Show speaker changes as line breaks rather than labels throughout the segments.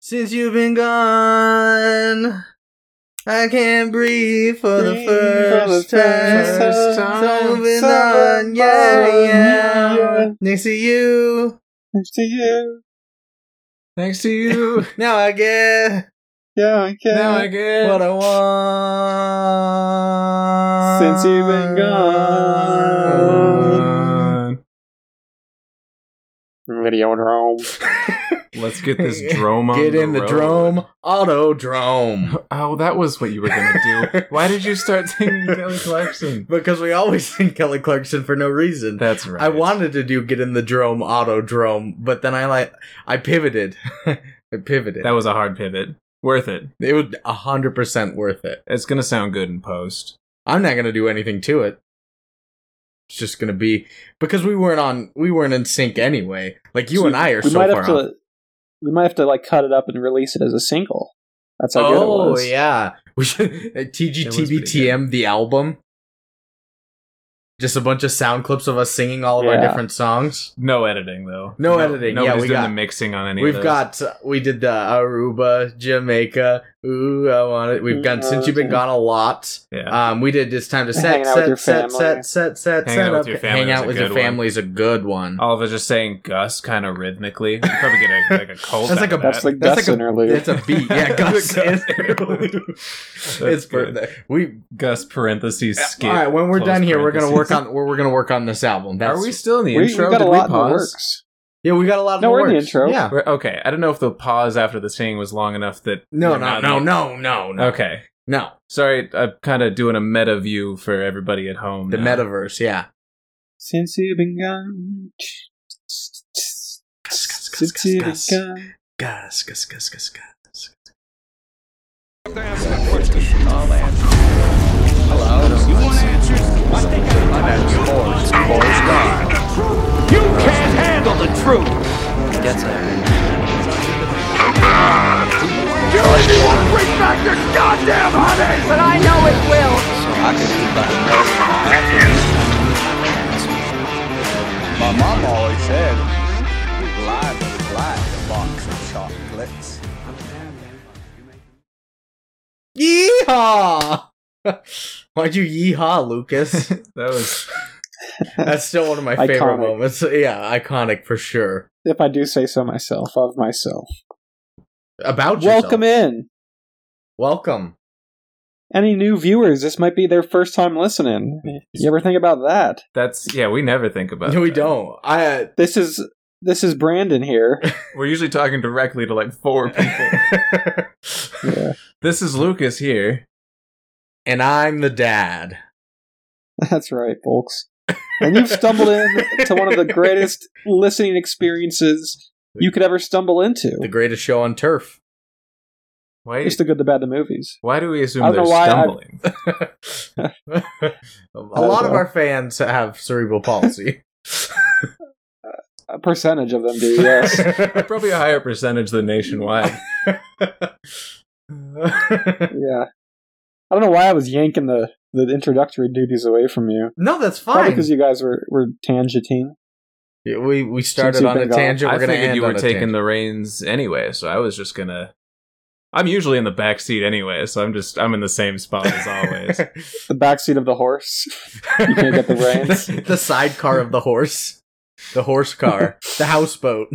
Since you've been gone, I can't breathe for the
Breathe
first,
for the first
time.
time.
So moving
So
on, yeah,
moving
yeah.
on, yeah.
Next to you,
Next to you.
Next to you.
now I get
Yeah, I can.
now I get.
what I want.
Since you've been gone. I'm gonna go home.
Let's get this drome on.
Get in the
road.
drome, autodrome.
Oh, that was what you were gonna do. Why did you start singing Kelly Clarkson?
because we always sing Kelly Clarkson for no reason.
That's right.
I wanted to do get in the drome autodrome, but then I like I pivoted. I pivoted.
That was a hard pivot. Worth it.
it was hundred percent worth it.
It's gonna sound good in post.
I'm not gonna do anything to it. It's just gonna be because we weren't on we weren't in sync anyway. Like you
So
and I are
we
so
might
far
have to.
off.
We might have to like cut it up and release it as a single. That's how good it
Oh
was.
yeah. We should uh,
It was pretty
TGTBTM the album. Just a bunch of sound clips of us singing all of our
Yeah.
different songs.
No editing though.
No editing. Yeah,
Nobody's
we
doing
got-
the mixing on any. of
We've
those.
got uh, we did the Aruba, Jamaica. Ooh, I want it. We've done since you've been gone a lot.
yeah.
Um, we did it's time to set
Hanging out with
set
your
set
family.
set set set
Hanging
set
out with
up.
your family
Hang
was
out
a
with your
good one. Oh.
family is a good one.
Oliver just saying Gus kind of rhythmically. You probably get a, like a cold.
That's like
out of
a-
that.
That's like
That's
Gus
like a-
interlude.
It's a beat. Yeah, Gus.
Gus.
it's
good.
for, we.
Gus parentheses skip.
All right, when we're
close
done here, we're gonna work
parentheses.
on we're, we're gonna work on this album. That's,
Are we still in the
we, we've
intro?
got a
Did
lot
we
in the
pause?
works.
Yeah, we got a lot.
No,
the
we're in the
works.
intro.
Yeah.
We're- okay, I don't know if the pause after the singing was long enough that.
No,
we're
no,
not-
no, no, no, no.
Okay,
no.
sorry, I'm kind of doing a meta view for everybody at home.
The
now.
metaverse. Yeah.
Since you've been gone. Since you've been gone.
Gus, Gus, Gus, Gus, Gus.
My mom always said, life is like a box of chocolates.
Yeehaw! Why'd you yeehaw, Lucas?
That was
That's still one of my favorite
Iconic.
moments. Yeah, iconic for sure.
If I do say so myself, of myself.
About yourself.
Welcome in.
Welcome.
Any new viewers, this might be their first time listening. You ever think about that?
that's yeah. We never think about.
no, we
that.
don't. I. uh,
This is this is Brandon here.
We're usually talking directly to like four people.
Yeah.
this is Lucas here.
and I'm the dad.
That's right, folks. And you've stumbled in to one of the greatest listening experiences you could ever stumble
The
into.
greatest show on turf.
Why?
It's the good, the bad, the movies.
Why do we
I
assume
don't
they're
know why I-
stumbling?
A lot of our fans have cerebral palsy.
A percentage of them do, yes.
Probably a higher percentage than nationwide.
yeah. I don't know why I was yanking the, the introductory duties away from you.
no, that's
Probably
fine.
because you guys were, were tangenting.
Yeah, we we started
you've
on a
been gone.
tangent.
I
We're gonna
figured
end
you were
on a
taking
tangent.
the reins anyway, so I was just gonna. I'm usually in the back seat anyway, so I'm just I'm in the same spot as always.
The backseat of the horse. You can't get the reins.
the, the sidecar of the horse, the horse car, the houseboat.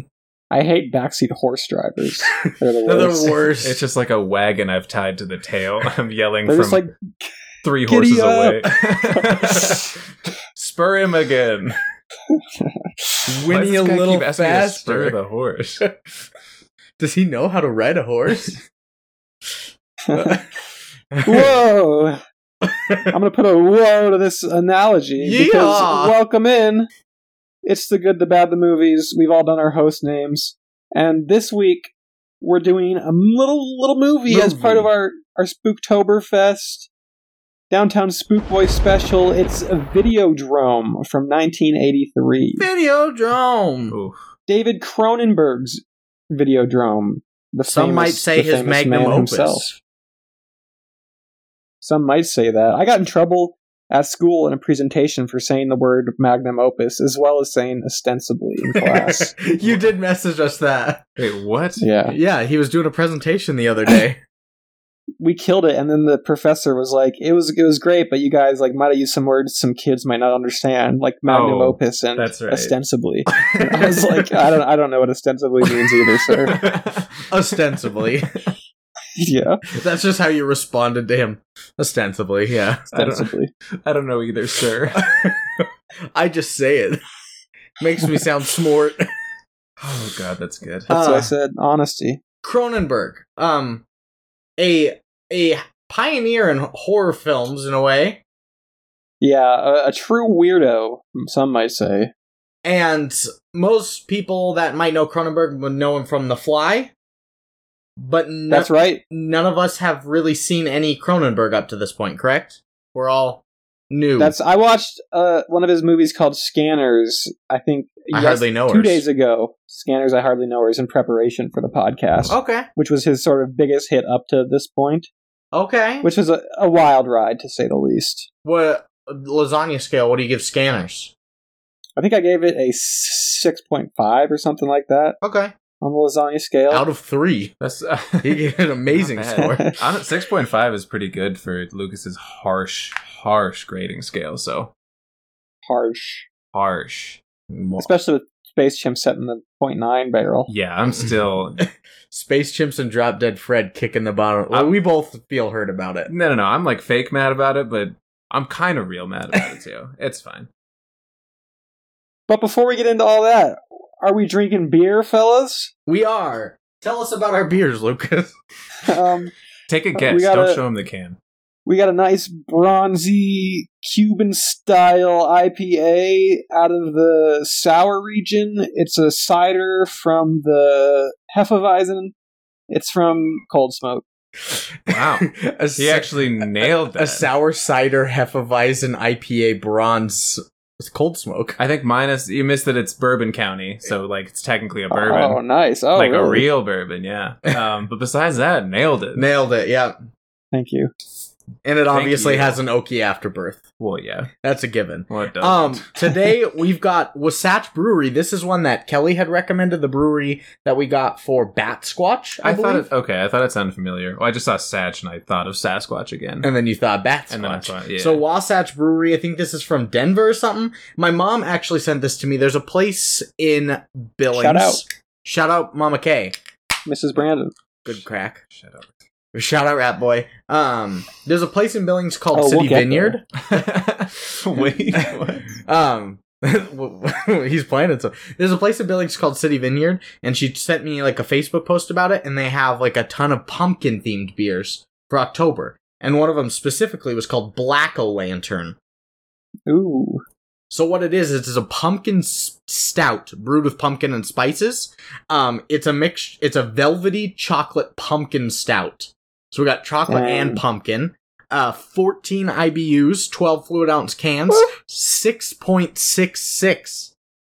I hate backseat horse drivers. They're the
They're
worst.
the worst.
it's just like a wagon I've tied to the tail. I'm yelling
They're
from
just like,
three
"Giddy
horses
up!"
away. Spur him again. Why does
Winnie
this
a
guy
little
keep asking me to Spur
faster.
the horse.
Does he know how to ride a horse?
whoa. I'm going to put a whoa to this analogy.
Yeah.
Because welcome in. It's the good, the bad, the movies. We've all done our host names. And this week, we're doing a little little movie, as
Movie.
part of our, our Spooktoberfest Downtown Spook Boy special. It's a Videodrome from 1983.
Videodrome.
Oof.
David Cronenberg's Videodrome. The
Some
famous-
might say
the
his
famous
magnum
man
opus.
himself. Some might say that. I got in trouble at school in a presentation for saying the word magnum opus, as well as saying ostensibly in Oh, class.
you did message us that.
Wait, what?
yeah.
Yeah, he was doing a presentation the other day.
We killed it, and then the professor was like, "It was it was great, but you guys like might have used some words some kids might not understand, like magnum
Oh,
opus and
that's right.
ostensibly." And I was like, "I don't I don't know what ostensibly means either, sir."
Ostensibly.
yeah,
That's just how you responded to him. Ostensibly, yeah.
I don't,
ostensibly.
I don't know either, sir.
I just say it. Makes me sound smart.
Oh god, that's good.
That's what I
Ah.
said. Honesty.
Cronenberg, um, a a pioneer in horror films in a way,
Yeah, a, a true weirdo. Some might say.
and most people that might know Cronenberg would know him from The Fly, but no-
That's right.
none of us have really seen any Cronenberg up to this point. Correct? We're all new.
That's I watched uh, one of his movies called Scanners. I think
I
yes-
hardly know
two
her.
days ago. Scanners I hardly know her is in preparation for the podcast,
Okay,
which was his sort of biggest hit up to this point,
okay.
which was a, a wild ride to say the least.
What lasagna scale? What do you give Scanners?
I think I gave it a six point five or something like that
Okay,
on the lasagna scale.
out of three,
That's uh,
he gave an amazing
Not
score.
bad. six point five is pretty good for Lucas's harsh, harsh grading scale. So
Harsh,
harsh.
especially with Space Chimp set in the point nine barrel.
Yeah, I'm still
Space Chimps and Drop Dead Fred kicking the bottom.
Uh,
Well, we both feel hurt about it.
no, no, no. I'm like fake mad about it, but I'm kind of real mad about it too. It's fine.
But before we get into all that, are we drinking beer, fellas?
We are. Tell us about our beers, Lucas.
um,
Take a
We
guess.
gotta-
Don't show him the can.
We got a nice bronzy Cuban style IPA out of the sour region. It's a cider from the Hefeweizen. It's from Cold Smoke.
Wow,
a,
he
sa-
actually nailed that.
a sour cider Hefeweizen IPA bronze with cold smoke.
I think minus you missed that it's Bourbon County, so like it's technically a bourbon,
Oh, nice. Oh,
like a
really?
real bourbon. Yeah. Um, but besides that, nailed it.
Nailed it, yeah.
Thank you.
And it obviously
you.
has an oaky afterbirth.
well, yeah.
That's a given.
Well, it does.
Um, today we've got Wasatch Brewery. This is one that Kelly had recommended, the brewery that we got for Bat Squatch. I,
I thought
believe.
it, okay. I thought it sounded familiar. Well, I just saw Satch and I thought of Sasquatch again.
and then you thought Bat Squatch.
And then I thought, yeah.
So Wasatch Brewery, I think this is from Denver or something. My mom actually sent this to me. There's a place in Billings.
Shout out.
Shout out Mama K.
Mrs. Brandon.
Good crack.
shut up.
Shout out Rat Boy. Um, there's a place in Billings called
Oh, we'll
City
get
Vineyard.
Wait.
Um, he's playing it. So there's a place in Billings called City Vineyard, and she sent me like a Facebook post about it, and they have like a ton of pumpkin themed beers for October. And one of them specifically was called Black O Lantern.
Ooh.
So what it is, it is a pumpkin s- stout brewed with pumpkin and spices. Um, it's a mix. It's a velvety chocolate pumpkin stout. So we got chocolate
Dang.
and pumpkin. Uh, 14 IBUs, 12 fluid ounce cans, 6.66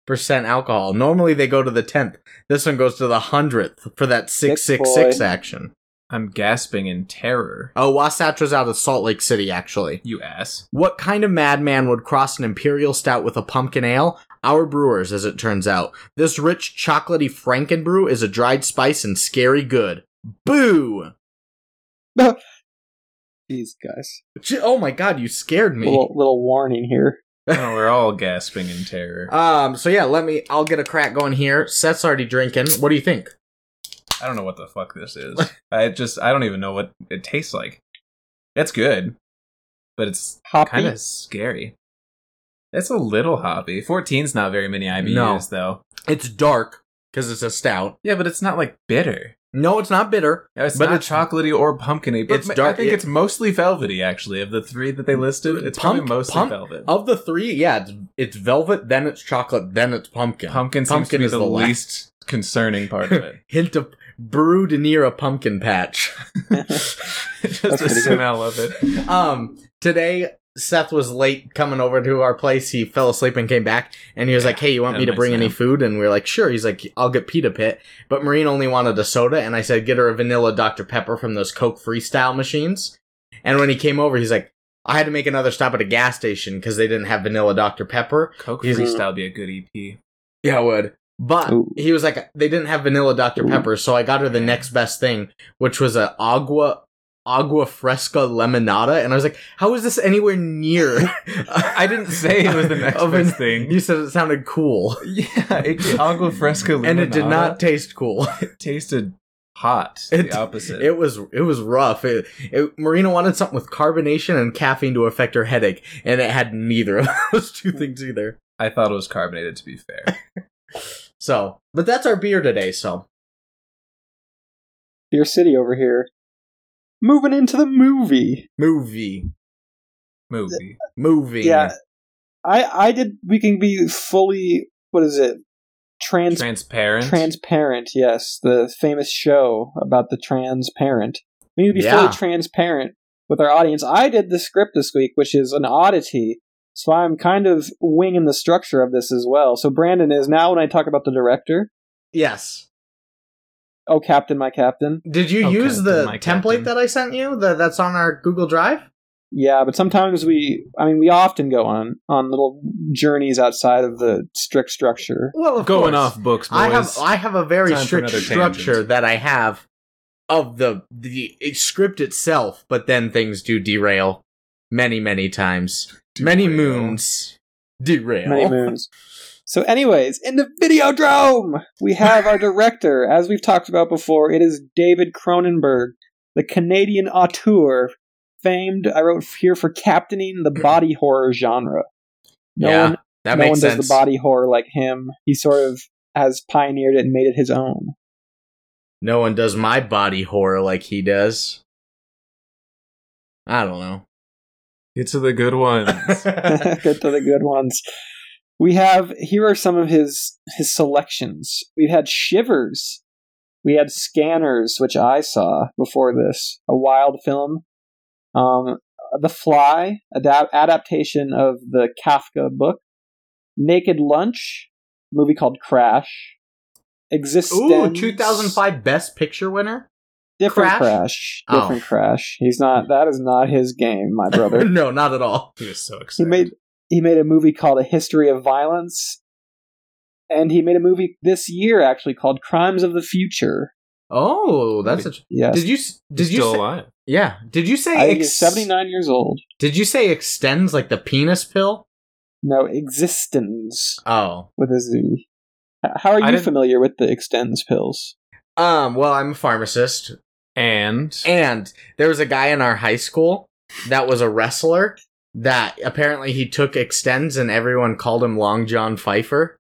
percent alcohol. Normally they go to the tenth. This one goes to the hundredth for that six six six
boy.
action.
I'm gasping in terror.
Oh, Wasatch was out of Salt Lake City actually.
You ass.
What kind of madman would cross an imperial stout with a pumpkin ale? Our brewers, as it turns out. This rich, chocolatey Frankenbrew is a dried spice and scary good. Boo!
These guys.
J- Oh my god, you scared me.
Little, little warning here.
Oh, we're all gasping in terror.
Um, so yeah, let me. I'll get a crack going here. Seth's already drinking. What do you think?
I don't know what the fuck this is. I just I don't even know what it tastes like. It's good, but it's
Hoppy.
kind of scary. It's a little hoppy. 14's not very many IBUs
No.
though.
It's dark because it's a stout.
Yeah, but it's not like bitter.
No, it's not bitter.
It's
But
but not
it's-
chocolatey or pumpkiny. But
It's
ma-
dark-
I think
it-
it's mostly velvety actually. Of the three that they listed, it's
Pump-
probably mostly
pump-
velvet.
Of the three, yeah, it's, it's velvet, then it's chocolate, then it's pumpkin.
Pumpkin, seems to
Pumpkin
be
is
the,
the last.
least concerning part of it.
Hint of brewed near a pumpkin patch.
Just
That's
the
pretty good.
smell of it.
um today seth was late coming over to our place he fell asleep and came back and he was like hey you want
that
me to
makes
bring any
sense.
food and we are like sure he's like i'll get pita pit but marine only wanted a soda and i said get her a vanilla dr pepper from those coke freestyle machines and when he came over he's like I had to make another stop at a gas station because they didn't have vanilla Dr. Pepper.
Coke
He's-
Freestyle would be a good E EP.
Yeah, I would. But
Ooh.
he was like, they didn't have vanilla Dr.
Ooh.
Pepper, so I got her the next best thing, which was a agua agua fresca lemonada, and I was like, how is this anywhere near?
I didn't say it was the next
Of an-
best thing.
You said it sounded cool,
Yeah, it, Agua Fresca
and it did
limonada
not taste cool.
tasted hot.
It-
the opposite.
It was it was rough. It, it, Marina wanted something with carbonation and caffeine to affect her headache, and it had neither of those two things either.
I thought it was carbonated. To be fair,
So, but that's our beer today. So,
Dear City over here. Moving into the movie.
movie,
movie.
movie.
Yeah. I I did we can be fully what is it? Trans
Transparent.
transparent, yes. The famous show about the transparent. We need to be
Yeah.
fully transparent with our audience. I did the script this week, which is an oddity. So I'm kind of winging the structure of this as well. So Brandon is now when I talk about the director,
Yes.
oh captain, my captain.
Did you
Oh,
use
Captain,
the
my
template
Captain.
that I sent you? The, that's on our Google Drive.
Yeah, but sometimes we I mean we often go on on little journeys outside of the strict structure.
Well, of
Going
course.
off books, boys.
I have I have a very
Time for
strict
another
structure
tangent.
that I have of the the script itself, but then things do derail many many times. Many
Derail.
moons derail.
Many moons. So anyways, in the Videodrome, we have our director, as we've talked about before, it is David Cronenberg, the Canadian auteur, famed I wrote here for captaining the body horror genre. No
Yeah,
one
That
no
makes
one
sense.
does the body horror like him. He sort of has pioneered it and made it his own.
No one does my body horror like he does. I don't know.
Get to the good ones.
Get to the good ones. We have here are some of his his selections. We've had Shivers. We had Scanners, which I saw before this, a wild film. Um, the Fly, adapt- adaptation of the Kafka book. Naked Lunch, movie called Crash. Existence.
Ooh, 2005 Best Picture winner?
Different
Crash?
Crash.
Oh.
Different Crash. He's not. That is not his game, my brother.
no, not at all.
he was so
he
excited.
made he made a movie called A History of Violence, and he made a movie this year actually called Crimes of the Future.
Oh, that's a.
Yes,
Did you s- did
He's
you
still
say,
alive?
yeah? Did you
I
say
think he's
ex-
seventy nine years old.
Did you say extends like the penis pill?
No, existence
Oh,
with a Z. H- How are
I
you
didn't-
familiar with the extends pills?
um. Well, I'm a pharmacist,
And
and there was a guy in our high school that was a wrestler that apparently he took extends, and everyone called him Long John Pfeiffer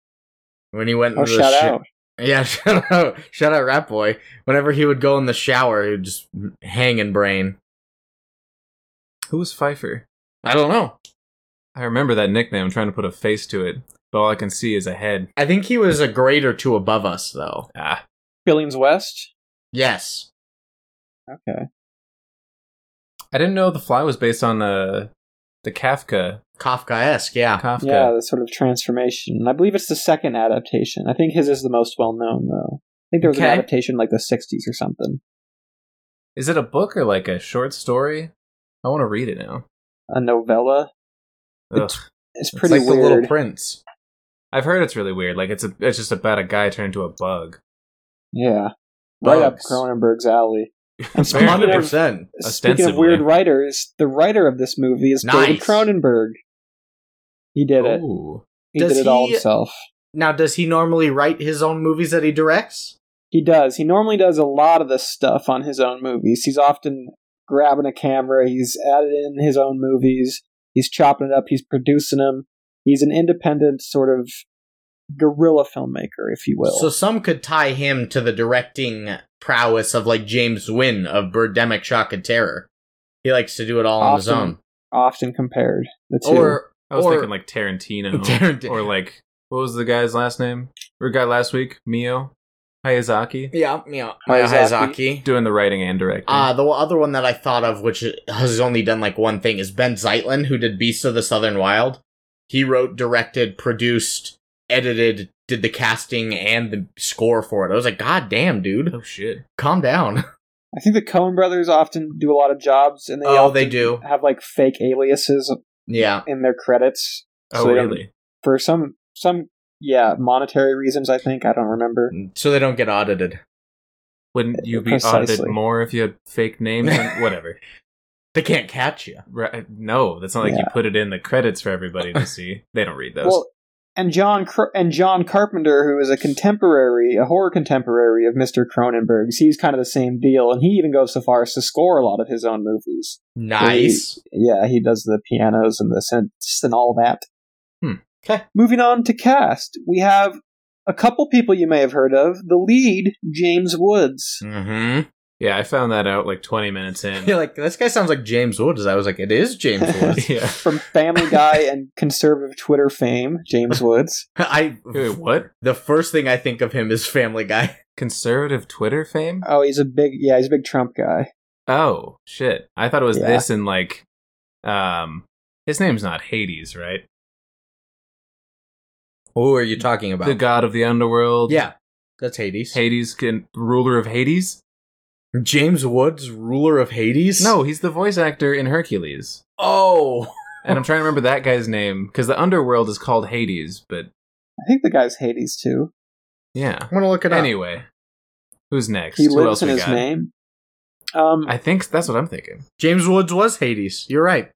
when he went.
Oh,
into Uh, the
shout
shi-
out!
Yeah, shout out, shout out, Rat Boy. Whenever he would go in the shower, he'd just hang in brain.
who was Pfeiffer?
I don't know.
I remember that nickname. I'm trying to put a face to it, but all I can see is a head.
I think he was a grade or two above us, though.
Ah,
Billings West.
Yes.
Okay,
I didn't know the fly was based on the the Kafka.
Kafkaesque, yeah.
Kafka.
yeah, the sort of transformation. And I believe it's the second adaptation. I think his is the most well known though. I think there was
Okay.
an adaptation in, like the '60s or something.
Is it a book or like a short story? I want to read it now.
A novella.
Ugh.
It's
It's
pretty
it's like
weird.
the Little Prince.
I've heard it's really weird. Like it's a, it's just about a guy turned into a bug.
Yeah. Right up
Bugs.
Cronenberg's alley. And
Fair.
speaking
Hundred
of,
percent.
speaking of
Ostensibly.
weird writers, the writer of this movie is David
Nice. Oh.
Cronenberg. He did it.
Ooh.
He
Does
did it all
he-
himself.
Now, does he normally write his own movies that he directs?
He does. He normally does a lot of this stuff on his own movies. He's often grabbing a camera, he's added in his own movies, he's chopping it up, he's producing them. He's an independent sort of guerrilla filmmaker, if you will.
So some could tie him to the directing prowess of like James Wynn of Birdemic Shock and Terror. He likes to do it all on his
Often.
own.
often compared. The two.
Or
I was
or-
thinking like Tarantino.
Tarantino.
Or like what was the guy's last name? Or guy last week? Mio Hayazaki
yeah, yeah,
Miyazaki.
Miyazaki.
doing the writing and directing.
Uh, the other one that I thought of, which has only done like one thing, is Ben Zeitlin, who did Beasts of the Southern Wild. He wrote, directed, produced, edited, did the casting and the score for it. I was like, God damn, dude,
oh shit.
calm down.
I think the Coen brothers often do a lot of jobs, and they
oh,
often
they do.
have like fake aliases
Yeah.
in their credits
Oh,
So they don't-
really?
for some some yeah monetary reasons. I think I don't remember.
So they don't get audited.
Wouldn't you be audited
Precisely.
more if you had fake names? And whatever.
They can't catch you.
Right. uh, No, that's not like you put it in the credits for everybody to see. They don't read those.
Well, and John Car- and John Carpenter, who is a contemporary, a horror contemporary of Mr. Cronenberg's, he's kind of the same deal, and he even goes so far as to score a lot of his own movies.
Nice.
Yeah, he does the pianos and the synths and all that.
Hmm.
'Kay.
Moving on to cast, we have a couple people you may have heard of. The lead, James Woods.
Mm-hmm.
yeah, I found that out like 20 minutes in.
You're like, this guy sounds like James Woods. I was like, it is James Woods.
yeah.
From Family Guy and conservative Twitter fame, James Woods.
I
Wait, what?
the first thing I think of him is Family Guy.
Conservative Twitter fame?
Oh, he's a big yeah, he's a big Trump guy.
Oh, shit. I thought it was
Yeah.
this in like um his name's not Hades, right?
Who are you talking about?
The god of the underworld.
yeah, that's Hades.
Hades can ruler of Hades?
James Woods, ruler of Hades.
No, he's the voice actor in Hercules.
Oh,
And I'm trying to remember that guy's name cuz the underworld is called Hades, but
I think the guy's Hades too.
yeah.
I'm gonna look it up.
Anyway, who's next?
He
Who
lives
else
in
we
his
got?
name. Um,
I think that's what I'm thinking.
James Woods was Hades. You're right.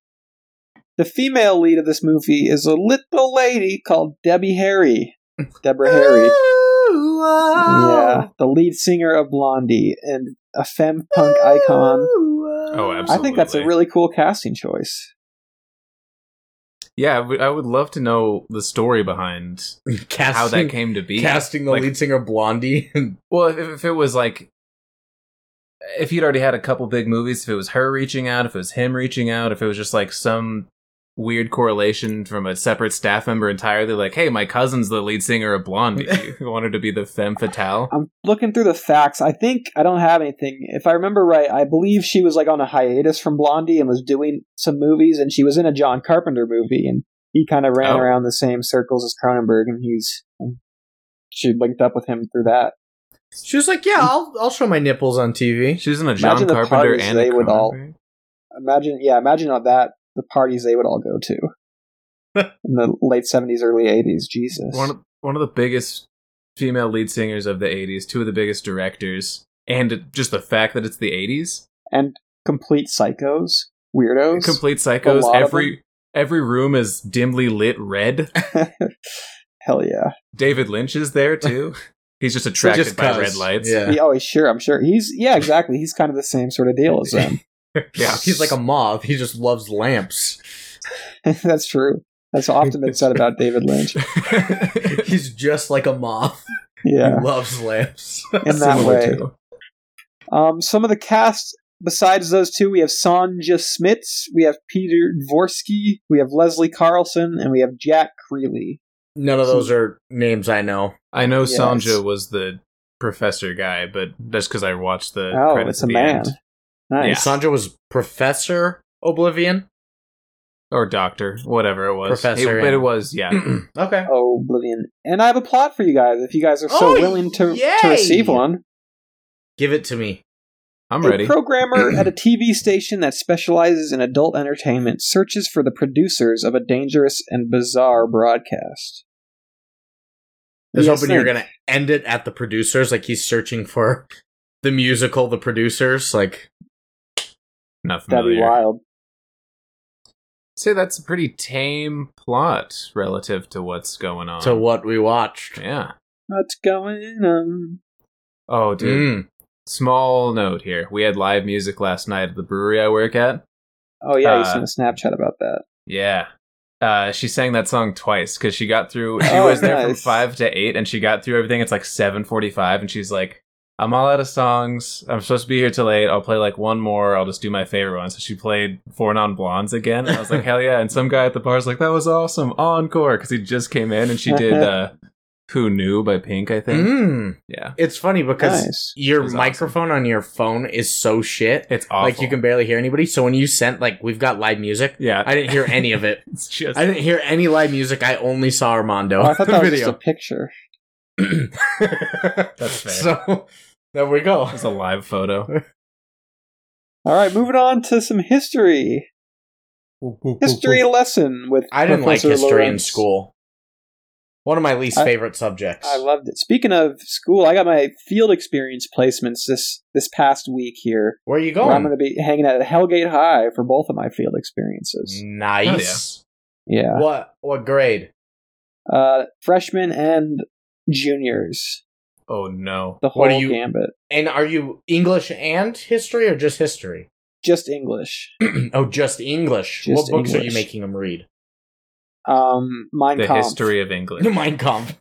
the female lead of this movie is a little lady called Debbie Harry. Deborah Harry.
Ooh, oh.
Yeah, the lead singer of Blondie and a femme punk icon.
uh,
Oh,
I think that's a
Absolutely.
really cool casting choice.
Yeah, I would- I would love to know the story behind
Casting,
how that came to be.
Casting the
Like,
lead singer Blondie.
Well, if, if it was like, if he'd already had a couple big movies, if it was her reaching out, if it was him reaching out, if it was just like some weird correlation from a separate staff member entirely, like, hey, my cousin's the lead singer of Blondie, who wanted to be the femme fatale.
I'm looking through the facts. I think I don't have anything. If I remember right, I believe she was like on a hiatus from Blondie and was doing some movies, and she was in a John Carpenter movie, and he kind of ran
Oh.
around the same circles as Cronenberg, and he's she linked up with him through that.
she was like, "Yeah, I'll I'll show my nipples on TV."
She was in a John
Imagine the
Carpenter
parties
and a
they would all-
Cronenberg.
Imagine, yeah, imagine all that the parties they would all go to in the late '70s, early '80s. Jesus,
one of, one of the biggest female lead singers of the '80s, two of the biggest directors, and it- just the fact that it's the '80s.
complete psychos, weirdos.
complete psychos
lot of
every every room is dimly lit red
Hell yeah.
david lynch is there too he's just attracted
Just
by
'cause.
red lights
Yeah.
He- oh, he's sure. I'm sure he's yeah, exactly. He's kind of the same sort of deal as them.
Yeah.
he's like a moth. He just loves lamps.
That's true. That's often been said about David Lynch.
he's just like a moth.
Yeah.
He loves lamps.
In that
Similar
way.
to-
Um, some of the cast, besides those two, we have Sonja Smits, we have Peter Dvorsky, we have Leslie Carlson, and we have Jack Creeley.
None of those are names I know.
i know
Yes.
sanja was the professor guy but that's because i watched the
Oh,
credits
it's
at
a
the
man.
end.
Nice.
Sandra was Professor Oblivion.
or doctor whatever it was
Professor,
It- but
yeah.
it was yeah
okay.
Oblivion. And I have a plot for you guys if you guys are so
Oh,
willing to, to
yay!
receive one.
Give it to me.
i'm
a
ready
programmer at a TV station that specializes in adult entertainment searches for the producers of a dangerous and bizarre broadcast.
I was
Yes,
hoping you were
thank-
gonna end it at the producers, like he's searching for the musical, the producers. Like
not
That'd be
familiar
wild.
say that's a pretty tame plot relative to what's going on
to what we watched.
yeah
What's going on?
oh dude
Mm.
small note here we had live music last night at the brewery i work at
Oh yeah, you
Uh,
sent a Snapchat about that.
Yeah. Uh, she sang that song twice because she got through. She
Oh,
was there from
nice.
five to eight, and she got through everything. It's like seven forty-five, and she's like, "I'm all out of songs. I'm supposed to be here till eight. I'll play like one more. I'll just do my favorite one." So she played Four Non Blondes again. And I was like, "Hell yeah!" And some guy at the bar's like, "That was awesome, encore!" Because he just came in, and she did uh, "Who Knew" by Pink, I think.
Mm-hmm.
Mm.
Yeah,
It's funny because
Nice.
your
That's awesome.
microphone on your phone is so shit.
it's awful.
Like you can barely hear anybody. So when you sent like we've got live music,
yeah.
I didn't hear any of it.
it's just.
I didn't hear any live music. I only saw Armando
Oh, I thought that was just
video.
a picture.
That's fair.
So there we go.
It's a live photo.
All right, moving on to some history. History lesson with
I didn't
Professor
like history in
Lawrence.
school. One of my least
I-
favorite subjects.
I loved it. Speaking of school, I got my field experience placements this this past week here.
Where are you
where I'm
going?
going to be hanging out at Hellgate High for both of my field
Mm.
experiences.
Nice.
Oh,
Yeah,
What what grade?
uh, freshmen and juniors,
Oh no.
the whole
What do you-
gambit.
And are you English and history or just history?
Just English.
oh, just English. what
Just
books are you
English.
making them read?
Um, Mein
The
Kampf.
history of England.
Mein Kampf.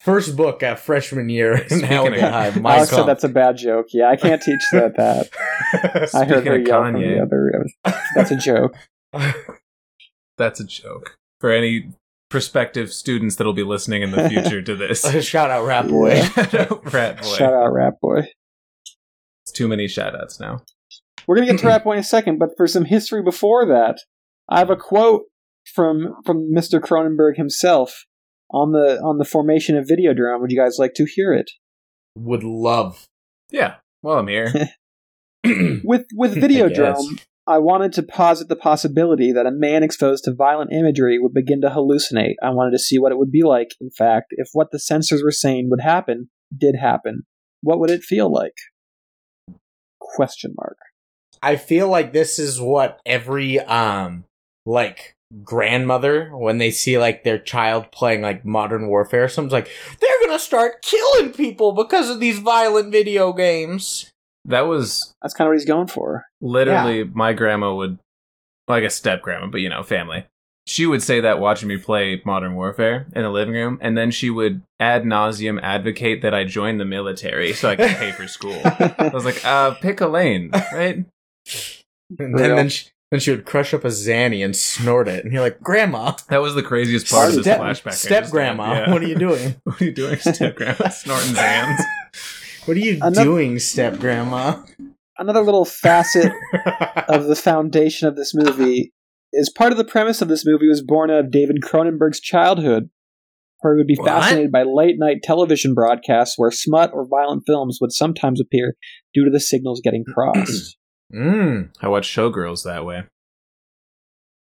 First book at freshman year. in
Speaking
Howard
of-
High, Mein
Alex said
Kampf.
Oh, that's a bad joke. Yeah, I can't teach that. That I heard
Speaking
her
of
yell from the
Kanye.
other room. That's a joke.
That's a joke for any prospective students that'll be listening in the future to this.
Shout out, rap boy.
Yeah.
Rat boy.
Shout out, Rap Boy.
It's too many shout outs now.
We're gonna get to Rap Boy in a second, but for some history before that, I have a quote from from Mr. Cronenberg himself on the on the formation of Videodrome. Would you guys like to hear it?
Would love.
Yeah. Well, I'm here.
With with
I
Videodrome,
guess.
I wanted to posit the possibility that a man exposed to violent imagery would begin to hallucinate. I wanted to see what it would be like, in fact, if what the censors were saying would happen did happen. What would it feel like? Question mark.
I feel like this is what every um like grandmother when they see like their child playing like modern warfare or something's like they're gonna start killing people because of these violent video games.
That was
That's kind of what he's going for.
literally my grandma would like a step grandma but you know family she would say that watching me play modern warfare in the living room and then she would ad nauseum advocate that i join the military so i could pay for school i was like uh pick a lane right
And then,
Real.
then she then she would crush up a Zanny and snort it and you're like, Grandma
that was the craziest part of this
step,
flashback I just
step
had.
grandma,
Yeah.
what are you doing?
what are you doing step grandma snorting zans
What are you
Another-
doing, step grandma?
Another little facet of the foundation of this movie is part of the premise of this movie was born out of David Cronenberg's childhood, where he would be
What?
fascinated by late night television broadcasts where smut or violent films would sometimes appear due to the signals getting crossed.
mm.
i watched showgirls that way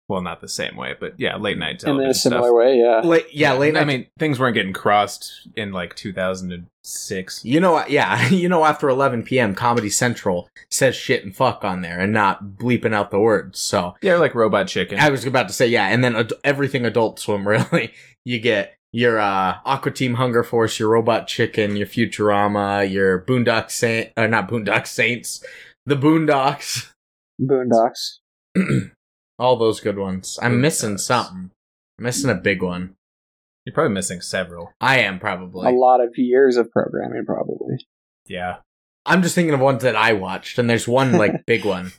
well not the same way but yeah late night
and
television
in a similar
stuff.
way, yeah.
Late, yeah, late night
I mean, things weren't getting crossed in like 2006.
You know, yeah, you know, after 11 p.m., Comedy Central says shit and fuck on there and not bleeping out the words. So
Yeah, like Robot Chicken.
I was about to say, yeah, and then ad- everything Adult Swim, really. You get your uh, Aqua Team Hunger Force, your Robot Chicken, your Futurama, your Boondock Saint, uh, not Boondock Saints, the Boondocks,
Boondocks.
all those good ones. I'm missing
Boondocks.
something. I'm missing a big one.
You're probably missing several.
I am
A
probably.
lot of years of programming, probably.
Yeah.
I'm just thinking of ones that I watched, and there's one like big one.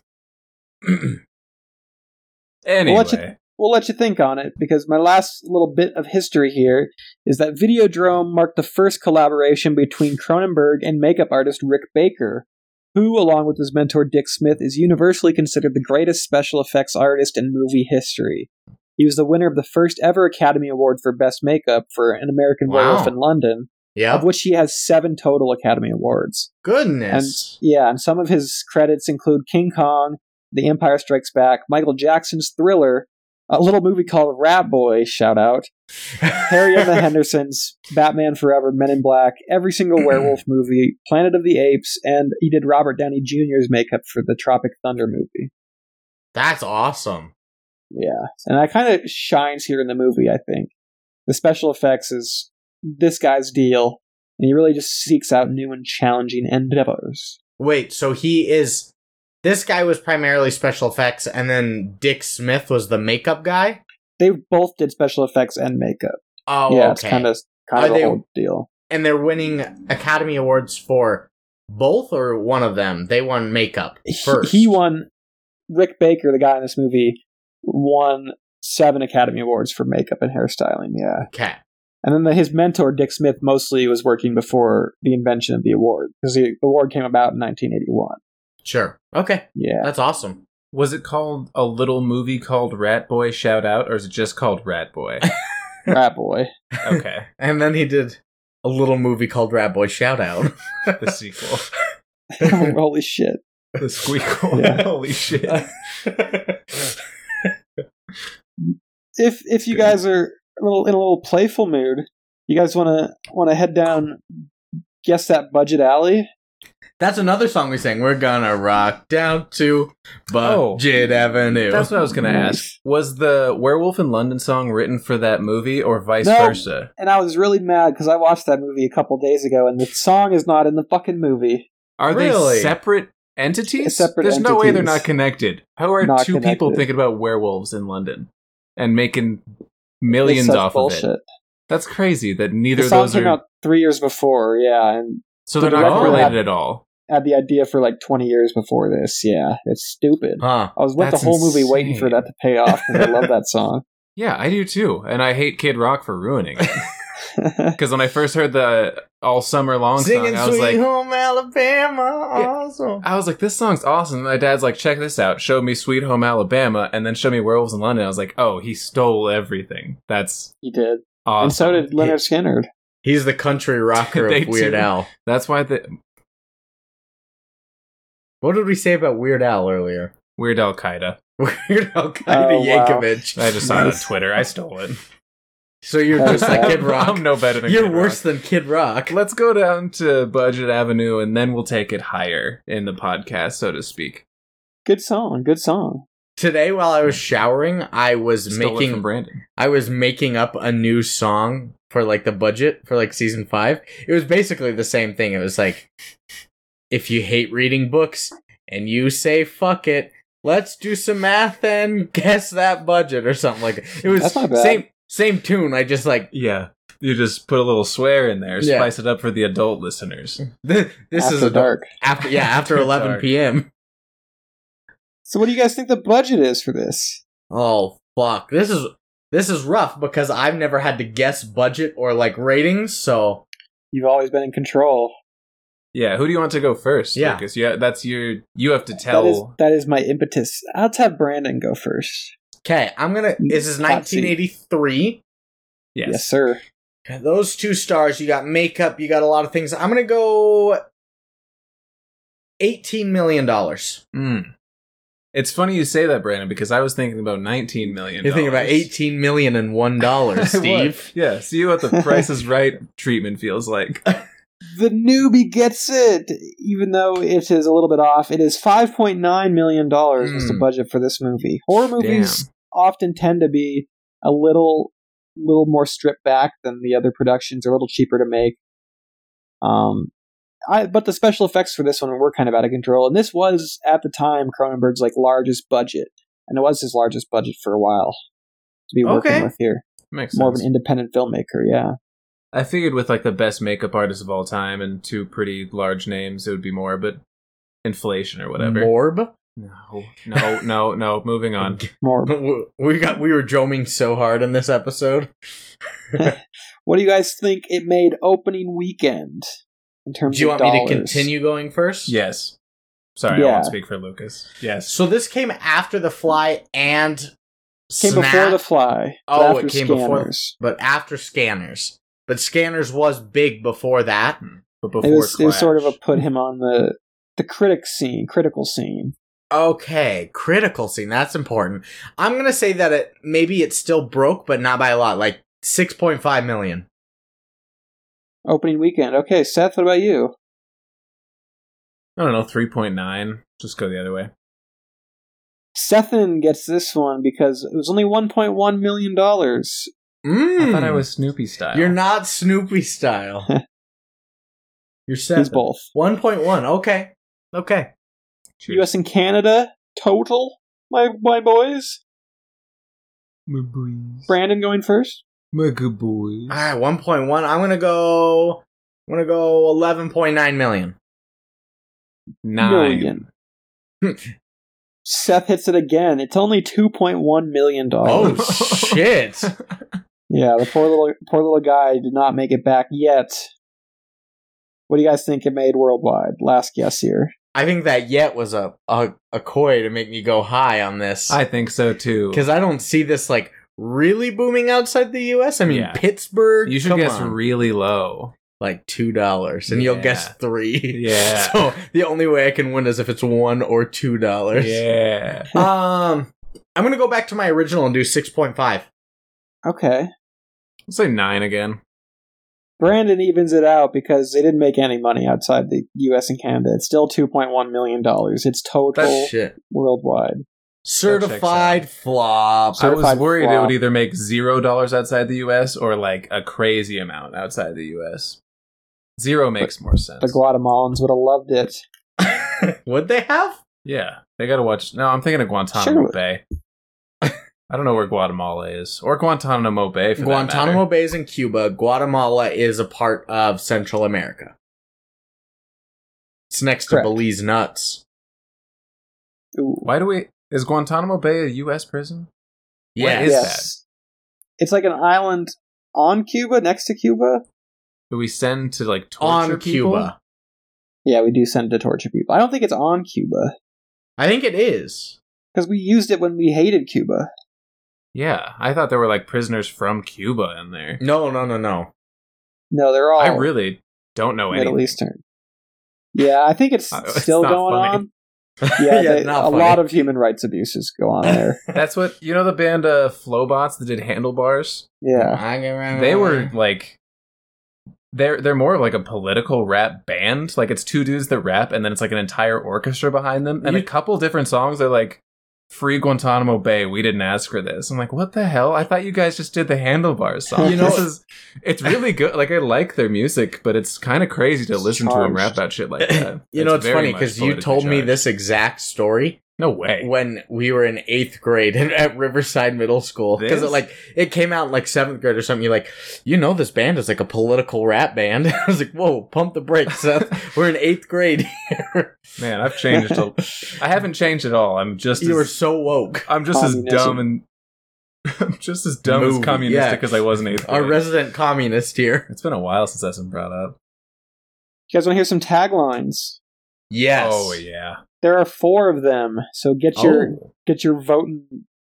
Anyway,
Well, let's- we'll let you think on it because my last little bit of history here is that Videodrome marked the first collaboration between Cronenberg and makeup artist Rick Baker, who, along with his mentor Dick Smith, is universally considered the greatest special effects artist in movie history. He was the winner of the first ever Academy Award for Best Makeup for An American
Wow.
Werewolf in London, of
yeah,
which he has seven total Academy Awards.
goodness.
Yeah, and some of his credits include King Kong, The Empire Strikes Back, Michael Jackson's Thriller, a little movie called Rat Boy, shout out, Harry and the Hendersons, Batman Forever, Men in Black, every single werewolf movie, Planet of the Apes, and he did Robert Downey Jr.'s makeup for the Tropic Thunder movie.
That's awesome.
Yeah, and that kind of shines here in the movie, I think. The special effects is this guy's deal, and he really just seeks out new and challenging endeavors.
Wait, so he is. This guy was primarily special effects, and then Dick Smith was the makeup guy.
They both did special effects and makeup.
Oh,
yeah, it's
okay.
kind of kind
Are
of the
they-
whole deal.
and they're winning Academy Awards for both or one of them. They won makeup
He-
first.
He, won. Rick Baker, the guy in this movie, won seven Academy Awards for makeup and hairstyling. Yeah,
Okay.
and then the, his mentor Dick Smith mostly was working before the invention of the award because the award came about in 1981.
Sure. Okay.
Yeah,
That's awesome.
was it called a little movie called Rat Boy Shout Out, or is it just called Rat Boy?
rat boy.
Okay,
And then he did a little movie called Rat Boy Shout Out.
the sequel.
Holy shit!
The squeakle.
Yeah.
Holy shit.
if if you guys are a little in a little playful mood, you guys want to want to head down, guess that budget alley.
That's another song we sang. We're gonna rock down to Budget Avenue.
Oh. That's what I was gonna ask. Was the Werewolf in London song written for that movie or vice
No.
versa?
And I was really mad because I watched that movie a couple days ago, and the song is not in the fucking movie.
Are
Really?
they separate entities?
Separate
There's no way they're
entities.
not connected. How are
Not
two people
connected.
thinking about werewolves in London and making
It's
millions
such
off
bullshit.
of it? That's crazy that neither
The
of
song
those
came
are
out three years before, yeah, and
so they're
the
not
director
related
had-
at all.
had the idea for like twenty years before this. Yeah, it's stupid.
Huh.
I was went the
That's
whole movie waiting for
insane.
that to pay off because I love that song.
Yeah, I do too, and I hate Kid Rock for ruining it. Because when I first heard the All Summer Long
Singing
song, I was
Sweet
like,
Home Alabama. Awesome.
I was like, this song's awesome. My dad's like, check this out. Show me Sweet Home Alabama, and then show me Werewolves in London. I was like, oh, he stole everything. That's
he did,
awesome.
and so did Leonard Skinner.
He's the country rocker
They
of Weird
do.
Al.
That's why the
What did we say about Weird Al earlier?
Weird Al Qaeda.
Weird Al Qaeda
Oh, wow.
Yankovic.
I just saw it on Twitter. I stole it.
So you're
That's
just like
bad.
Kid Rock.
I'm no better than
You're
Kid
worse
Rock.
than Kid Rock.
Let's go down to Budget Avenue, and then we'll take it higher in the podcast, so to speak.
Good song, good song.
Today, while I was showering, I was
Stole it
making
from Brandon.
I was making up a new song for like the budget for like season five. It was basically the same thing. It was like, if you hate reading books and you say fuck it, let's do some math and guess that budget or something like that. It was
That's not bad.
same same tune. I just like
Yeah. You just put a little swear in there,
Yeah.
spice it up for the adult listeners.
this
After
is a
dark.
after yeah after
After
eleven
dark.
p.m.
So, what do you guys think the budget is for this?
Oh fuck, this is this is rough because I've never had to guess budget or like ratings. So
You've always been in control.
Yeah, who do you want to go first?
Yeah.
Lucas? yeah, that's your. You have to
That is
tell.
that is my impetus. Let's have Brandon go first.
okay, I'm gonna. This is
Hot seat.
1983.
Yes, sir.
Those two stars, you got makeup, you got a lot of things. I'm gonna go eighteen million dollars.
Mm. It's funny you say that, Brandon, because I was thinking about nineteen million.
You're thinking about eighteen million and one dollar, Steve.
yeah, see what the Price is Right treatment feels like.
The newbie gets it, even though it is a little bit off. It is five point nine million dollars was the
Hmm.
budget for this movie. Horror
Damn.
movies often tend to be a little little more stripped back than the other productions are a little cheaper to make um I, but the special effects for this one were kind of out of control and this was at the time cronenberg's like largest budget and it was his largest budget for a while to be working
Okay.
with here
Makes
more of an
sense.
independent filmmaker yeah
I figured with like the best makeup artist of all time and two pretty large names, it would be more, but inflation or whatever.
Morb.
No, no, no, no. Moving on.
more
We got we were droming so hard in this episode.
what do you guys think it made opening weekend in
Do
terms
you
of
want me to
dollars?
continue going first?
Yes. Sorry, I
Yeah.
won't speak for Lucas. Yes.
So this came after the fly and
came
Snap,
before the fly
Oh, it
after
came before-
Scanners.
but after Scanners. But Scanners was big before that.
But before
it was, it was sort of a
Clash.
put him on the the critic scene, critical scene.
Okay, critical scene. That's important. I'm gonna say that it maybe it still broke, but not by a lot. Like six point five million.
Opening weekend. Okay, Seth, what about you?
I don't know, three point nine. Just go the other way.
Sethin gets this one because it was only one point one million dollars.
Mm.
I thought I was Snoopy style.
You're not Snoopy style. You're seven.
He's both.
One point one. Okay. Okay.
Cheers.
US and Canada total, my my boys.
My boys.
Brandon going first?
My good boys.
All right. One point one. I'm gonna go. I'm gonna go eleven point nine million.
Nine.
Million. Seth hits it again. It's only two point one million dollars.
Oh shit!
Yeah, the poor little poor little guy did not make it back yet. What do you guys think it made worldwide? Last guess here.
I think that yet was a a, a coy to make me go high on this.
I think so too.
because I don't see this like really booming outside the U.S. I mean,
Yeah.
Pittsburgh.
You should
come
guess
on.
really low.
like two dollars, and you'll guess
Yeah.
three.
Yeah.
So the only way I can win is if it's one or two dollars.
yeah.
Um, I'm gonna go back to my original and do six point five.
Okay.
I'll say nine again.
Brandon evens it out because they didn't make any money outside the U.S. and Canada. It's still two point one million dollars. It's total
That's Oh, shit.
worldwide.
Certified flop.
I was
Certified
worried it
flop.
would either make zero dollars outside the U.S. or like a crazy amount outside the U.S. Zero makes more sense.
The Guatemalans would have loved it.
Would they have?
yeah, they gotta watch. No, I'm thinking of Guantanamo
Sure.
Bay. I don't know where Guatemala is or Guantanamo Bay. For that matter.
Guantanamo Bay is in Cuba. Guatemala is a part of Central America. It's next
Correct.
to Belize nuts.
Ooh.
Why do we? Is Guantanamo Bay a U.S. prison? What
Yeah.
is
yeah.
that?
It's like an island on Cuba, next to Cuba.
Do we send to like torture
On
people?
Cuba.
Yeah, we do send to torture people. I don't think it's on Cuba
I think it is.
because we used it when we hated Cuba.
Yeah, I thought there were like prisoners from Cuba in there.
No, no, no, no.
No, they're all
I really don't know
Middle
anything.
Eastern. Yeah, I think it's
Uh, it's
still
not
going
funny.
on. yeah, they-
not
a
funny.
lot of human rights abuses go on there.
That's what you know. The band uh, Flowbots that did Handlebars.
yeah,
They were like, they're they're more of like a political rap band. Like it's two dudes that rap, and then it's like an entire orchestra behind them, and a
You-
couple different songs. They're like, "Free Guantanamo Bay." We didn't ask for this. I'm like, what the hell? I thought you guys just did the Handlebars song.
You
You
know-
know, this is it's really good. Like I like their music, but it's kind of crazy to
It's
listen to them
charged.
rap about shit like that.
You know, it's
very
funny
much
because you
politically
told me
charged.
this exact story
No way.
when we were in eighth grade at, at Riverside Middle School because it
This?
like it came out in like seventh grade or something. You're like, you know, this band is like a political rap band. I was like, whoa, pump the brakes, Seth. we're in eighth grade. here.
Man, I've changed. A, I haven't changed at all. I'm just
you
as,
were so woke.
I'm just
Communism.
as dumb and I'm just as dumb
Movie,
as communistic
yeah.
as I was in eighth grade.
Our resident communist here.
it's been a while since that's been brought up.
you guys want to hear some taglines?
Yes.
Oh yeah. Oh.
There are four of them, so get
Oh.
your get your voting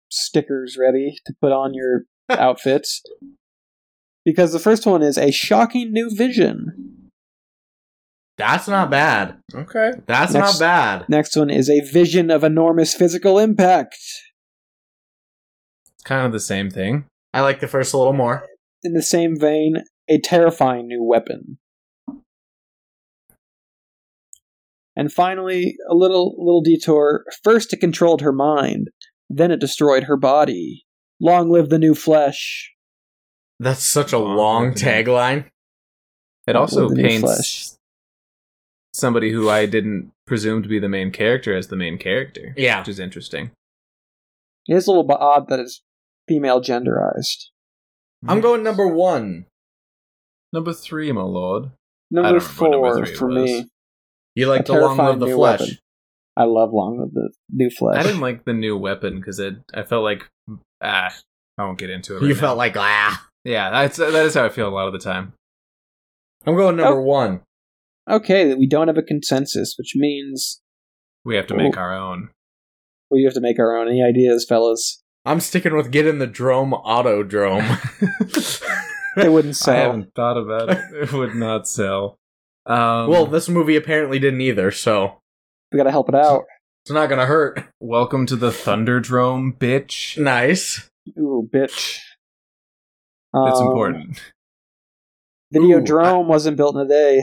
stickers ready to put on your outfits. Because the first one is a shocking new vision.
That's not bad.
Oh, okay.
That's
Next-
not bad.
Next one is a vision of enormous physical impact.
It's kind of the same thing.
I like the first a little more.
In the same vein, a terrifying new weapon. And finally, a little little detour. First it controlled her mind, then it destroyed her body. Long live the new flesh.
That's such a
Long
long
tag.
tagline.
It also
With the new
paints
flesh.
somebody who I didn't presume to be the main character as the main character,
Yeah.
which is interesting.
It is a little bit odd that it's female genderized.
I'm going number one.
number three, my lord. I
Number
don't remember
four
what number three
for
was.
me.
You
A
like the long
terrifying
live the
new
flesh.
weapon. I love Long Live the New Flesh.
I didn't like the new weapon because it. I felt like ah, I won't get into it.
You
right now.
felt like ah.
yeah. That's that is how I feel a lot of the time.
I'm going number one.
okay, that we don't have a consensus, which means
We have to make our own.
we have to make our own any ideas, fellas.
I'm sticking with get in the drome autodrome.
They wouldn't
I
sell.
haven't thought about it. It would not sell. Um,
well, this movie apparently didn't either, so
We gotta help it out.
it's not gonna hurt.
welcome to the Thunderdrome, bitch.
Nice.
Ooh, bitch.
That's
Um,
important.
Videodrome wasn't built in a day.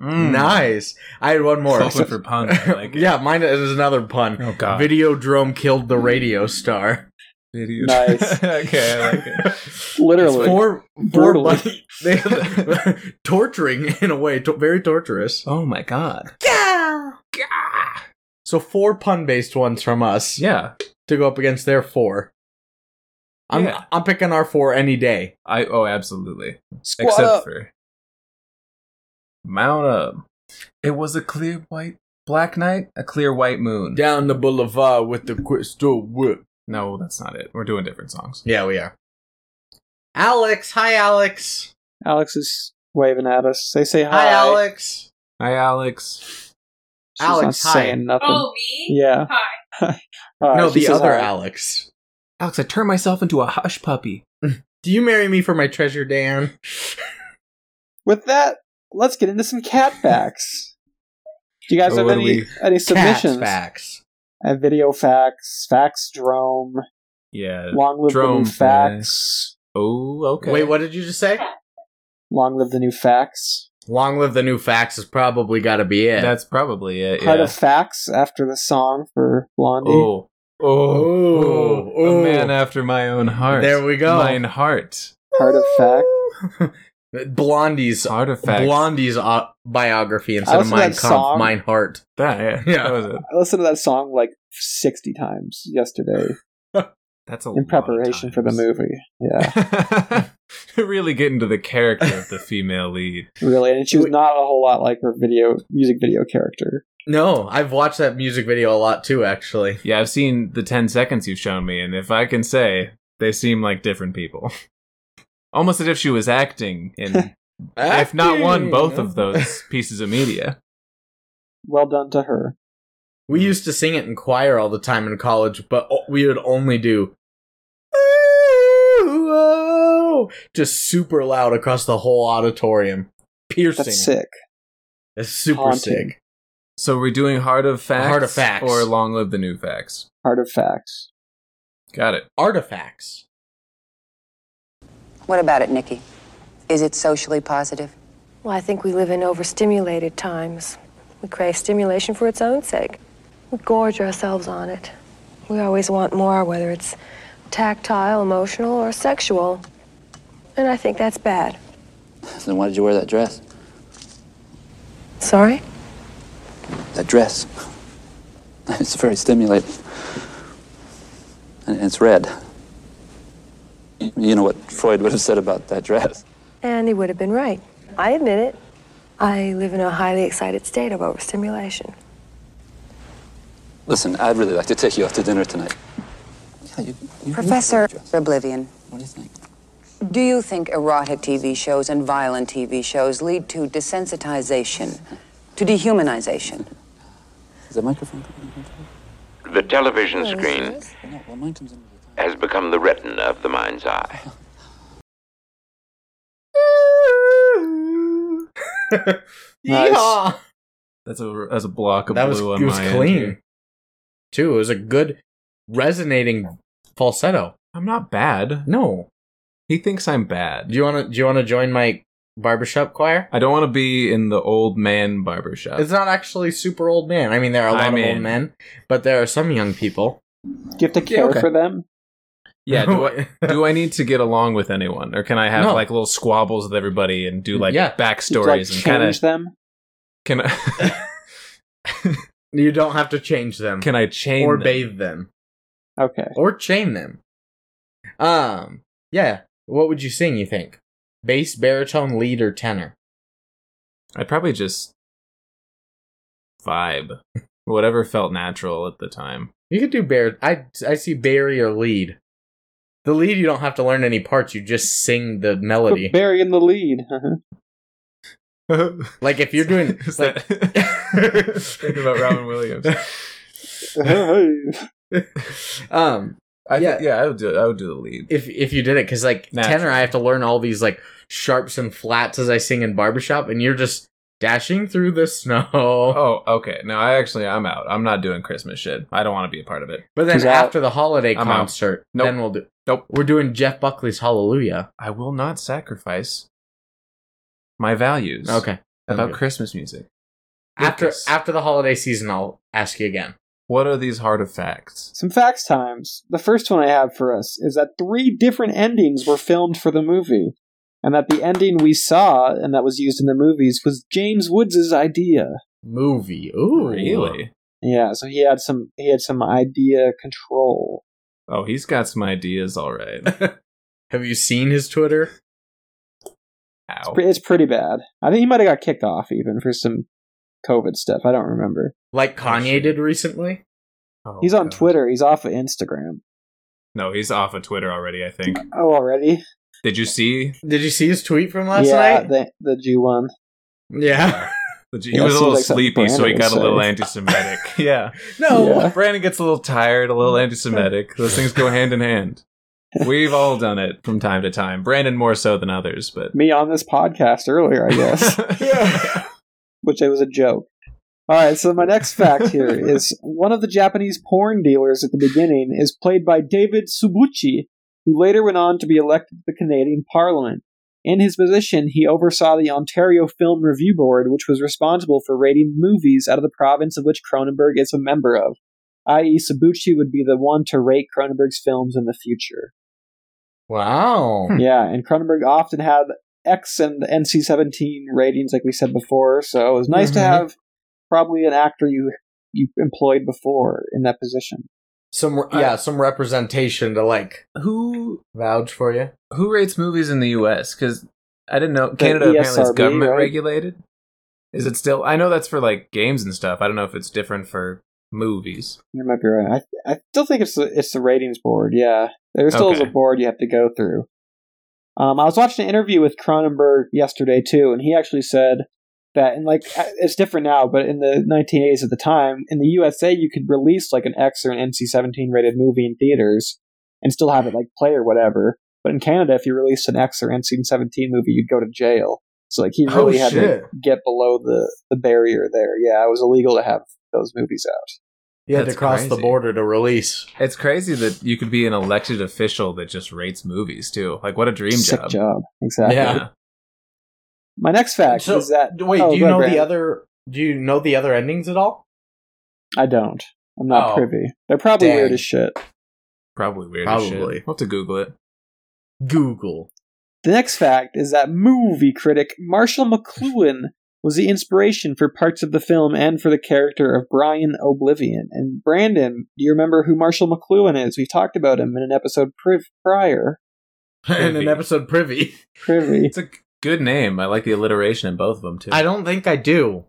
Hmm.
Mm.
Nice. I had one more.
Hoping for puns. I Like, it.
yeah, mine is another pun.
Oh god.
Videodrome killed the radio star.
Video.
Nice.
okay, I like it.
Literally.
Four, four
Brutally.
they, torturing in a way, to- very torturous.
Oh my god.
So four pun-based ones from us
Yeah.
to go up against their four. I'm
Yeah.
I'm picking our four any day.
I oh absolutely.
Squat
Except
up.
for Mount up. It was a clear white black night, a clear white moon.
Down the boulevard with the crystal whip.
No, that's not it. We're doing different songs.
Yeah, we are. Alex, hi Alex.
Alex is waving at us. They say hi.
Hi, Alex.
Hi Alex.
She's
Alex,
not
hi.
saying nothing.
Oh, me?
Yeah.
Hi.
Uh,
no,
she
the
says
other
hi.
Alex.
Alex, I turned myself into a hush puppy.
Do you marry me for my treasure, Dan?
With that, let's get into some cat facts. Do you guys
Oh,
have
what do
any
we-
any submissions?
Cats facts.
I have video facts, facts drome,
Yeah.
long live the
Drome
new facts,
Oh, okay.
Wait, what did you just say?
long live the new facts.
Long live the new facts has probably got to be it.
That's probably it.
Cut
Yeah.
of facts after the song for Blondie.
Oh.
Oh,
a
oh.
man after my own heart.
There we go.
Mine heart.
Heart of fact.
Blondie's
Artifacts.
Blondie's au- biography
I
instead of
also
Mein
got
Kampf,
song.
Mein Heart.
That, yeah,
Yeah.
That was it.
I listened to that song like sixty times yesterday
That's a
in preparation for the movie. Yeah,
movie. really get into the character of the female lead.
really, and she was
Wait.
not a whole lot like her video music video character.
No, I've watched that music video a lot too, actually.
Yeah, I've seen the 10 seconds you've shown me, and if I can say, they seem like different people. Almost as if she was acting in, if not one, both of those pieces of media.
Well done to her.
We used to sing it in choir all the time in college, but o- we would only do "Ooh, oh," just super loud across the whole auditorium, piercing.
That's sick.
It's super
Haunting.
sick.
So we're doing Heart of Facts,
Heart of Facts.
or Long Live the New Facts.
Heart of facts.
Got it.
Artifacts.
What about it, Nikki? Is it socially positive?
Well, I think we live in overstimulated times. We crave stimulation for its own sake. We gorge ourselves on it. We always want more, whether it's tactile, emotional, or sexual. And I think that's bad.
Then why did you wear that dress?
Sorry?
That dress. It's very stimulating. And it's red. You know what Freud would have said about that dress.
And he would have been right. I admit it. I live in a highly excited state of overstimulation.
Listen, I'd really like to take you out to dinner tonight. Yeah, you, you
Professor
What do
Oblivion,
you think?
do you think erotic TV shows and violent TV shows lead to desensitization, to dehumanization?
Is that microphone?
The television
Well,
screen
yes.
No, well, mine comes in all the
has become the retina of the mind's eye.
Nice.
Yeehaw!
That's a that's a block of
That was it
blue on
was
my end
clean
here.
too. It was a good resonating falsetto.
I'm not bad.
No,
He thinks I'm bad.
do you want to do you want to join my barbershop choir?
I don't want to be in the old man barbershop.
It's not actually super old man. I mean, there are a lot
I'm
of
in.
old men, but there are some young people.
Do you have to care
okay.
for them?
yeah, do I, do I need to get along with anyone, or can I have
No.
like little squabbles with everybody and do like
Yeah.
Do you have to, like,
backstories
change
and
them?
kind of can I
You don't have to change them
can I chain
or
them?
bathe them
Okay.
or chain them. Um, yeah. What would you sing? You think bass, baritone, lead, or tenor?
I'd probably just vibe, whatever felt natural at the time.
You could do bear. I I see Barry or lead. The lead, you don't have to learn any parts. You just sing the melody.
Put Barry in the lead. Uh-huh.
like if you're doing
Is
like
that- think about Robin Williams.
um
I yeah.
Yeah.
yeah, I would do. I would do the lead.
if if you did it because like
Natural.
tenor, I have to learn all these like sharps and flats as I sing in barbershop, and you're just dashing through the snow.
Oh, okay. No, I actually, I'm out. I'm not doing Christmas shit. I don't want to be a part of it.
but then
He's out.
after the holiday
I'm out.
concert,
Nope.
then we'll do.
Nope.
We're doing Jeff Buckley's Hallelujah.
I will not sacrifice my values.
Okay.
About
Okay.
Christmas music.
After
Lucas.
after the holiday season, I'll ask you again.
What are these heart of facts?
Some facts times. The first one I have for us is that three different endings were filmed for the movie, and that the ending we saw and that was used in the movies was James Woods' idea.
Movie. Ooh.
Really?
Yeah, so he had some he had some idea control.
Oh, he's got some ideas, all right.
Have you seen his Twitter?
Ow.
Pre- It's pretty bad. I think he might have got kicked off even for some COVID stuff. I don't remember.
Like
Oh,
Kanye
shit.
did recently?
Oh,
He's on
God.
Twitter. He's off of Instagram.
No, he's off of Twitter already. I think.
Oh, already?
Did you see?
Did you see his tweet from last
yeah,
night?
the the Jew one.
yeah.
He
Yeah, seems
was a little
like something
sleepy, so he
Brandon Oh,
got a
would
little
say.
anti-Semitic. yeah.
No.
Yeah.
Brandon gets a little tired, a little anti-Semitic. Those things go hand in hand. We've all done it from time to time. Brandon more so than others, but
Me on this podcast earlier, I guess, which it was a joke. All right, so my next fact here is one of the Japanese porn dealers at the beginning is played by David Subuchi, who later went on to be elected to the Canadian Parliament. In his position, he oversaw the Ontario Film Review Board, which was responsible for rating movies out of the province of which Cronenberg is a member of, i.e., Subuchi would be the one to rate Cronenberg's films in the future.
Wow.
Yeah, and Cronenberg often had X and NC seventeen ratings, like we said before. So it was nice to
Mhm.
have probably an actor you you employed before in that position.
Some yeah, some representation to like
who
vouch for you.
who rates movies in the U.S.? Because I didn't know Canada apparently is
ESRB,
government
right?
regulated. Is it still? I know that's for like games and stuff. I don't know if it's different for movies.
You might be right. I I still think it's the, it's the ratings board. Yeah, there still is
Okay.
a board you have to go through. Um, I was watching an interview with Cronenberg yesterday too, and he actually said that, and like I- it's different now, but in the 1980s at the time in the USA, you could release like an X or an NC-17 rated movie in theaters and still have it like play or whatever. But in Canada, if you released an X or NC-17 movie, you'd go to jail. So like he
Oh,
really had
shit.
to get below the the barrier there. Yeah, it was illegal to have those movies out.
You had to
That's
cross the
crazy.
border to release.
It's crazy that you could be an elected official that just rates movies too. Like what a dream
Sick
job.
job. Exactly.
Yeah.
My next fact
So,
is that
d- wait,
oh,
do you
go
know
ahead,
the
Brandon.
other? Do you know the other endings at all?
I don't. I'm not
Oh.
privy. They're probably
Dang.
weird as shit.
Probably weird. As
Probably.
shit. We'll have to Google it.
Google.
The next fact is that movie critic Marshall McLuhan was the inspiration for parts of the film and for the character of Brian Oblivion. And Brandon, do you remember who Marshall McLuhan is? We talked about him in an episode priv- prior.
In an
Privy.
episode privy.
Privy.
It's a good name. I like the alliteration in both of them too.
I don't think I do.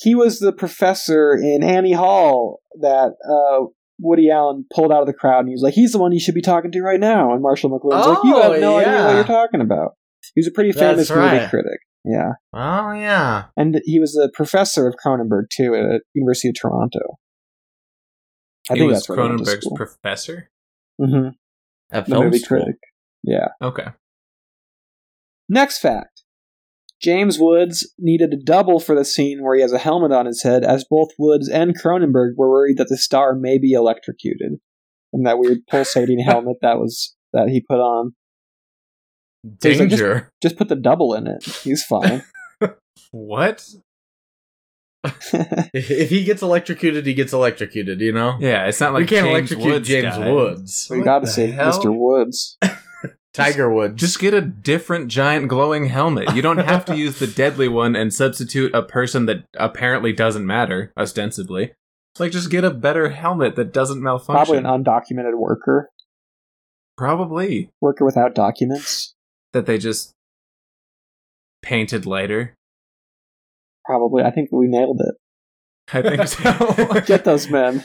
he was the professor in Annie Hall that uh, Woody Allen pulled out of the crowd, and he was like, "He's the one you should be talking to right now." And Marshall McLuhan's like, "You
Oh,
have no idea what
yeah.
you're talking about." He was a pretty
That's
famous movie
right.
critic, yeah,
Oh yeah.
and he was the professor of Cronenberg too at University of Toronto. I
He
think
was
that's where he went to
Cronenberg's
school.
professor.
hmm
At
The
film
movie
school.
critic, yeah.
Okay.
Next fact. James Woods needed a double for the scene where he has a helmet on his head, as both Woods and Cronenberg were worried that the star may be electrocuted. And that weird pulsating helmet that was that he put on. He's like, just-
Danger.
Just put the double in it. He's fine.
What?
if if he gets electrocuted, he gets electrocuted. You know.
Yeah, it's not like
we can't
James
electrocute
Woods
James
died.
Woods.
we
What
gotta
the
save
hell?
Mr. Woods.
Tiger Woods.
Just get a different giant glowing helmet. You don't have to use the deadly one and substitute a person that apparently doesn't matter, ostensibly. Like, just get a better helmet that doesn't malfunction.
Probably an undocumented worker.
Probably.
Worker without documents.
That they just painted lighter.
Probably. I think we nailed it.
I think so.
Get those men.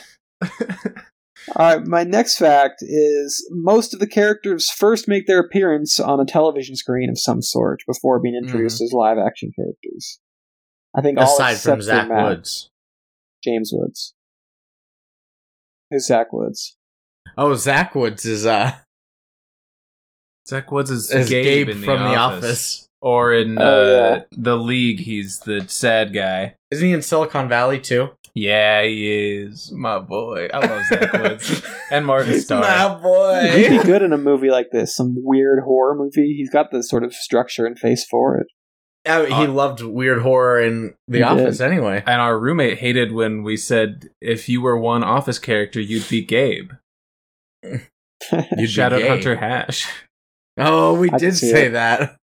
All right, my next fact is most of the characters first make their appearance on a television screen of some sort before being
Mm-hmm.
introduced as live action characters. I think all
aside
except
from
for
Zach
Matt-
Woods.
James Woods. Who's Zach Woods?
Oh, Zach Woods is uh
Zach Woods is,
is
Gabe,
Gabe,
in the
from
office.
the office.
Or in
Oh,
uh,
yeah.
The League, he's the sad guy.
Isn't he in Silicon Valley too?
Yeah, he is. My boy. I love Zach Woods. and Martin Starr.
My
He'd be
boy.
good in a movie like this, some weird horror movie. He's got the sort of structure and face for it.
I mean, he loved weird horror in The
Uh, He did.
Office anyway.
And our roommate hated when we said, if you were one office character, you'd be Gabe.
You'd be
Shadow
gay.
Hunter Hash.
Oh, we
I can
did
see
say
it.
that.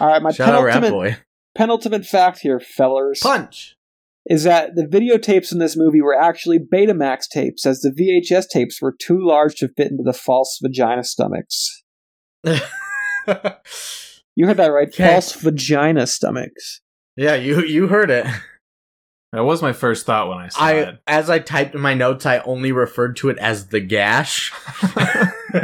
All right, my
Shout out Rat
penultimate,
Boy.
penultimate fact here, fellers.
Punch.
is that the videotapes in this movie were actually Betamax tapes, as the VHS tapes were too large to fit into the false vagina stomachs. You heard that right.
Okay.
False vagina stomachs.
yeah, you you heard it.
That was my first thought when I saw
I
it.
as I typed in my notes, I only referred to it as the gash.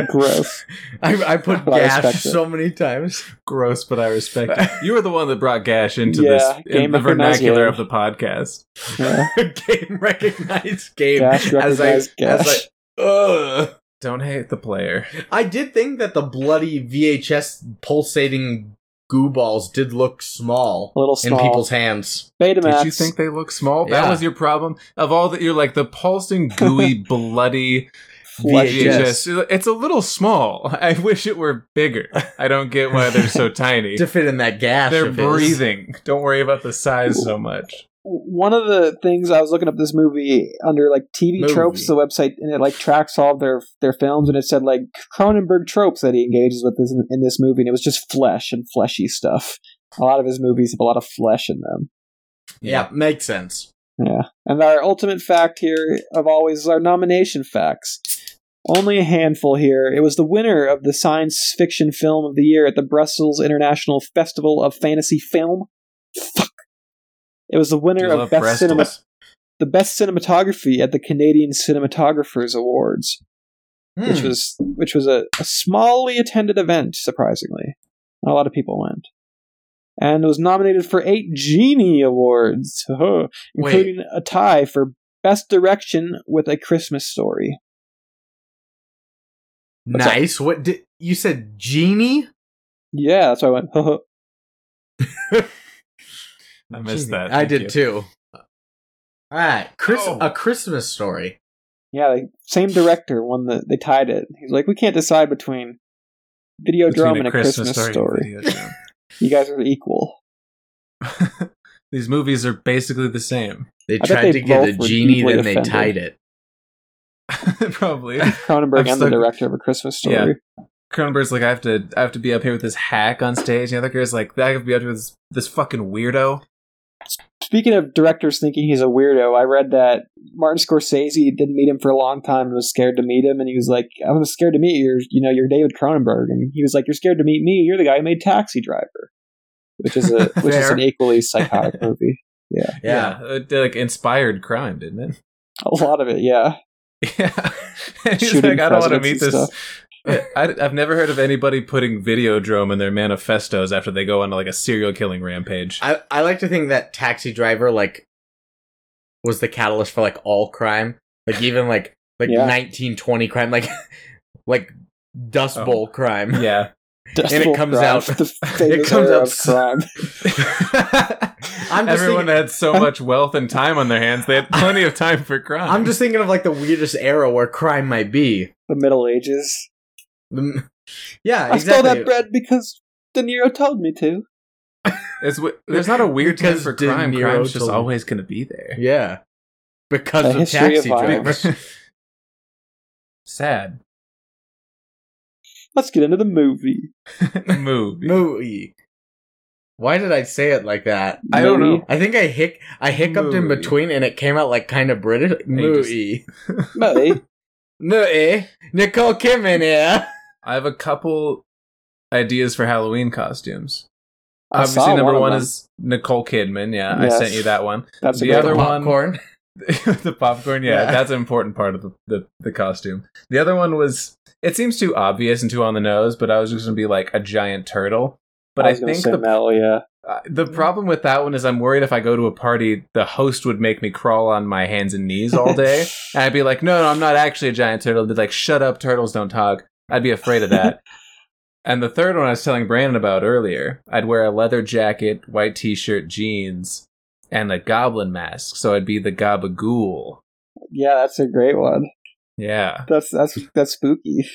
Gross.
I, I put
Well, I
gash
respect it.
so many times.
Gross, but I respect it. You were the one that brought Gash into
Yeah,
this in
game
the
recognized
vernacular
game.
of the podcast.
Yeah.
game recognized game
Gash
as I
recognized gash.
as I. Ugh.
Don't hate the player.
I did think that the bloody VHS pulsating goo balls did look small,
A little small.
in people's hands.
Betamax.
Did you think they look small? That
Yeah.
was your problem. Of all that, you're like the pulsing, gooey, bloody
Flesh.
VHS. It's a little small. I wish it were bigger. I don't get why they're so tiny.
To fit in that gash.
they're
of his.
breathing. Don't worry about the size so much.
One of the things I was looking up this movie under like TV
Movie.
tropes, the website, and it like tracks all of their their films, and it said like Cronenberg tropes that he engages with this, in this movie, and it was just flesh and fleshy stuff. A lot of his movies have a lot of flesh in them.
Yeah, makes sense.
Yeah. And our ultimate fact here of always is our nomination facts. Only a handful here. It was the winner of the science fiction film of the year at the Brussels International Festival of Fantasy Film. Fuck. It was the winner
You
of
love
best cinema,
Brestles.
the best cinematography at the Canadian Cinematographers Awards, which
Hmm.
was which was a, a smallly attended event. Surprisingly, not a lot of people went, and was nominated for eight Genie Awards, including a tie for Best Direction with A Christmas Story. What's up?
nice. What did you said, genie?
Yeah, that's why I went. huh.
I missed
Genie.
that.
I
Thank
did
you.
too. All right, Chris,
Oh.
a Christmas story.
yeah, the same director won the. They tied it. He's like, we can't decide between Videodrome
Between
and A Christmas, Story.
and Videodrome.
You guys are equal.
These movies are basically the same.
They
bet
tried
they
to get a
both were
genie,
deeply
then they
offended.
tied it.
Probably.
Cronenberg
I'm
and the
so-
director of A Christmas Story.
Yeah. Cronenberg's like, I have to, I have to be up here with this hack on stage. And the other guy's like, I have to be up here with this, this fucking weirdo.
Speaking of directors thinking he's a weirdo, I read that Martin Scorsese didn't meet him for a long time and was scared to meet him, and he was like, "I'm scared to meet you. You know, you're David Cronenberg," and he was like, "You're scared to meet me. You're the guy who made Taxi Driver," which is a which is
Fair.
an equally psychotic movie.
Yeah.
it, Uh, like inspired crime, didn't
A lot of it, yeah.
it? Yeah. And he's
Shooting
like, I don't want to meet
presidents and
this. Yeah, I, have never heard of anybody putting Videodrome in their manifestos after they go on like a serial killing rampage.
I, I like to think that Taxi Driver like was the catalyst for like all crime, like even like like
Yeah.
nineteen twenty crime, like like Dust
Oh.
Bowl crime.
yeah.
Dust
And it
Bowl
comes
crime,
out-
The famous
comes
era
out
of crime.
I'm just
Everyone
thinking-
had so much wealth and time on their hands; they had plenty of time for crime.
I'm just thinking of like the weirdest era where crime might be.
The Middle Ages.
Mm. Yeah,
I stole
exactly.
that bread because De Niro told me to.
It's w- there's not a weird time
Because
for
De
crime.
Niro
Crime's just
told-
always going to be there.
Yeah, because
The
of
history
Taxi
of
Driver.
violence.
Sad
Let's get into the movie.
move.
Movie. Why did I say it like that?
I don't
Movie.
know.
I think I hic I hiccuped in
Movie.
between, and it came out like kind of British. Movie.
Movie.
No, eh? Nicole Kim in here.
I have a couple ideas for Halloween costumes.
I
Obviously,
saw
number
of
one,
them.
is Nicole Kidman. Yeah,
Yes.
I sent you that one.
That's
the
a good
other
one.
one-
Popcorn.
the popcorn. Yeah,
Yeah.
that's an important part of the, the the costume. The other one was. It seems too obvious and too on the nose, but I was just going to be like a giant turtle. But I,
was gonna
think
say
the
Mel, yeah.
Uh, the problem with that one is I'm worried if I go to a party, the host would make me crawl on my hands and knees all day. and I'd be like, no, no, I'm not actually a giant turtle. They'd be like, shut up, turtles don't talk. I'd be afraid of that. and the third one I was telling Brandon about earlier, I'd wear a leather jacket, white t shirt, jeans, and a goblin mask. So I'd be the gabagool.
Yeah, that's a great one.
Yeah.
That's that's that's spooky.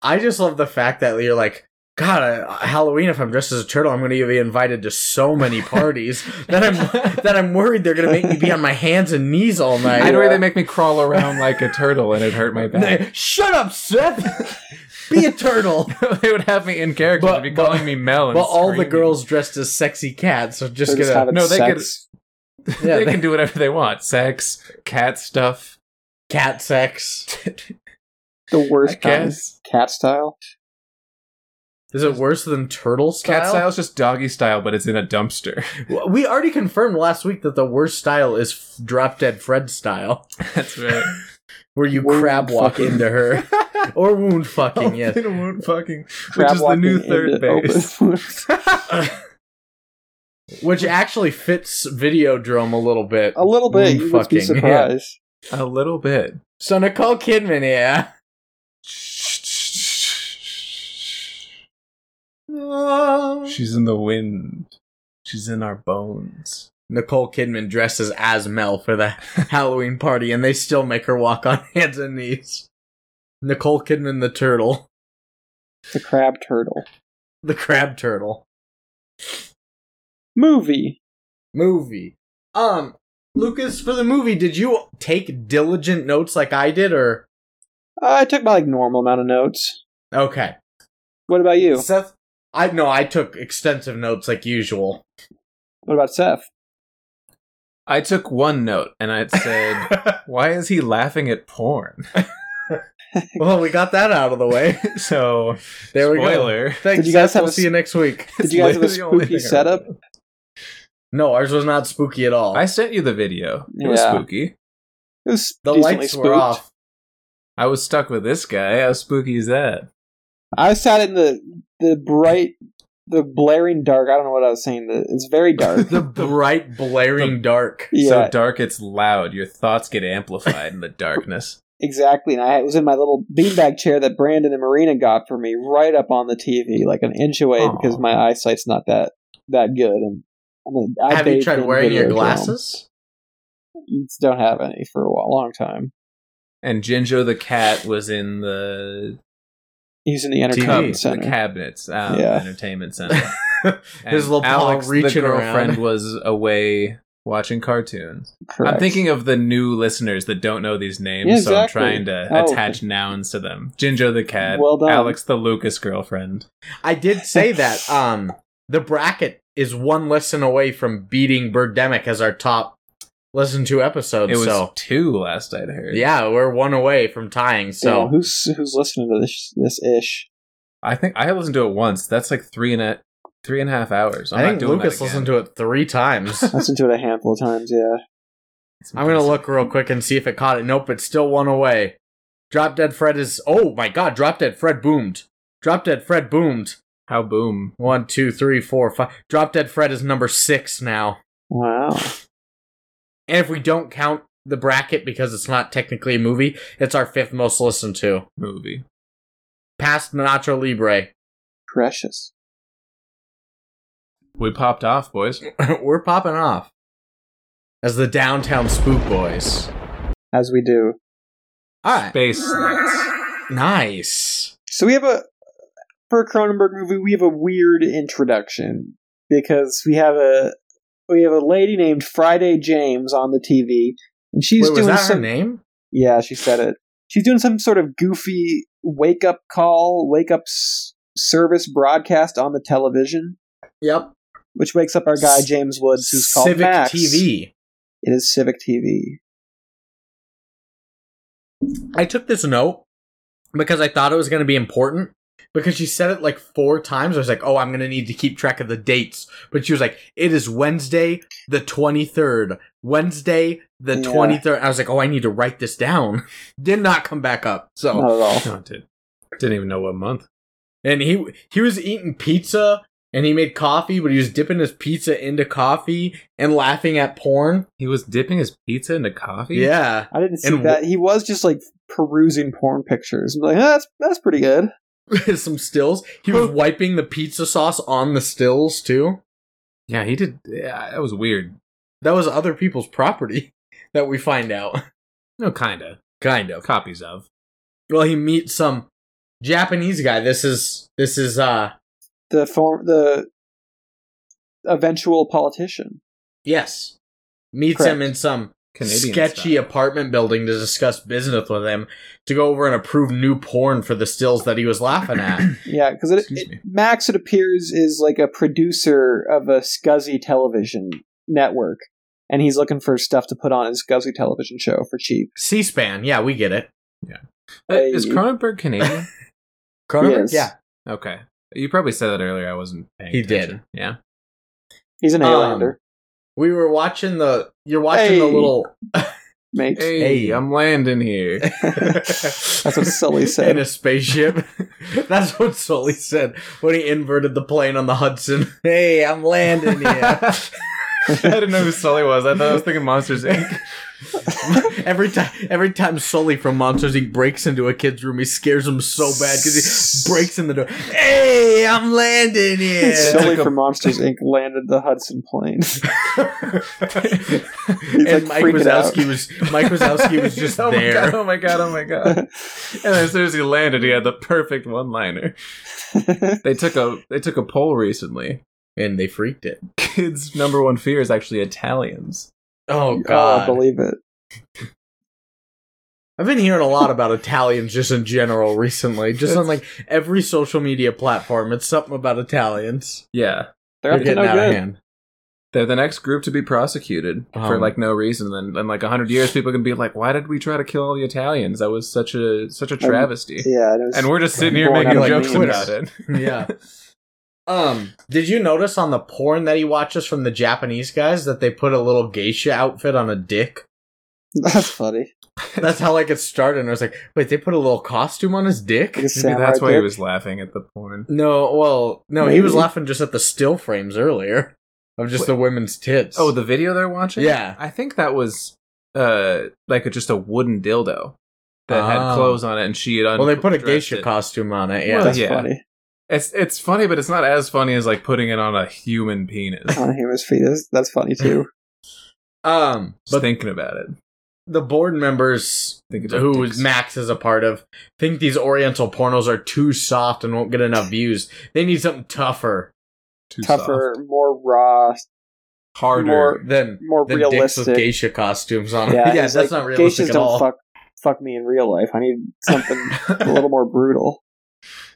I just love the fact that you're like, God, uh, Halloween. If I'm dressed as a turtle, I'm going to be invited to so many parties that I'm that I'm worried they're going to make me be on my hands and knees all night.
I'd worry they make me crawl around like a turtle and it hurt my back.
Shut up, Seth. be a turtle.
they would have me in character.
But-
They'd be
but-
calling me Mel.
But
and
all the
screaming.
girls dressed as sexy cats are just
They're just
gonna
having
no, they could-
sex.
yeah,
they
they-
can do whatever they want. Sex, cat stuff.
cat sex.
the worst
I
kind.
guess.
Cat style.
Is it worse than turtle style?
Cat style is just doggy style, but it's in a dumpster.
Well, We already confirmed last week that the worst style is f- drop dead Fred style,
That's right.
where you
Wound
crab walk
fucking.
into her or wound fucking. Yes.
Open wound Oh, fucking, which
Crab
is the new
walking
third
into open
base.
wounds.
Which actually fits Videodrome a little bit.
a little bit.
Wound
You would
fucking,
be
yeah.
surprised.
A little bit.
So Nicole Kidman, yeah.
She's in the wind. She's in our bones.
Nicole Kidman dresses as Mel for the Halloween party, and they still make her walk on hands and knees. Nicole Kidman, the turtle,
The crab turtle
the crab turtle
movie.
movie. Um, Lucas, for the movie, did you take diligent notes like I did, or
I took my like normal amount of notes.
okay?
What about you?
Seth, I no, I took extensive notes like usual.
What about Seth?
I took one note and I said, "Why is he laughing at porn?"
Well, we got that out of the way.
so
There we go.
spoiler.
Thanks,
Did you guys
Seth.
have
We'll
a
see you next week.
Did you guys have a
It's literally the only
spooky
thing I
setup?
No, ours was not spooky at all.
I sent you the video. It was
Yeah.
spooky.
It was
the
decently
lights
spooked.
were off.
I was stuck with this guy. How spooky is that?
I sat in the the bright, the blaring dark. I don't know what I was saying. The, it's very dark.
The bright, blaring dark.
yeah,
So dark it's loud. Your thoughts get amplified in the darkness.
exactly. And I was in my little beanbag chair that Brandon and Marina got for me, right up on the TV, like an inch away,
Aw.
because my eyesight's not that that good. And I mean, I
Have you
bathed
tried
in
wearing your
Videodrome.
glasses?
Don't have any for a wa- long time.
And Jinjo the cat was in the
He's in the
TV,
entertainment
the
center.
cabinets, um,
Yeah.
entertainment center. And
His little paw
the
reaching
girlfriend
around.
was away watching cartoons.
Correct.
I'm thinking of the new listeners that don't know these names,
Yeah,
so I'm
exactly.
trying to
Oh, okay.
attach nouns to them. Jinjo the cat,
Well done.
Alex the Lucas girlfriend.
I did say that. Um, the bracket is one lesson away from beating Birdemic as our top listen to episode.
It was
so
two last I'd heard.
yeah, we're one away from tying.
You know,
So
who's who's listening to this this ish?
I think I listened to it once. That's like three and a three and a half hours. I'm
I
not
think
doing
Lucas listened to it three times.
Listened to it a handful of times. Yeah.
I'm gonna look real quick and see if it caught it. Nope, it's still one away. Drop Dead Fred is. Oh my God! Drop Dead Fred boomed. Drop Dead Fred boomed.
How boom.
One, two, three, four, five. Drop Dead Fred is number six now.
Wow.
And if we don't count the bracket because it's not technically a movie, it's our fifth most listened to.
movie.
Past Nacho Libre.
Precious.
We popped off, boys.
We're popping off. As the downtown spook boys.
As we do.
Alright.
Space nuts.
Nice.
So we have a for a Cronenberg movie. We have a weird introduction because we have a we have a lady named Friday James on the TV, and she's
Wait, was
doing
that
some.
her name?
Yeah, she said it. She's doing some sort of goofy wake up call, wake up s- service broadcast on the television,
Yep.
which wakes up our guy
C-
James Woods, who's called
Civic
Max.
TV.
It is Civic TV.
I took this note because I thought it was going to be important because she said it like four times. I was like, oh, I'm going to need to keep track of the dates. But she was like, it is Wednesday the 23rd. Wednesday the
Yeah.
23rd. I was like, oh, I need to write this down. Did not come back up. So.
Not at all.
No, it did. Didn't even know what month.
and he he was eating pizza and he made coffee, but he was dipping his pizza into coffee and laughing at porn.
He was dipping his pizza into coffee?
Yeah,
I didn't see
And wh-
that. he was just like perusing porn pictures. I'm like, "Ah, that's that's pretty good.
some stills. He was wiping the pizza sauce on the stills too.
Yeah, he did. Yeah, that was weird.
That was other people's property that we find out.
No, kinda.
kind of.
Copies of.
Well, he meets some Japanese guy. This is this is uh
The form the eventual politician.
yes meets
Correct.
him in some
Canadian.
sketchy
style.
apartment building to discuss business with him to go over and approve new porn for the stills that he was laughing at.
Yeah, because it,
Excuse
it-
me.
Max, it appears, is like a producer of a scuzzy television network, and he's looking for stuff to put on his scuzzy television show for cheap.
C-SPAN. Yeah, we get it.
Uh, Is
Hey.
Cronenberg Canadian?
Cronenberg?
Yes.
Yeah.
okay. You probably said that earlier. I wasn't paying
He
attention.
did.
Yeah.
He's an
Um,
A-lander,
We were watching the you're watching the
Hey.
little
mate.
Hey,
Hey.
I'm landing here.
That's
what Sully said.
In a spaceship. That's what Sully said when he inverted the plane on the Hudson. Hey, I'm landing here.
I didn't know who Sully was. I thought I was thinking Monsters Inc.
Every time, every time Sully from Monsters Inc. breaks into a kid's room, he scares him so bad because he breaks in the door. Hey, I'm landing here.
Sully from Monsters Inc. landed the Hudson Plains.
and
like,
Mike
freaking out.
Wazowski was Mike Wazowski was just
oh
there.
My God, oh my god! Oh my god! And as soon as he landed, he had the perfect one-liner. They took a they took a poll recently.
and they freaked it.
Kids' number one fear is actually Italians.
Oh
Oh, I
god.
believe it.
I've been hearing a lot about Italians just in general recently. Just on like every social media platform, it's something about Italians.
Yeah,
They're up to no
out of
good.
hand.
they're the next group to be prosecuted for
Um.
like no reason. And in like hundred years, people can be like, "Why did we try to kill all the Italians? That was such a
Oh,
such a travesty."
Yeah, it was,
And we're just sitting here
Born
making
out of
jokes
memes.
about it.
yeah. Um, did you notice on the porn that he watches from the Japanese guys that they put a little geisha outfit on a dick?
that's funny.
That's how like it started. And I was like, wait, they put a little costume on his dick?
Like a
Maybe
samurai
that's why he
dick.
was laughing at the porn.
No, well, no, he was
Maybe.
laughing just at the still frames earlier of just the women's tits.
Oh, the video they're watching?
Yeah.
I think that was uh like a, just a wooden dildo that had
Oh.
clothes on it and she had un-
well, they put a geisha
it.
costume on it.
Well,
Yeah,
That's
yeah.
funny.
It's it's funny, but it's not as funny as like putting it on a human penis.
Uh,
On a human's fetus. That's funny too.
um,
Just
but
thinking about it.
the board members
Think about
who
dicks.
Max is a part of think these Oriental pornos are too soft and won't get enough views. They need something tougher
Too
Tougher, more raw.
soft. harder.
more-
than
More
than dicks
realistic.
with geisha costumes on.
Yeah,
Yeah, yeah
it's
that's
like,
not realistic
geishas
at
don't
all.
fuck fuck me in real life. I need something a little more brutal.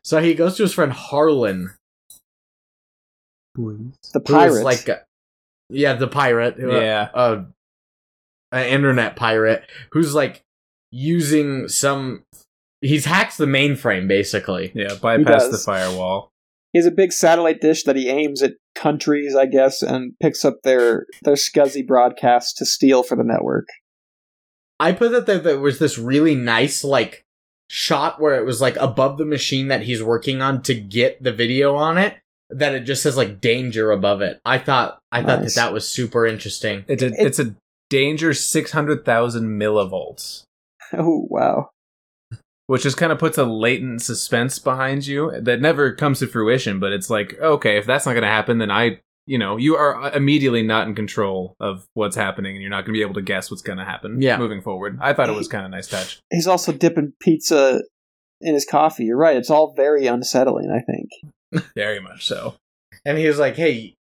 So he goes to his friend Harlan,
The
who is
pirates,
like, a, yeah, the pirate, who-
Yeah.
a an internet pirate who's like using some he's hacked the mainframe basically
Yeah, bypass the
does.
firewall.
he has a big satellite dish that he aims at countries, I guess, and picks up their their scuzzy broadcasts to steal for the network.
i put that there, there was this really nice like shot where it was like above the machine that he's working on to get the video on it that it just says like danger above it i thought i thought
Nice.
that that was super interesting
It's a it's a danger six hundred thousand millivolts.
Oh wow!
which just kind of puts a latent suspense behind you that never comes to fruition but it's like okay if that's not going to happen then i you know you are immediately not in control of what's happening and you're not going to be able to guess what's going to happen
Yeah.
moving forward i thought it was kind of nice touch
He's also dipping pizza in his coffee. You're right; it's all very unsettling. I think.
very much so
and he was like hey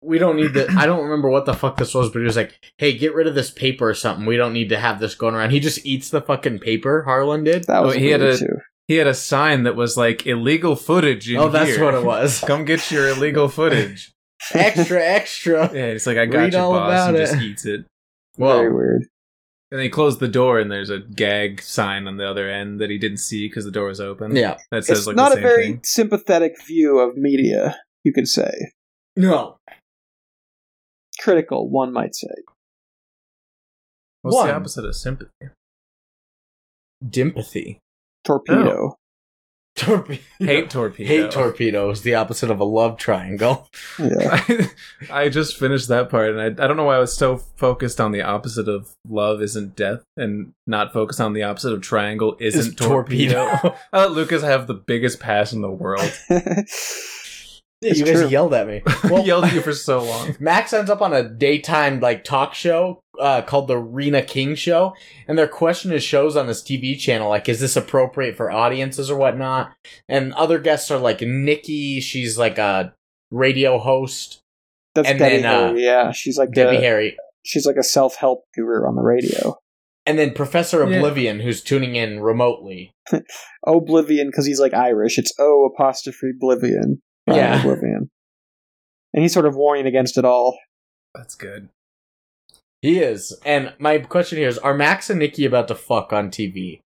we don't need the i don't remember what the fuck this was but he was like hey get rid of this paper or something we don't need to have this going around he just eats the fucking paper harlan did
That
Oh,
was
he had
weird,
a-
too.
he had a sign that was like illegal footage in
oh that's
here.
what it was
come get your illegal footage
extra extra
yeah it's like i got
Read
you
all
boss and
about it.
just eats it
very
well
weird.
and they closed the door and there's a gag sign on the other end that he didn't see because the door was open
yeah
that says
It's
like
not
the
a
same
very
thing.
sympathetic view of media, you could say.
no
Critical, one might say.
what's
one.
the opposite of sympathy
dimpathy
Torpedo.
torpedo
hate torpedo.
hate torpedo is the opposite of a love triangle
Yeah.
I, I just finished that part, and I, I don't know why I was so focused on the opposite of love isn't death, and not focused on the opposite of triangle isn't
Is
torpedo. I let Lucas have the biggest pass in the world.
It's
you guys
true.
yelled at me well,
he yelled at you for so long.
Max ends up on a daytime like talk show uh, called the Rena King Show, and their question is shows on this TV channel like, is this appropriate for audiences or whatnot? And other guests are like Nikki, she's like a radio host,
That's
And
Debbie
then, uh,
Harry, yeah. She's like
Debbie
a,
Harry,
she's like a self help guru on the radio.
and then Professor
Yeah.
Oblivion, who's tuning in remotely.
Oblivion, because he's like Irish. It's O apostrophe Oblivion. not
Yeah.
Oblivion. And he's sort of warning against it all.
That's good.
He is, and my question here is: Are Max and Nikki about to fuck on TV?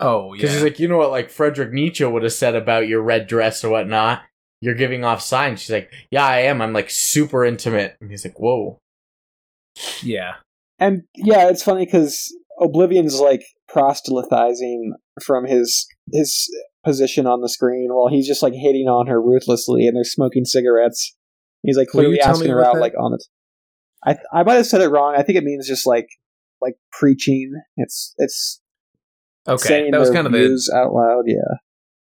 Oh yeah.
Because he's like, you know what, like Frederick Nietzsche would have said about your red dress or whatnot. You're giving off signs. She's like, yeah, I am. I'm like super intimate. And he's like, whoa.
yeah.
And yeah, it's funny because Oblivion's like proselytizing from his his position on the screen while he's just like hitting on her ruthlessly and they're smoking cigarettes He's like
Will you
clearly
tell
asking
me
her
what
out,
that-
like on it. I I might have said it wrong. I think it means just like like preaching. It's it's
Okay,
saying
that was
their
kind of the
views out loud. Yeah,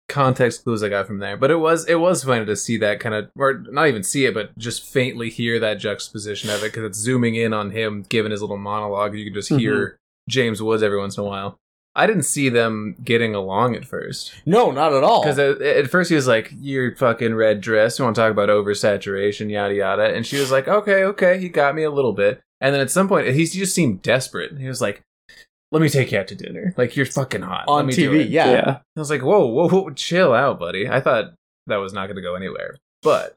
context clues I got from there. But it was it was funny to see that kind of, or not even see it, but just faintly hear that juxtaposition of it because it's zooming in on him giving his little monologue. You can just hear James Woods every once in a while. I didn't see them getting along at first
No, not at all.
because at, at first he was like, "You're fucking red dress. You want to talk about oversaturation, yada yada." And she was like, "Okay, okay, he got me a little bit." And then at some point, he just seemed desperate. He was like, "Let me take you out to dinner. Like you're fucking hot Let
on
me do
TV,
it."
yeah.
yeah.
I was like, whoa, whoa, whoa, chill out, buddy. I thought that was not going to go anywhere. But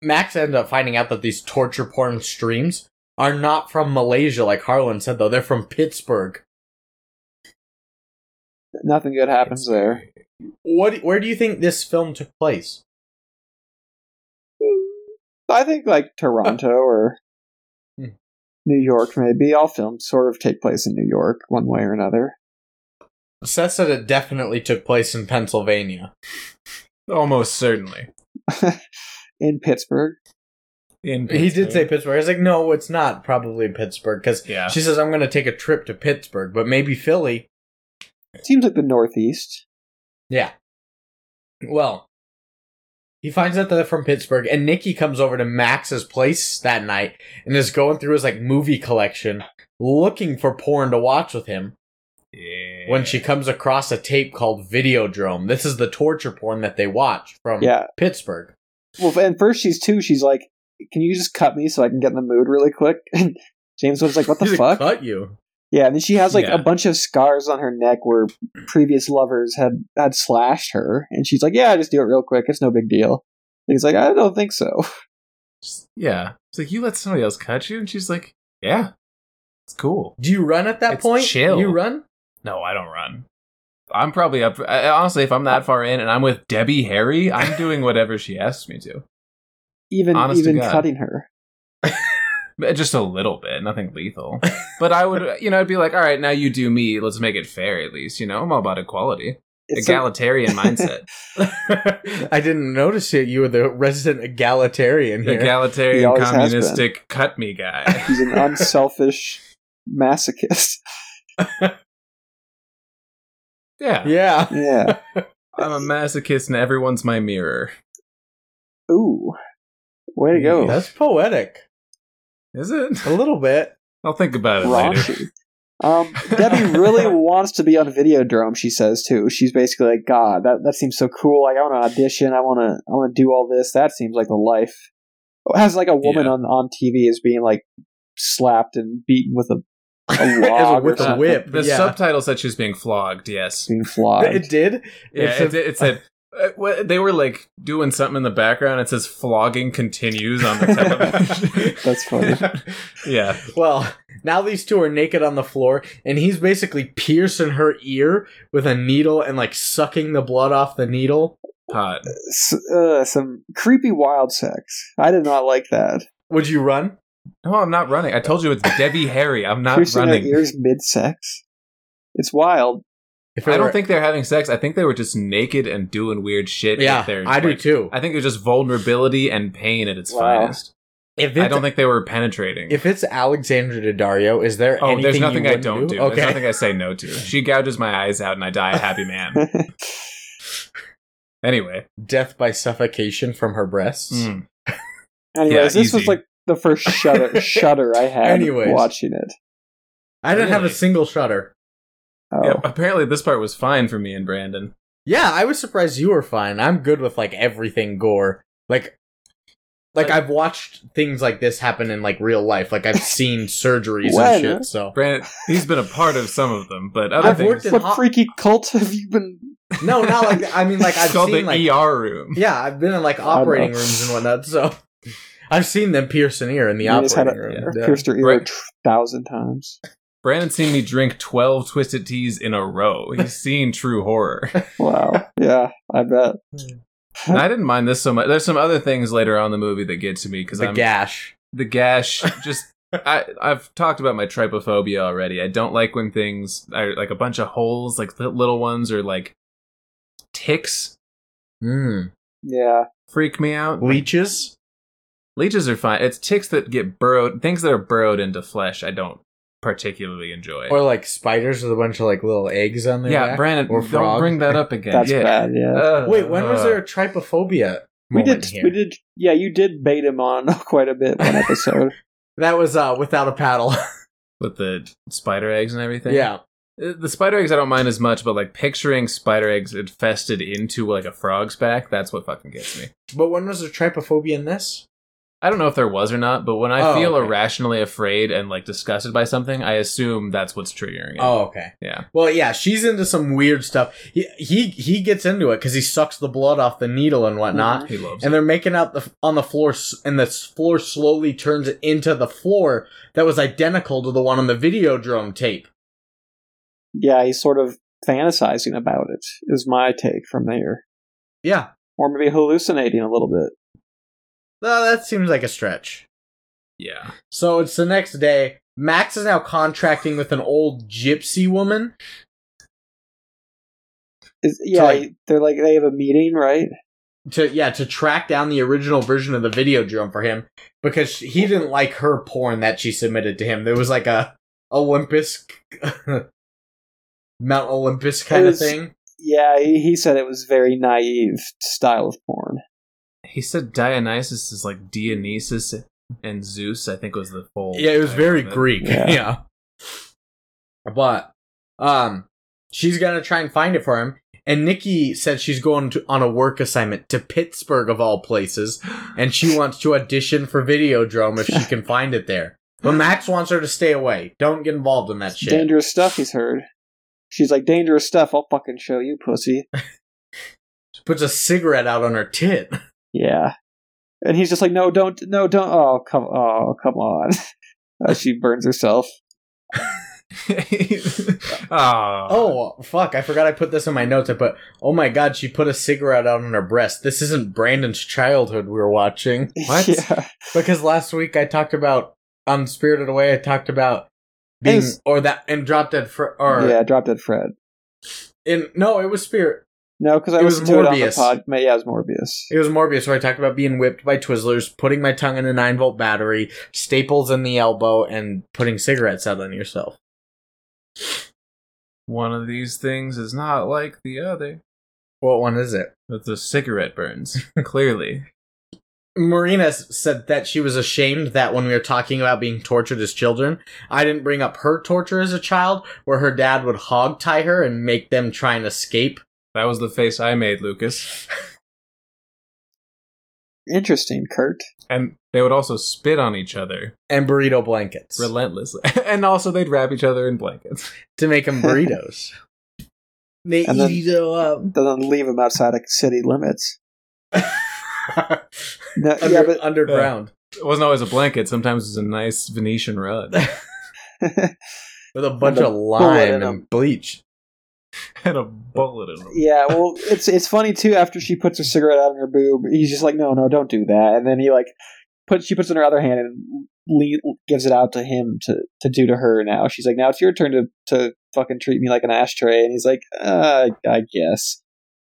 Max ended up finding out that these torture porn streams are not from Malaysia, like Harlan said, though. They're from Pittsburgh.
Nothing good happens there.
What? Where do you think this film took place?
I think like Toronto or
Hmm.
New York, maybe. All films sort of take place in New York, one way or another.
Seth said it definitely took place in Pennsylvania.
almost certainly.
in Pittsburgh,
In
He did say
Pittsburgh.
Pittsburgh. I was like, no, it's not probably Pittsburgh because
Yeah.
she says I'm going to take a trip to Pittsburgh, but maybe Philly.
seems like the Northeast.
Yeah. Well, he finds out that they're from Pittsburgh, and Nikki comes over to Max's place that night and is going through his like movie collection, looking for porn to watch with him.
Yeah.
When she comes across a tape called Videodrome, this is the torture porn that they watch from
Yeah.
Pittsburgh.
Well, and first she's two. She's like, "Can you just cut me so I can get in the mood really quick?" And James was like, "What the
He's like,
fuck?"
Cut you.
Yeah, and then she has like
Yeah.
a bunch of scars on her neck where previous lovers had had slashed her, and she's like, "Yeah, just do it real quick. It's no big deal." And he's like, "I don't think so."
yeah. It's like, you let somebody else cut you? And she's like, yeah, it's cool.
Do you run at that
It's
point?
chill.
You run?
No, I don't run. I'm probably up. I, honestly, if I'm that far in and I'm with Debbie Harry, I'm doing whatever she asks me to.
Even
Honest to
even
God.
cutting her.
But Just a little bit, nothing lethal. But I would, you know, I'd be like, all right, now you do me. Let's make it fair, at least. You know, I'm all about equality,
It's so-
egalitarian mindset.
I didn't notice it. You were the resident egalitarian here.
He
egalitarian
always has
communistic cut me guy.
He's an unselfish masochist.
yeah.
yeah.
Yeah.
I'm a masochist and everyone's my mirror.
Ooh. Way to go.
That's poetic.
Is it?
A little bit.
I'll think about it later.
Raunchy. Um, Debbie really wants to be on Videodrome. She says too. She's basically like, God, that, that seems so cool. Like, I want to audition. I want to. I want to do all this. That seems like the life. As like a woman
Yeah.
on on TV is being like slapped and beaten with a, a
As
log
with
or
a
something,
whip.
The
yeah.
subtitle said she was being flogged, yes.
being flogged.
It did.
Yeah,
says-
it, it said. uh, what- They were like doing something in the background. It says "flogging continues" on the television.
That's funny.
yeah,
Well, now these two are naked on the floor, and he's basically piercing her ear with a needle and like sucking the blood off the needle,
hot.
S- uh, some creepy wild sex. I did not like that.
would you run?
No, I'm not running. I told you it's Debbie Harry. I'm not
Piercing
running.
her ears mid sex. It's wild.
If it
I
were-
don't think they're having sex. I think they were just naked and doing weird shit.
Yeah,
with their,
I do
like,
too.
I think it was just vulnerability and pain at its
Wow.
finest.
if it's,
I don't think they were penetrating.
if it's Alexandra Daddario, is there?
oh,
anything
there's
you
nothing I
wouldn't
don't do.
Okay.
There's nothing I say no to. She gouges my eyes out and I die a happy man. anyway,
Death by suffocation from her breasts.
mm,
Anyways,
Yeah,
this was
easy.
like the first shudder shudder I had
Anyways.
watching it.
I didn't have a
Really?
single shutter.
Oh.
yep, apparently this part was fine for me and Brandon.
Yeah, I was surprised you were fine. I'm good with like everything gore. Like like I've watched things like this happen in like real life. Like I've seen surgeries
When?
and shit. So
Brandon, he's been a part of some of them, but other
I've
things.
worked in
What
ho-
freaky cult have you been?
No, not like that. I mean like I've
it's called
seen
the
like
ER room.
Yeah, I've been in like
know.
operating rooms and whatnot, so I've seen them pierce an ear in the
you just
operating
had a,
room.
a pierced her ear
Right.
a thousand times.
Brandon's seen me drink 12 twisted teas in a row. He's seen true horror.
Wow. yeah, I bet.
And I didn't mind this so much. There's some other things later on in the movie that get to me because
The
I'm
gash.
the gash. Just I I've talked about my trypophobia already. I don't like when things are like a bunch of holes, like the little ones, or like ticks
Mm.
Yeah.
Hmm.
freak me out.
Leeches?
Leeches are fine. It's ticks that get burrowed, things that are burrowed into flesh. I don't particularly enjoy.
Or like spiders with a bunch of like little eggs on their
yeah,
back,
Brandon,
or
don't
frog.
bring that up again.
That's
yeah.
bad. Yeah.
Uh,
Wait, when was
uh,
there a trypophobia?
we
moment
did.
here?
We did. Yeah, you did bait him on quite a bit one episode.
That was uh, without a paddle.
with the spider eggs and everything?
yeah,
Uh, The spider eggs I don't mind as much, but like picturing spider eggs infested into like a frog's back, that's what fucking gets me.
but when was there trypophobia in this?
I don't know if there was or not, but when I
Oh,
feel
okay.
irrationally afraid and like disgusted by something, I assume that's what's triggering it.
Oh, okay.
Yeah.
Well, yeah, she's into some weird stuff. He he, he gets into it because he sucks the blood off the needle and whatnot.
He loves
And
it.
they're making out the, on the floor, s- and the s- floor slowly turns into the floor that was identical to the one on the Videodrome tape.
yeah, he's sort of fantasizing about it. Is my take from there,
Yeah,
or maybe hallucinating a little bit.
well, that seems like a stretch.
Yeah.
So it's the next day. Max is now contracting with an old gypsy woman.
Is, yeah,
like-
they're like they have a meeting, right?
to yeah to track down the original version of the video drum for him because sh- he didn't like her porn that she submitted to him. There was like a Olympus, Mount Olympus kind of
Is-
thing.
Yeah, he, he said it was very naive style of porn.
He said Dionysus is like Dionysus and Zeus, I think was the full.
Yeah, it was
title
very
of it.
Greek.
Yeah.
yeah, but um, she's gonna try and find it for him. And Nikki said she's going to, on a work assignment to Pittsburgh of all places, and she wants to audition for Videodrome if she can find it there. But Max wants her to stay away. Don't get involved in that shit.
Dangerous stuff he's heard. She's like, dangerous stuff, I'll fucking show you, pussy.
puts a cigarette out on her tit.
Yeah. And he's just like, no, don't, no, don't, oh, come, oh, come on. Uh, she burns herself.
oh.
Oh fuck! I forgot I put this in my notes. I put, oh my god, she put a cigarette out on her breast. This isn't Brandon's childhood we were watching
What?
Yeah.
because last week I talked about on Spirited Away. I talked about being
Is-
or that and Drop Dead Fr- or
yeah, drop dead Fred.
in no, it was Spirit.
No, because I
It was
listened to
Morbius.
it on the pod. Yeah, it was Morbius.
It was Morbius where I talked about being whipped by Twizzlers, putting my tongue in a nine volt battery, staples in the elbow, and putting cigarettes out on yourself.
One of these things is not like the other.
What one is it?
But the cigarette burns, clearly.
Marina s- said that she was ashamed that when we were talking about being tortured as children, I didn't bring up her torture as a child, where her dad would hog tie her and make them try and escape.
That was the face I made, Lucas.
Interesting, Kurt.
And they would also spit on each other
And burrito blankets
relentlessly. and also, they'd wrap each other in blankets.
to make them burritos. they
And then-
eat you up.
Doesn't leave him outside of city limits. No,
Under-
yeah, but
underground
It wasn't always a blanket, sometimes it was a nice Venetian rug.
with a bunch
And a
of
bullet in
lime
them.
and bleach.
and a bullet in it.
yeah, well, it's it's funny too. After she puts her cigarette out in her boob, he's just like, "No, no, don't do that." And then he like puts she puts it in her other hand and le- gives it out to him to to do to her. Now she's like, "Now it's your turn to to fucking treat me like an ashtray." And he's like, uh, "I guess."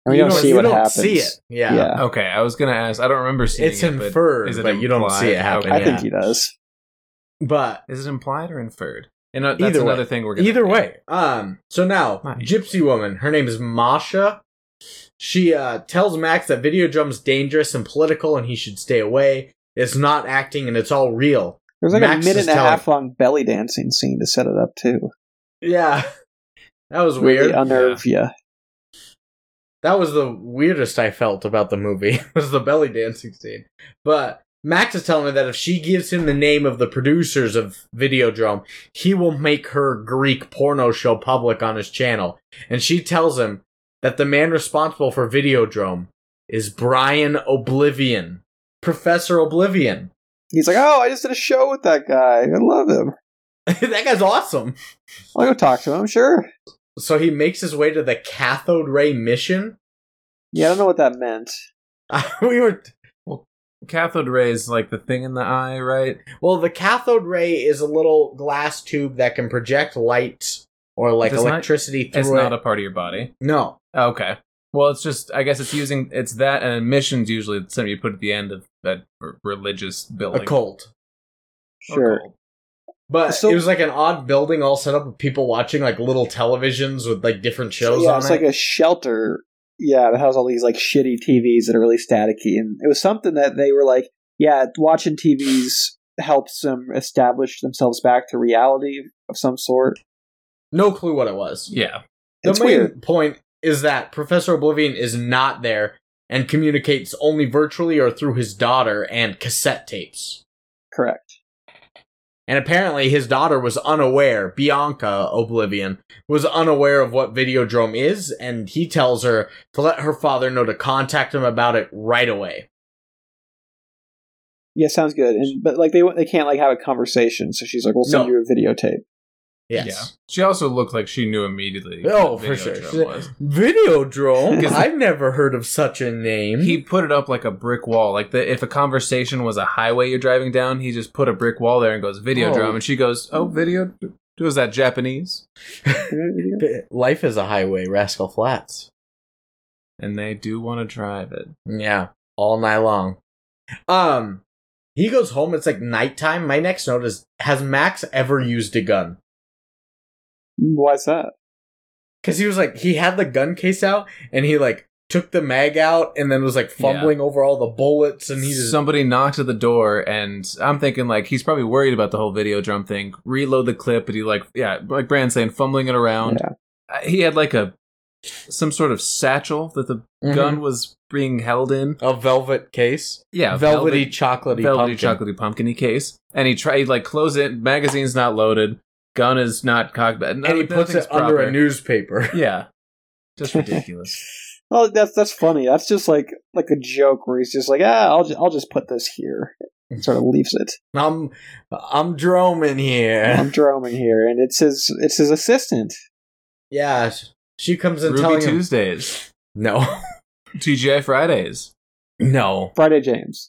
And we
You
don't, see
you
what
don't
happens.
See it. Yeah.
Yeah,
Okay, I was gonna ask. I don't remember seeing
It's
it. but
inferred,
is it
but you don't
implied?
see it happen,
I
Okay.
think
yeah.
he does.
But
Is it implied or inferred? And uh, that's
Either way.
another thing we're gonna
Either way, um, so now
Nice.
Gypsy Woman, her name is Masha. She uh, tells Max that video drum's dangerous and political, and he should stay away. It's not acting, and it's all real.
There's like
Max
a minute
is
and a
telling-
half long belly dancing scene to set it up too.
Yeah, that was
Really
weird.
unnerve ya.
That was the weirdest I felt about the movie was the belly dancing scene. But Max is telling her that if she gives him the name of the producers of Videodrome, he will make her Greek porno show public on his channel. And she tells him that the man responsible for Videodrome is Brian Oblivion, Professor Oblivion.
He's like, "Oh, I just did a show with that guy. I love him.
that guy's awesome.
I'll go talk to him. Sure."
So he makes his way to the cathode ray mission.
Yeah, I don't know what that meant.
we were
Cathode ray is like the thing in the eye, right?
Well, the cathode ray is a little glass tube that can project light or like
It's not-
electricity
It's
through it.
not a part of your body. Oh,
no,
Okay. Well, it's just I guess it's using it's that and admissions usually it's something you put at the end of that r- religious building.
a cult. Oh,
Or
Sure.
cult.
But
So-
it was like an odd building all set up with people watching like little televisions with like different shows
yeah,
on
it's
it.
like a shelter. Yeah, that has all these like shitty TVs that are really staticky, and it was something that they were like, yeah, watching TVs helps them establish themselves back to reality of some sort.
no clue what it was.
Yeah.
The
It's
main
weird.
point is that Professor Oblivion is not there and communicates only virtually or through his daughter and cassette tapes.
Correct.
And apparently his daughter was unaware, Bianca Oblivion, was unaware of what Videodrome is, and he tells her to let her father know to contact him about it right away.
Yeah, sounds good. And but like they they can't like have a conversation, so she's like, "We'll send
No.
you a videotape."
Yes.
She also looked like she knew immediately.
Oh,
what
for sure.
Videodrome
She-
was.
Videodrome?
'Cause-
I've never heard of such a name.
He put it up like a brick wall. Like the, if a conversation was a highway you're driving down, he just put a brick wall there and goes video drum,
Oh.
and she goes, "Oh, video." Was that Japanese?
Life is a highway, Rascal Flats.
And they do want to drive it.
Yeah, all night long. Um, he goes home. It's like nighttime. My next note is: Has Max ever used a gun?
Why's that?
Because he was like, he had the gun case out, and he like took the mag out, and then was like fumbling over all the bullets, and he just
somebody knocked at the door and i'm thinking like he's probably worried about the whole video drum thing reload the clip and he like yeah like brand saying fumbling it around
Yeah.
Uh, he had like a some sort of satchel that the
Mhm.
gun was being held in
a velvet case,
yeah
velvety, chocolatey,
velvety
velvety
chocolatey pumpkiny case and he tried like close it magazine's not loaded gun is not cocked and
and he puts it under a newspaper.
yeah just ridiculous
Oh, that's that's funny. That's just like like a joke where he's just like, "Ah, I'll ju- I'll just put this here." And sort of leaves it.
I'm, I'm droming here.
Mm-hmm.
I'm droning here, and it's his it's his assistant.
Yeah, sh- she comes in
ruby
telling him
tuesdays
no,
tgi fridays
no.
Friday James.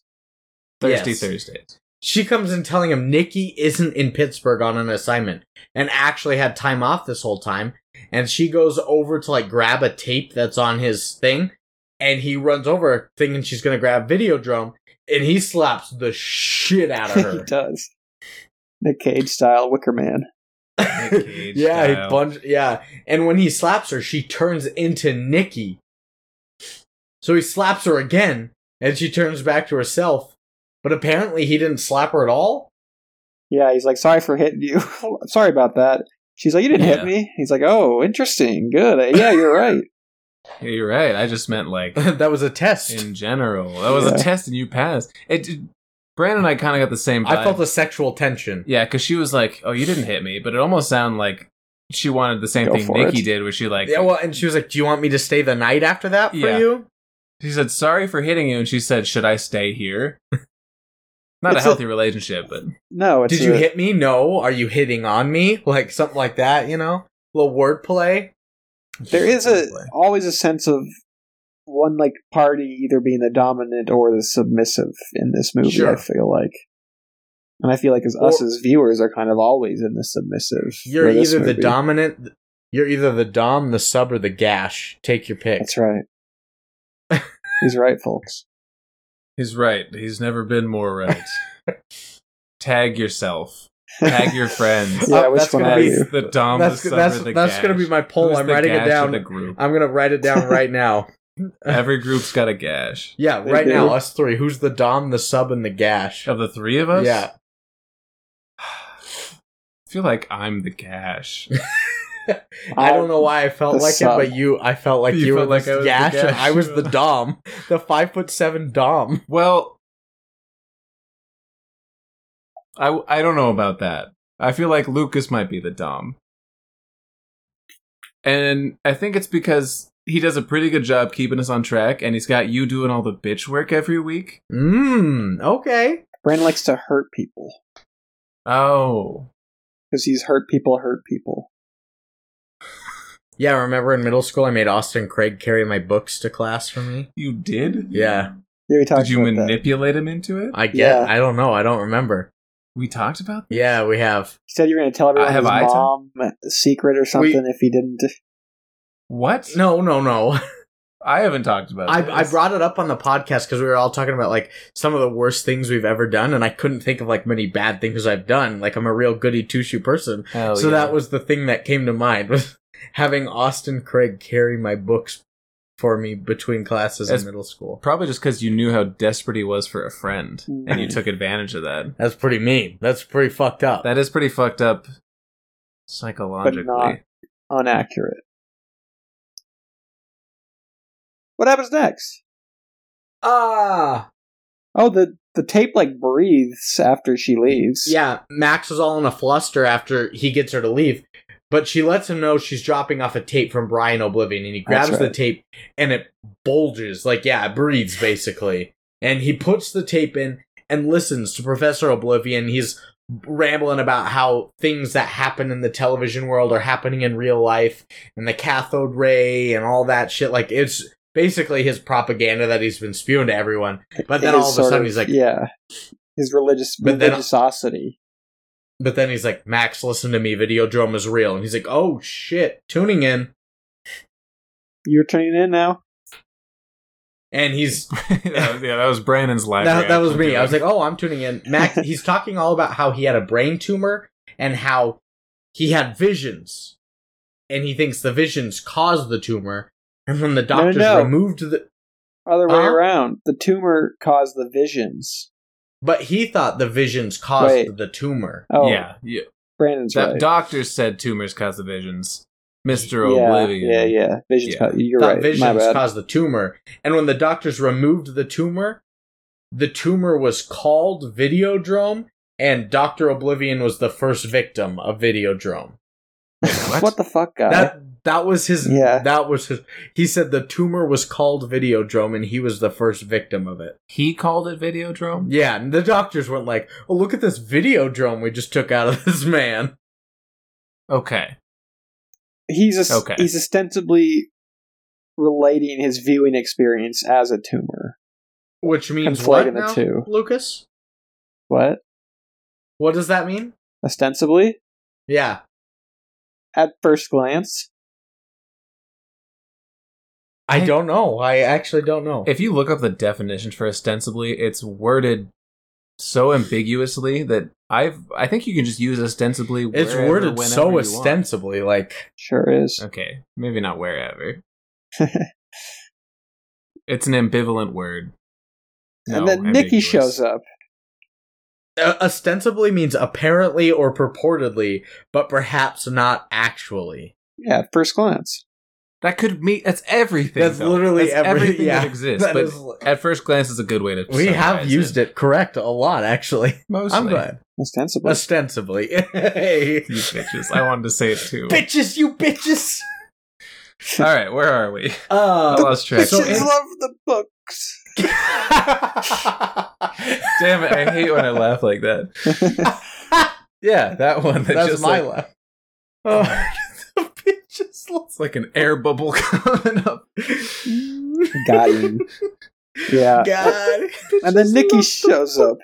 thirsty
Yes.
thursdays
She comes in telling him Nikki isn't in Pittsburgh on an assignment and actually had time off this whole time. And she goes over to like grab a tape that's on his thing, and he runs over thinking she's gonna grab Videodrome, and he slaps the shit out of
he
her.
does. Nick Cage style Wicker Man.
Nick Cage
yeah, he
style.
bunch yeah. And when he slaps her, she turns into Nikki. So he slaps her again, and she turns back to herself. But apparently he didn't slap her at all.
Yeah, he's like, sorry for hitting you. sorry about that. She's like, you didn't
Yeah.
hit me. He's like, oh, interesting. Good. Uh, Yeah, you're right.
Yeah, you're right. I just meant like
that was a test.
in general. That was
Yeah.
a test, and you passed. It. it- Brandon and I kind of got the same. Vibe.
I felt a sexual tension.
yeah, because she was like, "Oh, you didn't hit me," but it almost sounded like she wanted the same
Go
thing
for
Nikki
it.
did, where she like,
Yeah, well, and she was like, "Do you want me to stay the night after that for
Yeah.
you?"
she said, "Sorry for hitting you," and she said, "Should I stay here?" Not a
It's a-
healthy relationship, but
No, it's
Did you
a-
hit me? No. Are you hitting on me? Like something like that, you know? little word play.
There is a always a sense of one like party either being the dominant or the submissive in this movie.
Sure.
I feel like, and I feel like as us
Or-
as viewers are kind of always in the submissive.
You're
for this
either the
movie.
dominant. You're either the dom, the sub, or the gash. Take your pick.
That's right. He's right, folks.
he's right. He's never been more right. Tag yourself. Tag your friends.
yeah,
Oh,
which
that's
one
gonna
are
be-
you?
The dom,
That's
the sub, or
that's
the
that's
gash.
gonna be my poll.
Who's
I'm
the
writing
gash
it
of
down.
The group.
I'm gonna write it down right now.
Every group's got a gash.
Yeah,
They
right
do.
now, us three. Who's the dom, the sub, and the gash?
Of the three of us?
Yeah.
I feel like I'm the gash.
I don't know why I felt
The
like
sub.
it, but you, I felt like you,
You
were
felt
like
like I
the
was the
gash, and
gash.
I was the dom, the five foot seven dom.
well, I, I don't know about that. I feel like Lucas might be the Dom. And I think it's because he does a pretty good job keeping us on track, and he's got you doing all the bitch work every week.
Mmm. Okay.
Brandon likes to hurt people
Oh.
because he's hurt people, hurt people.
Yeah, remember in middle school, I made Austin Craig carry my books to class for me.
You did?
Yeah,
Yeah, we talked
Did you
about that.
manipulate him into it?
I get.
Yeah.
I don't know. I don't remember.
we talked about that?
Yeah, we have.
He said you were going to tell everyone
Uh, have
his
I told-
mom secret or something if he didn't.
What?
No, no, no.
I haven't talked about
I,
this.
I brought it up on the podcast because we were all talking about like some of the worst things we've ever done, and I couldn't think of like many bad things I've done. Like I'm a real goody two shoe person,
Hell
so
yeah.
that was the thing that came to mind was having Austin Craig carry my books for me between classes
That's-
in middle school.
probably just because you knew how desperate he was for a friend and you
Mm.
took advantage of that.
That's pretty mean. That's pretty fucked up.
That is pretty fucked up psychologically.
Unaccurate. What happens next?
ah.
Oh, the the tape like breathes after she leaves.
Yeah, Max is all in a fluster after he gets her to leave, but she lets him know she's dropping off a tape from Brian Oblivion, and he grabs
That's
the
right.
tape and it bulges like yeah, it breathes basically, and he puts the tape in and listens to Professor Oblivion. He's rambling about how things that happen in the television world are happening in real life and the cathode ray and all that shit like it's basically his propaganda that he's been spewing to everyone but then
It
all
is
of a
sort
sudden he's like
yeah, his religious
But then-
religiosity.
But then he's like, Max, listen to me. Videodrome is real. And he's like, oh shit, tuning in.
You're turning in now.
And he's
that was, yeah, that was Brandon's live.
that, that was
reaction
me.
to
I was
it.
like, oh, I'm tuning in. Max, he's talking all about how he had a brain tumor and how he had visions, and he thinks the visions caused the tumor. And when the
no,
doctors
no.
removed the,
Other way
Uh-huh.
around. The tumor caused the visions.
but he thought the visions caused
Wait.
the tumor.
Oh,
yeah, yeah.
Brandon's
That
right.
doctor said tumors cause the visions. Mister
yeah,
Oblivion.
yeah, yeah. Visions.
Yeah.
ca- you're
thought
right. My
visions
bad.
caused the tumor. And when the doctors removed the tumor, the tumor was called Videodrome, and Doctor Oblivion was the first victim of Videodrome.
What?
what? the fuck, guy?
That that was his.
Uh-huh. Yeah.
That was his. He said the tumor was called Videodrome, and he was the first victim of it.
He called it Videodrome.
Yeah, and the doctors went like, "Oh, look at this Videodrome we just took out of this man."
Okay.
he's a,
Okay.
he's ostensibly relating his viewing experience as a tumor.
Which means what
Conflating the
now,
two.
Lucas?
What?
What does that mean?
Ostensibly,
Yeah,
at first glance,
I
I-
don't know. I actually don't know.
If you look up the definition for ostensibly, it's worded so ambiguously that I've I think you can just use ostensibly.
It's
wherever,
worded
whenever
so
you want.
ostensibly, like
sure is.
Okay, maybe not wherever. It's an ambivalent word.
and then Nikki shows up.
uh, ostensibly means apparently or purportedly, but perhaps not actually.
Yeah, at first glance.
That could mean that's everything.
That's
though.
literally
That's
every-
everything
yeah.
that exists.
That
but
is li-
at first glance, is a good way to.
We have
summarize
used it. correct a lot, actually.
Mostly.
I'm glad.
Ostensibly.
Ostensibly, hey,
You bitches. I wanted to say it too.
bitches, you bitches.
All right, where are we? I
Uh,
lost track.
So
Bitches
in-
love the books.
Damn it! I hate when I laugh like that. Yeah, that one. That
That's
just
my
like, Oh,
laugh. Uh, bitches love.
It's like an air bubble coming up.
Got him. Yeah.
God.
and then
Bitches
Nikki
love
shows up.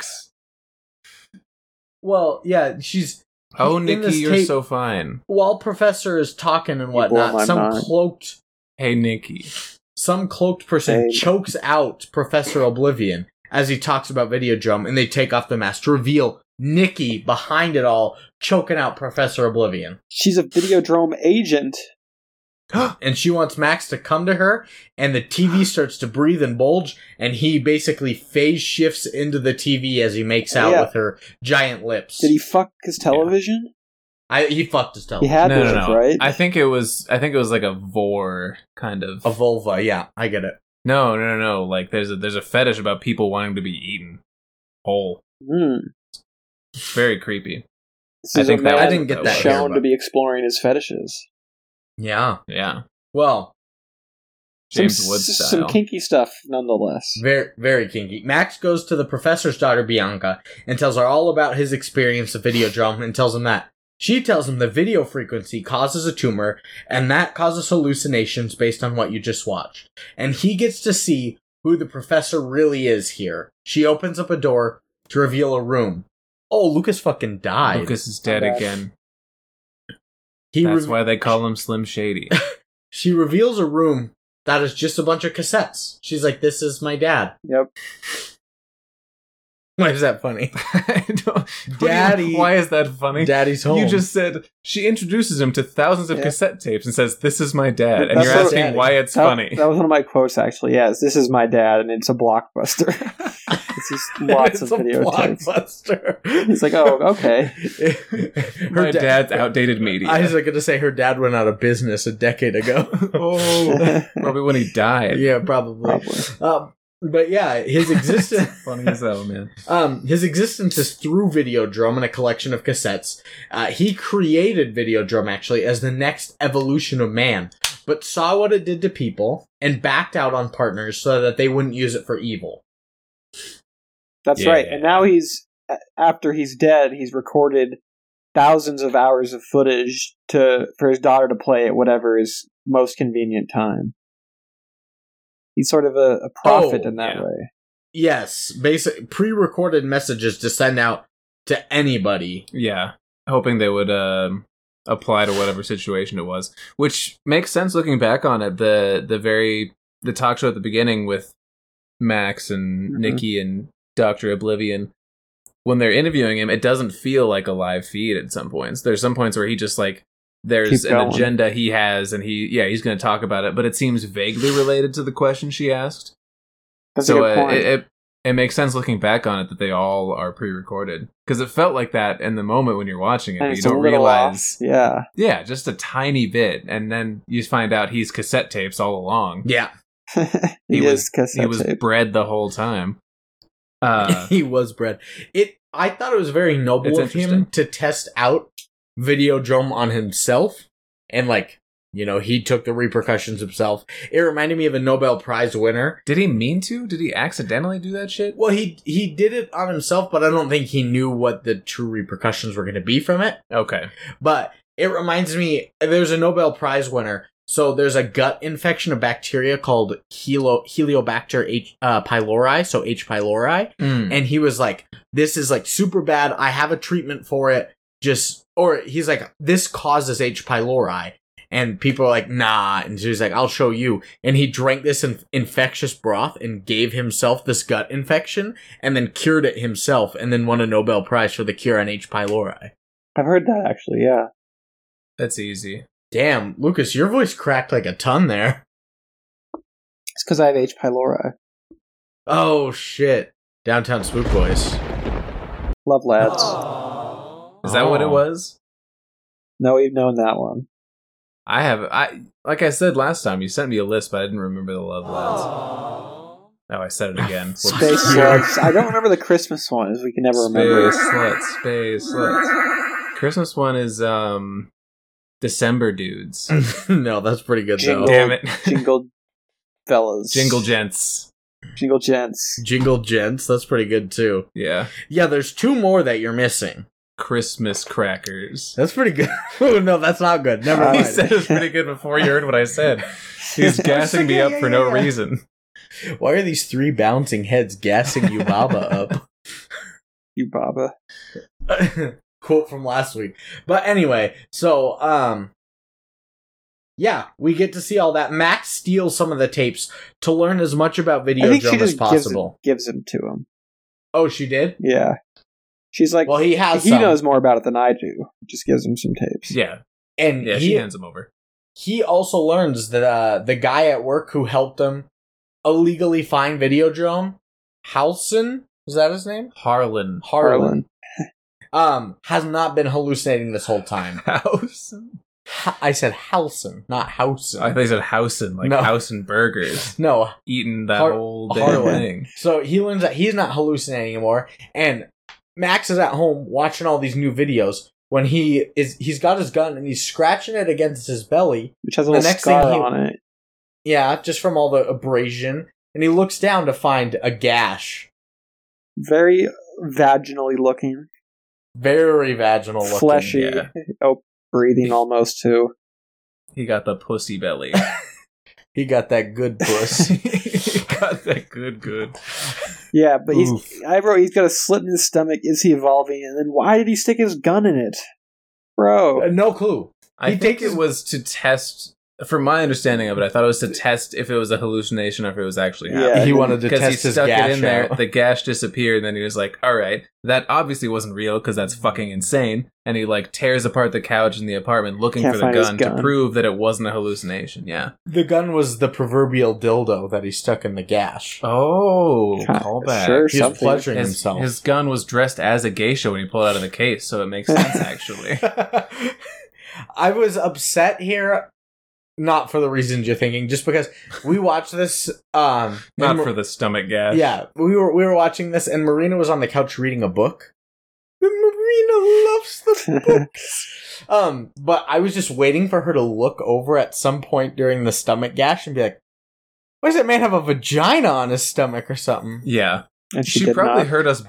Well, yeah, she's
Oh,
In this
Nikki, you're
tape-
so fine.
while Professor is talking and
blow
whatnot.
my
Some
mind.
cloaked
Hey, Nikki.
some cloaked person
Hey.
chokes out Professor Oblivion as he talks about Videodrome, and they take off the mask to reveal Nikki behind it all, choking out Professor Oblivion.
She's a Videodrome agent.
and she wants Max to come to her, and the TV starts to breathe and bulge, and he basically phase shifts into the TV as he makes out
Yeah.
with her giant lips.
Did he fuck his television?
I, he fucked his
He
television.
had to,
no, no,
have,
no.
right?
I think it was. I think it was like a vor kind of.
A vulva, yeah, I get it.
no, no, no, no. Like there's a there's a fetish about people wanting to be eaten whole.
Hmm.
It's very creepy.
This
I
is
think
a
that
man
I didn't get that
shown
here,
to
but-
be exploring his fetishes.
Yeah.
Yeah,
Well,
James
some,
Wood
s-
style.
Some kinky stuff, nonetheless.
Very, very kinky. Max goes to the professor's daughter, Bianca, and tells her all about his experience of video drum and tells him that. She tells him the video frequency causes a tumor, and that causes hallucinations based on what you just watched. And he gets to see who the professor really is here. She opens up a door to reveal a room. Oh, Lucas fucking died.
Lucas is dead
Okay.
again.
he
That's
re-
why they call him Slim Shady.
She reveals a room That is just a bunch of cassettes. She's like, this is my dad.
Yep.
Why is that funny?
I don't-
Daddy-
Why is that funny?
Daddy's home.
You just said she introduces him to thousands of
Yeah.
cassette tapes and says, "This is my dad," and
That's
you're
what-
asking why it's
That,
funny.
that was one of my quotes, actually. Yes, this is my dad, and it's a blockbuster. it's just lots
it's
of
a
videotapes.
blockbuster.
It's like, oh, okay.
her
my
da-
dad's outdated media.
I was like, gonna say her dad went out of business a decade ago. oh,
Probably when he died.
yeah, probably.
Probably.
Um, but yeah, his existence.
Funny as hell, man.
Um, his existence is through Videodrum and a collection of cassettes. Uh, he created Videodrum actually as the next evolution of man, but saw what it did to people and backed out on partners so that they wouldn't use it for evil.
That's
Yeah.
right. And now he's a- after he's dead, he's recorded thousands of hours of footage to for his daughter to play at whatever is most convenient time. He's sort of a, a prophet
Oh,
in that
yeah.
way.
Yes, basic pre-recorded messages to send out to anybody.
Yeah, hoping they would um, apply to whatever situation it was, which makes sense looking back on it. The the very the talk show at the beginning with Max and
Mhm.
Nikki and Doctor Oblivion. When they're interviewing him, it doesn't feel like a live feed at some points. There's some points where he just like there's
Keep
an
going.
agenda he has and he yeah he's going to talk about it, but it seems vaguely related to the question she asked.
That's a
so
good
uh,
point.
it, it it makes sense looking back on it that they all are pre-recorded because it felt like that in the moment when you're watching it,
and
but you
it's a
don't
little
realize.
off. Yeah.
Yeah, just a tiny bit, and then you find out he's cassette tapes all along.
Yeah,
he,
was-
is cassette
he was
tape.
bred the whole time. Uh,
he was bred. It. I thought it was very noble
It's
of him
interesting.
to test out Videodrum on himself, and like you know, he took the repercussions himself. It reminded me of a Nobel Prize winner.
did he mean to? Did he accidentally do that shit?
Well, he he did it on himself, but I don't think he knew what the true repercussions were going to be from it.
Okay,
But it reminds me, there's a Nobel Prize winner. So there's a gut infection of bacteria called Helo, Heliobacter H, uh, pylori, so H. pylori.
Hmm.
And he was like, this is like super bad. I have a treatment for it. Just, or he's like, this causes H. pylori. And people are like, nah. And so he's like, I'll show you. And he drank this in- infectious broth and gave himself this gut infection and then cured it himself and then won a Nobel Prize for the cure on H. pylori.
I've heard that actually, yeah.
that's easy.
Damn, Lucas, your voice cracked like a ton there.
It's because I have H. pylori.
Oh shit. Downtown Spook Boys.
Love lads.
Is that what it
Oh.
was?
No, we've known that one.
I have I like I said last time. You sent me a list, but I didn't remember the love lads. Oh, I said it again. Whoops.
Space sluts. I don't remember the Christmas one, as we can never remember.
Space sluts, space sluts. Christmas one is um December dudes.
no, that's pretty good
Jingle,
though.
Damn it.
jingle fellas.
Jingle gents.
Jingle gents.
Jingle Gents, that's pretty good too.
Yeah.
Yeah, there's two more that you're missing.
Christmas crackers.
That's pretty good. oh no, that's not good. Never
Uh,
He
mind.
said it was pretty good before you heard what I said. He's gassing me up for no reason.
Why are these three bouncing heads gassing you Baba
You Baba.
up? Quote from last week. But anyway, so um yeah, we get to see all that. Max steals some of the tapes to learn as much about
I
video
think she
drum as
just gives,
possible.
it, gives him to him.
Oh, she did.
Yeah. She's like,
Well, he has.
he
some.
knows more about it than I do. Just gives him some tapes.
Yeah.
and
Yeah,
he
she hands him over.
he also learns that uh, the guy at work who helped him illegally find Videodrome, Halson, is that his name?
Harlan.
Harlan. Um, has not been hallucinating this whole time.
House.
Ha- I said Halson, not Housen.
I thought he said Housen, like
No.
Housen burgers.
no,
Eating that
Har-
whole damn
Harlan.
thing.
So he learns that he's not hallucinating anymore, and Max is at home watching all these new videos. When he is, he's got his gun and he's scratching it against his belly,
Which has
The
a little
next thing
scar
he-
on it.
Yeah, just from all the abrasion. And he looks down to find a gash.
Very vaginally looking.
Very vaginal looking.
fleshy.
yeah.
Oh, breathing almost too.
He got the pussy belly.
He got that good puss.
he got that good, good.
Yeah, but he's.
Oof.
I wrote he's got a slit in his stomach. Is he evolving? And then why did he stick his gun in it, bro?
no clue.
I
He
think
takes-
it was to test from my understanding of it, I thought it was to test if it was a hallucination or if it was actually
Yeah.
happening.
I
he
think-
wanted to
Because he
test his
stuck
gash
it in there,
out.
the gash disappeared, and then he was like, "All right, that obviously wasn't real because
Mm-hmm.
that's fucking insane." And he like tears apart the couch in the apartment looking
Can't
for the
find his
gun,
gun.
to prove that it wasn't a hallucination. Yeah.
The gun was the proverbial dildo that he stuck in the gash.
Oh,
God,
callback.
sure,
He was
something.
pleasuring
His,
himself.
his gun was dressed as a geisha when he pulled it out of the case, so it makes sense actually.
I was upset here, not for the reasons you're thinking, just because we watched this. Um,
Not
and-
for the stomach gash.
yeah, we were we were watching this, and Marina was on the couch reading a book. Marina loves the books. um, but I was just waiting for her to look over at some point during the stomach gash and be like, "Why does that man have a vagina on his stomach or something?"
Yeah.
and she,
she,
did
probably
not.
heard us.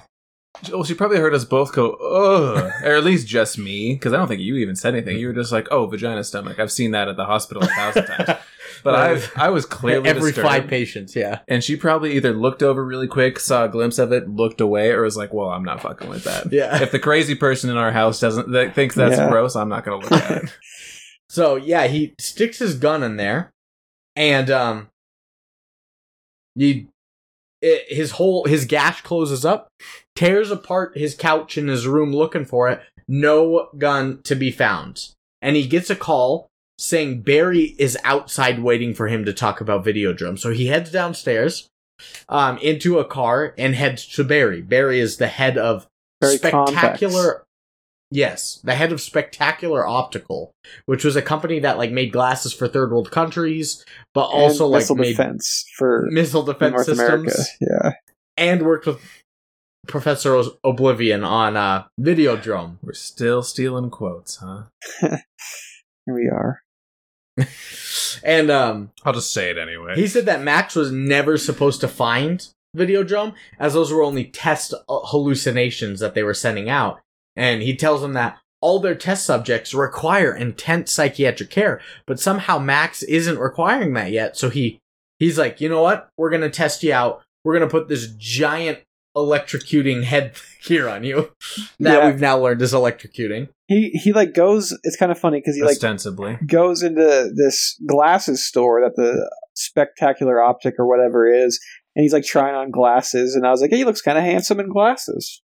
Well, she probably heard us both go, ugh, or at least just me, because I don't think you even said anything. You were just like, "Oh, vagina, stomach." I've seen that at the hospital a thousand times. But I've, I was clearly
every
disturbed.
five patients, yeah.
and she probably either looked over really quick, saw a glimpse of it, looked away, or was like, "Well, I'm not fucking with that."
Yeah.
If the crazy person in our house doesn't that thinks that's
Yeah.
gross, I'm not gonna look at it.
So yeah, he sticks his gun in there, and um, he it, his whole his gash closes up, tears apart his couch in his room looking for it. No gun to be found, and he gets a call saying Barry is outside waiting for him to talk about video drum. So he heads downstairs, um, into a car and heads to Barry. Barry is the head of
Barry
spectacular.
Convex.
Yes, the head of Spectacular Optical, which was a company that like made glasses for third world countries, but
And
also like
missile
made
defense for
missile defense
North
systems
America. Yeah,
and worked with Professor Os- Oblivion on uh, Videodrome.
We're still stealing quotes, huh?
here we are.
And um,
I'll just say it anyway.
he said that Max was never supposed to find Videodrome, as those were only test uh, hallucinations that they were sending out. And he tells them that all their test subjects require intense psychiatric care, but somehow Max isn't requiring that yet. So he he's like, you know what? We're gonna test you out. We're gonna put this giant electrocuting head here on you that
Yeah.
we've now learned is electrocuting.
He he like goes. It's kind of funny because he like
ostensibly.
goes into this glasses store that the spectacular optic or whatever is, and he's like trying on glasses, and I was like, hey, he looks kind of handsome in glasses.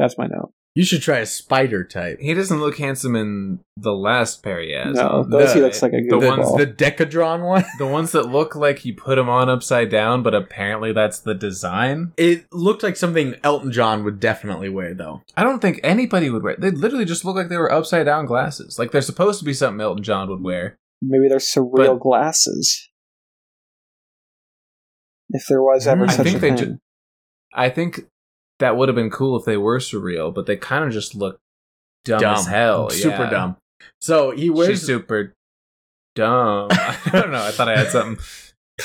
That's my note.
You should try a spider type.
He doesn't look handsome in the last pair he has.
no, those he looks like a
The
good
ones
The Decadron one.
The ones that look like he put them on upside down, but apparently that's the design.
It looked like something Elton John would definitely wear, though.
I don't think anybody would wear. They literally just look like they were upside down glasses. Like they're supposed to be something Elton John would wear.
Maybe they're surreal
But-
glasses. If there was ever
Hmm. I
such
think
a
they
thing.
ju- I think that would have been cool if they were surreal, but they kind of just look dumb, as hell.
super
yeah.
dumb. So he
She's
wears.
super dumb. I don't know. I thought I had something.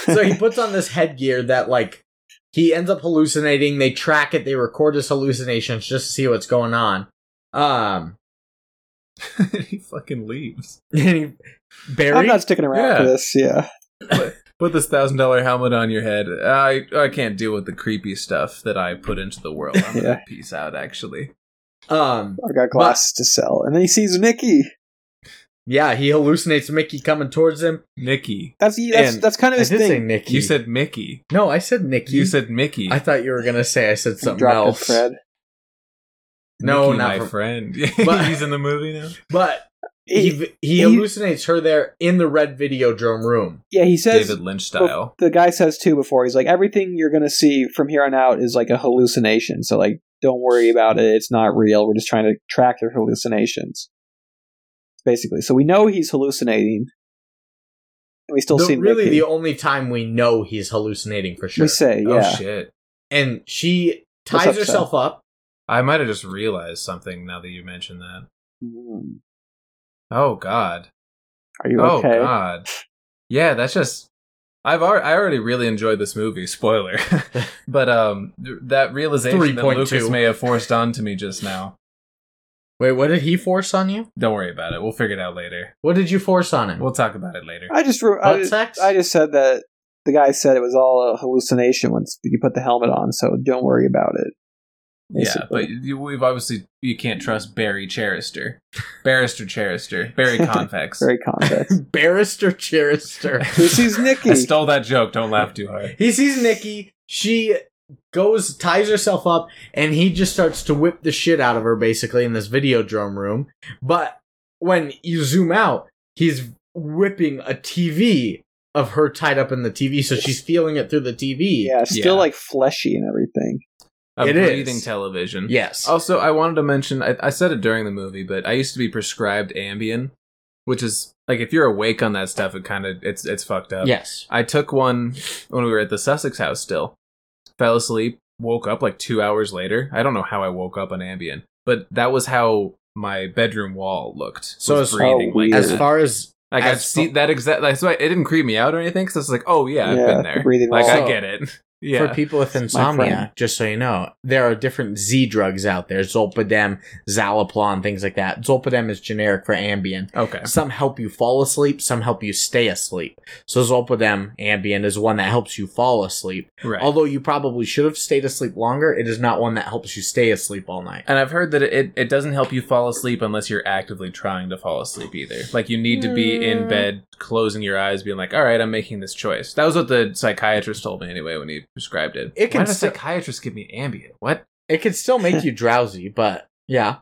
so he puts on this headgear that like he ends up hallucinating. They track it. They record his hallucinations just to see what's going on. Um,
he fucking leaves.
and he, Barry.
I'm not sticking around for
Yeah.
this, yeah.
Put this thousand dollar helmet on your head. I I can't deal with the creepy stuff that I put into the world. I'm
Yeah.
gonna peace out. Actually,
um,
I've got glasses to sell. And then he sees Mickey.
yeah, he hallucinates Mickey coming towards him.
Nikki,
That's he, that's,
And
that's kind of
I
his
did say
thing.
Nicky.
you said Mickey.
no. I said Nicky.
You said Mickey.
I thought you were gonna say I said
He
something
dropped
else.
it, Fred.
No,
Mickey,
not
my
from-
friend.
But-
He's in the movie now.
But
He-
he he hallucinates her there in the red videodrome room.
yeah, he says
David Lynch style.
the guy says too before he's like everything you're gonna see from here on out is like a hallucination so like don't worry about it it's not real we're just trying to track their hallucinations basically so we know he's hallucinating and we still
The-
see
really
Mickey.
the only time we know he's hallucinating for sure.
we say
Oh
yeah
shit!
and she
What's
ties
up,
herself up.
I might have just realized something now that you mentioned that.
Mm.
Oh god.
are you
Oh
okay
god. Yeah, that's just I've al- I already really enjoyed this movie, spoiler. but um th- that realization that
3.2.
Lucas may have forced onto me just now.
Wait, what did he force on you?
Don't worry about it. We'll figure it out later.
What did you force on him?
We'll talk about it later.
i just re- I,
Butt
just-
sex?
I just said that the guy said it was all a hallucination once you put the helmet on so don't worry about it
Yeah, but you, we've obviously you can't trust Barry Cherister, Barrister Cherister, Barry Convex.
Very context.
Barrister Cherister.
Who sees Nikki?
I stole that joke. Don't laugh too hard.
He sees Nikki. She goes, ties herself up, and he just starts to whip the shit out of her, basically, in this video drum room. But when you zoom out, he's whipping a TV of her tied up in the TV, so she's feeling it through the TV.
yeah, still
Yeah.
like fleshy and everything.
A
It is.
breathing television.
Yes.
Oh,
Also, I wanted to mention I, I said it during the movie, but I used to be prescribed Ambien, which is like if you're awake on that stuff, it kind of it's it's fucked up.
Yes.
I took one when we were at the Sussex house. Still, fell asleep, woke up like two hours later. I don't know how I woke up on Ambien, but that was how my bedroom wall looked.
So
was
as-
breathing
Oh,
like
weird.
that.
As far as
Like
As
I've seen that exact. That's why it didn't creep me out or anything. Because it's like, oh yeah, I've
Yeah,
been there.
breathing
Like
also-
I get it. Yeah.
for people with
friend.
insomnia, just so you know, there are different Z drugs out there: Zolpidem, Zaloplan, things like that. Zolpidem is generic for Ambien.
okay.
Some help you fall asleep, some help you stay asleep. So Zolpidem Ambien is one that helps you fall asleep.
Right.
Although you probably should have stayed asleep longer, it is not one that helps you stay asleep all night.
and I've heard that it, it doesn't help you fall asleep unless you're actively trying to fall asleep either. Like you need to be in bed, closing your eyes, being like, "All right, I'm making this choice." That was what the psychiatrist told me anyway when he prescribed it.
It can
Why did a
still-
psychiatrist give me Ambien? What?
It could still make you drowsy, but yeah,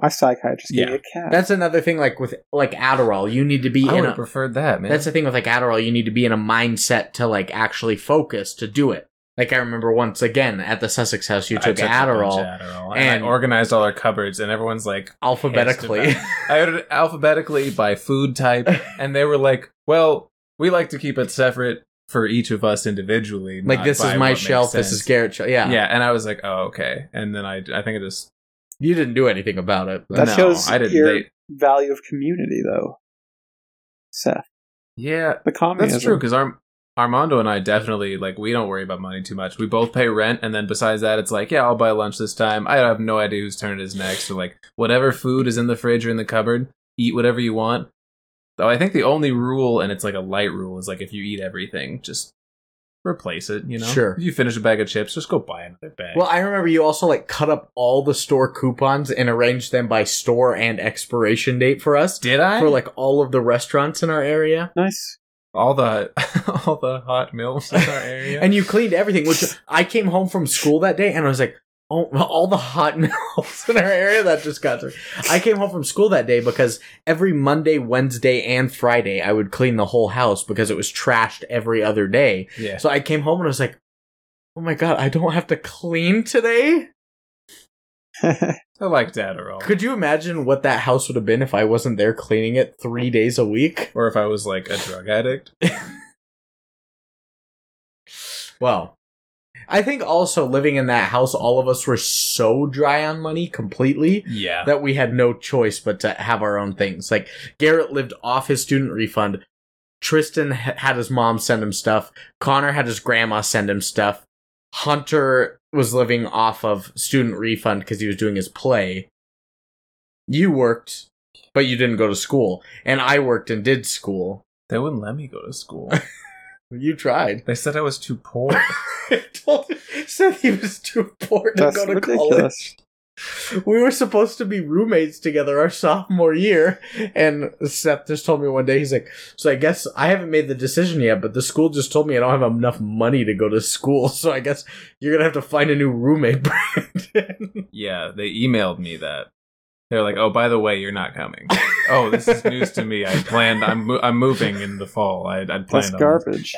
My psychiatrist gave me
Yeah.
a cat.
that's another thing. Like with like Adderall, you need to be
I
in
would
a.
have preferred that, man.
That's the thing with like Adderall, you need to be in a mindset to like actually focus to do it. Like I remember once again at the Sussex house, you
I
took,
a
Adderall
bunch of Adderall, and,
and-
I organized all our cupboards, and everyone's like,
alphabetically.
Pissed I ordered it alphabetically by food type, and they were like, "Well, we like to keep it separate for each of us individually."
like
not
this
by
is
what
my
makes
shelf, this
sense."
is Garrett's shelf. Yeah.
Yeah, and I was like, "Oh, okay." And then I, I think I just
You didn't do anything about it. but-
That
no,
shows
I didn't.
your-
They,
Value of community, though. Seth,
yeah,
the communism.
that's true because our. Armando and I definitely like we don't worry about money too much. We both pay rent and then besides that it's like, yeah, I'll buy lunch this time. I have no idea whose turn it is next. So like whatever food is in the fridge or in the cupboard, eat whatever you want. Though I think the only rule and it's like a light rule is like if you eat everything, just replace it, you know?
Sure.
If you finish a bag of chips, just go buy another bag.
Well, I remember you also like cut up all the store coupons and arranged them by store and expiration date for us.
did I?
For like all of the restaurants in our area.
Nice.
all the all the hot meals in our area.
And you cleaned everything, which I came home from school that day and I was like, oh, all the hot meals in our area that just got through. I came home from school that day because every Monday, Wednesday, and Friday I would clean the whole house because it was trashed every other day.
yeah.
So I came home and I was like, oh my God, I don't have to clean today?
I liked Adderall.
Could you imagine what that house would have been if I wasn't there cleaning it three days a week?
or if I was like a drug addict.
Well, I think also living in that house, all of us were so dry on money completely
Yeah.
that we had no choice but to have our own things. Like Garrett lived off his student refund. Tristan h- had his mom send him stuff. Connor had his grandma send him stuff. Hunter was living off of student refund because he was doing his play. You worked, but you didn't go to school, and I worked and did school.
They wouldn't let me go to school.
You tried.
They said I was too poor.
Told said he was too poor to
That's
go to college.
ridiculous.
we were supposed to be roommates together our sophomore year and seth just told me one day he's like so i guess i haven't made the decision yet but the school just told me i don't have enough money to go to school so i guess you're gonna have to find a new roommate brandon
yeah, they emailed me that. They were like, "Oh, by the way, you're not coming." oh, this is news to me. I planned. I'm mo- I'm moving in the fall. I I
That's
planned. on this.
garbage.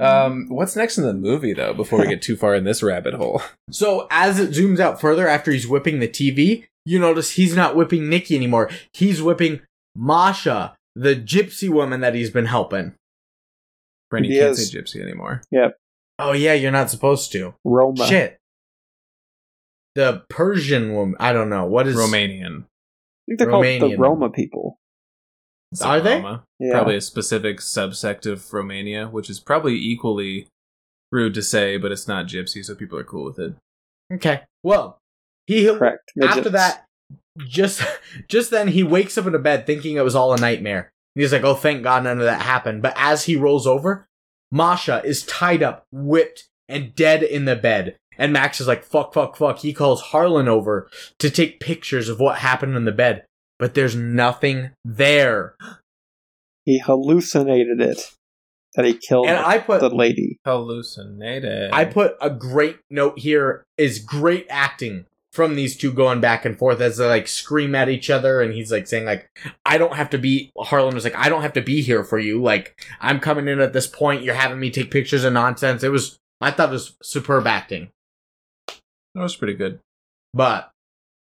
Um, what's next in the movie though? Before we get too far in this rabbit hole,
so as it zooms out further after he's whipping the tv you notice he's not whipping nikki anymore he's whipping masha the gypsy woman that he's been helping
Brandy
He
can't
is-
say gypsy anymore.
oh yeah you're not supposed to
Roma.
Shit. The Persian woman. I don't know. What is
Romanian.
I think they're called the
Romanian.
Roma people.
It's
Are they?
Roma.
Yeah.
Probably a specific subsect of Romania, which is probably equally rude to say, but it's not gypsy, so people are cool with it.
Okay. Well, he
Correct.
after
Midgets.
that just just then he wakes up in a bed thinking it was all a nightmare. He's like, "Oh, thank God none of that happened." But as he rolls over, Masha is tied up, whipped, and dead in the bed. And Max is like, fuck, fuck, fuck. He calls Harlan over to take pictures of what happened in the bed, but there's nothing there.
He hallucinated it that he killed
And I put
the lady.
Hallucinated.
I put a great note here is great acting from these two going back and forth as they like scream at each other and he's like saying like I don't have to be Harlan was like I don't have to be here for you like I'm coming in at this point you're having me take pictures of nonsense it was I thought it was superb acting
That was pretty good.
but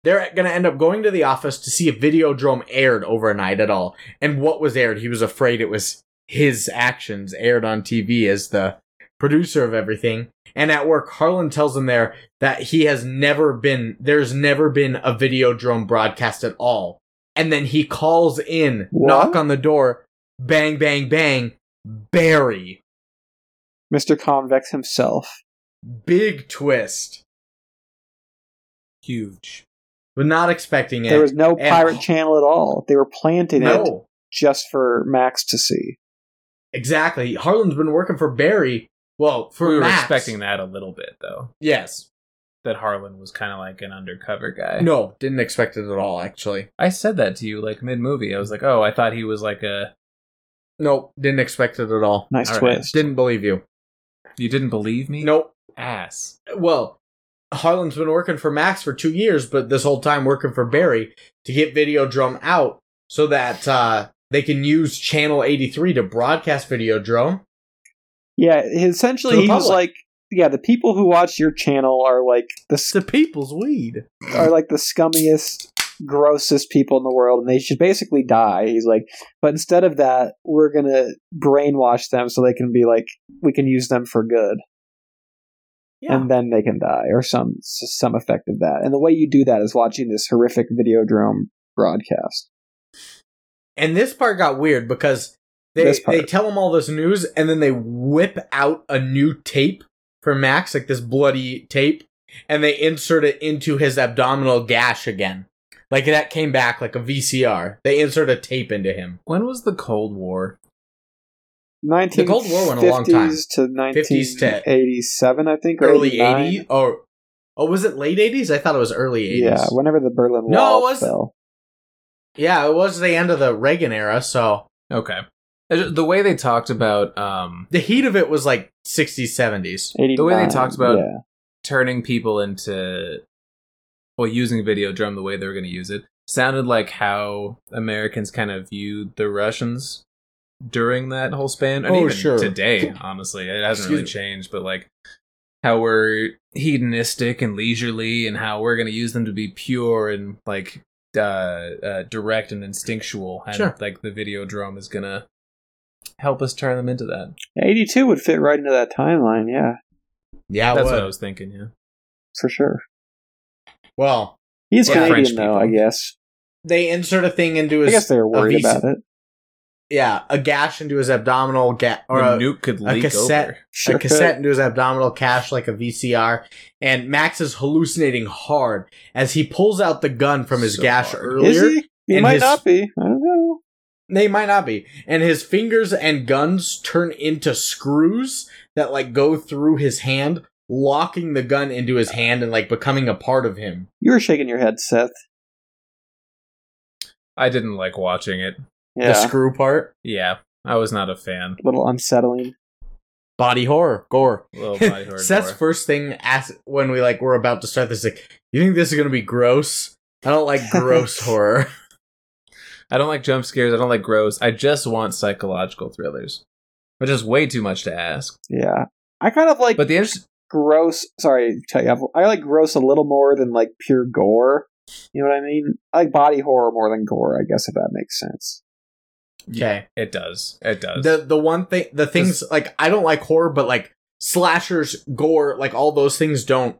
they're going to end up going to the office to see if Videodrome aired overnight at all and what was aired he was afraid it was his actions aired on TV as the producer of everything and at work Harlan tells him there that he has never been there's never been a Videodrome broadcast at all and then he calls in
What?
knock on the door bang bang bang Barry
Mr. Convex himself.
big twist
Huge.
was not expecting it
There was no
And-
pirate channel at all. They were planting it
no
just for Max to see.
Exactly. Harlan's been working for Barry. Well, for
we were
Max.
expecting that a little bit though.
Yes.
That Harlan was kind of like an undercover guy.
No, didn't expect it at all. Actually,
I said that to you like mid movie. I was like, oh, I thought he was like a.
nope, didn't expect it at all.
Nice
All right.
twist.
Didn't believe you.
You didn't believe me?
Nope.
Ass.
Well, Harlan's been working for Max for two years, but this whole time working for Barry to get Videodrome out so that uh, they can use Channel 83 to broadcast Videodrome.
Yeah,
To
essentially
the
he was
public.
like, yeah, the people who watch your channel are like the s-
the people's weed.
are like the scummiest, grossest people in the world, and they should basically die. He's like, but instead of that, we're gonna brainwash them so they can be like, we can use them for good, and then they can die, or some some effect of that. And the way you do that is watching this horrific Videodrome broadcast.
And this part got weird because they
This
they
part.
tell him all this news and then they whip out a new tape for Max, like this bloody tape, and they insert it into his abdominal gash again. Like that came back like a VCR. They insert a tape into him.
When was the Cold War?
Nineteen
Cold War went a long time.
fifties to
50s
nineteen
to
eighty-seven, I think, or
Early
89.
eighties or oh was it late eighties? I thought it was early eighties.
Yeah,
Yeah,
whenever the Berlin Wall
No, it was-
fell.
it was the end of the Reagan era, so
Okay. Uh, The way they talked about um,
the heat of it was like sixties, seventies.
The way they talked
89,
about-
yeah.
turning people into well using video drum the way they were going to use it sounded like how americans kind of viewed the russians during that whole span and
Oh,
even
sure.
today honestly it hasn't
Excuse
really
me.
changed but like how we're hedonistic and leisurely and how we're going to use them to be pure and like uh, uh direct and instinctual and
Sure.
like the video drum is going to help us turn them into that
82 would fit right into that timeline, yeah,
Yeah, it
that's
was.
what i was thinking yeah
for sure.
well,
He's
Yeah.
Canadian,
French
though, I
people.
guess.
they insert a thing into
I
his
guess they were worried
a VC
about it.
yeah, a gash into his abdominal ga- or
the
a,
nuke could
a
leak
cassette-
over
Sure
a cassette into his abdominal cache like a VCR. And Max is hallucinating hard as he pulls out the gun from his
So
gash
hard.
could. Is
earlier.
he? He
in
might
his-
not be. I don't know.
They might not be. And his fingers and guns turn into screws that like go through his hand, locking the gun into his hand and like becoming a part of him.
You were shaking your head, Seth.
i didn't like watching it
The
Yeah,
screw part.
Yeah, I was not a fan.
a little unsettling.
Body horror, gore.
Little body horror.
Seth's
gore.
first thing as when we like were about to start this like, you think this is gonna be gross? I don't like gross horror.
I don't like jump scares. I don't like gross. I just want psychological thrillers, which is way too much to ask.
Yeah. I kind of like
But the inter-
gross. Sorry, to cut you off. I like gross a little more than like pure gore. You know what I mean? I like body horror more than gore, I guess, if that makes sense.
Okay.
it does. It does.
The the one thing the things like I don't like horror, but like slashers, gore, like all those things don't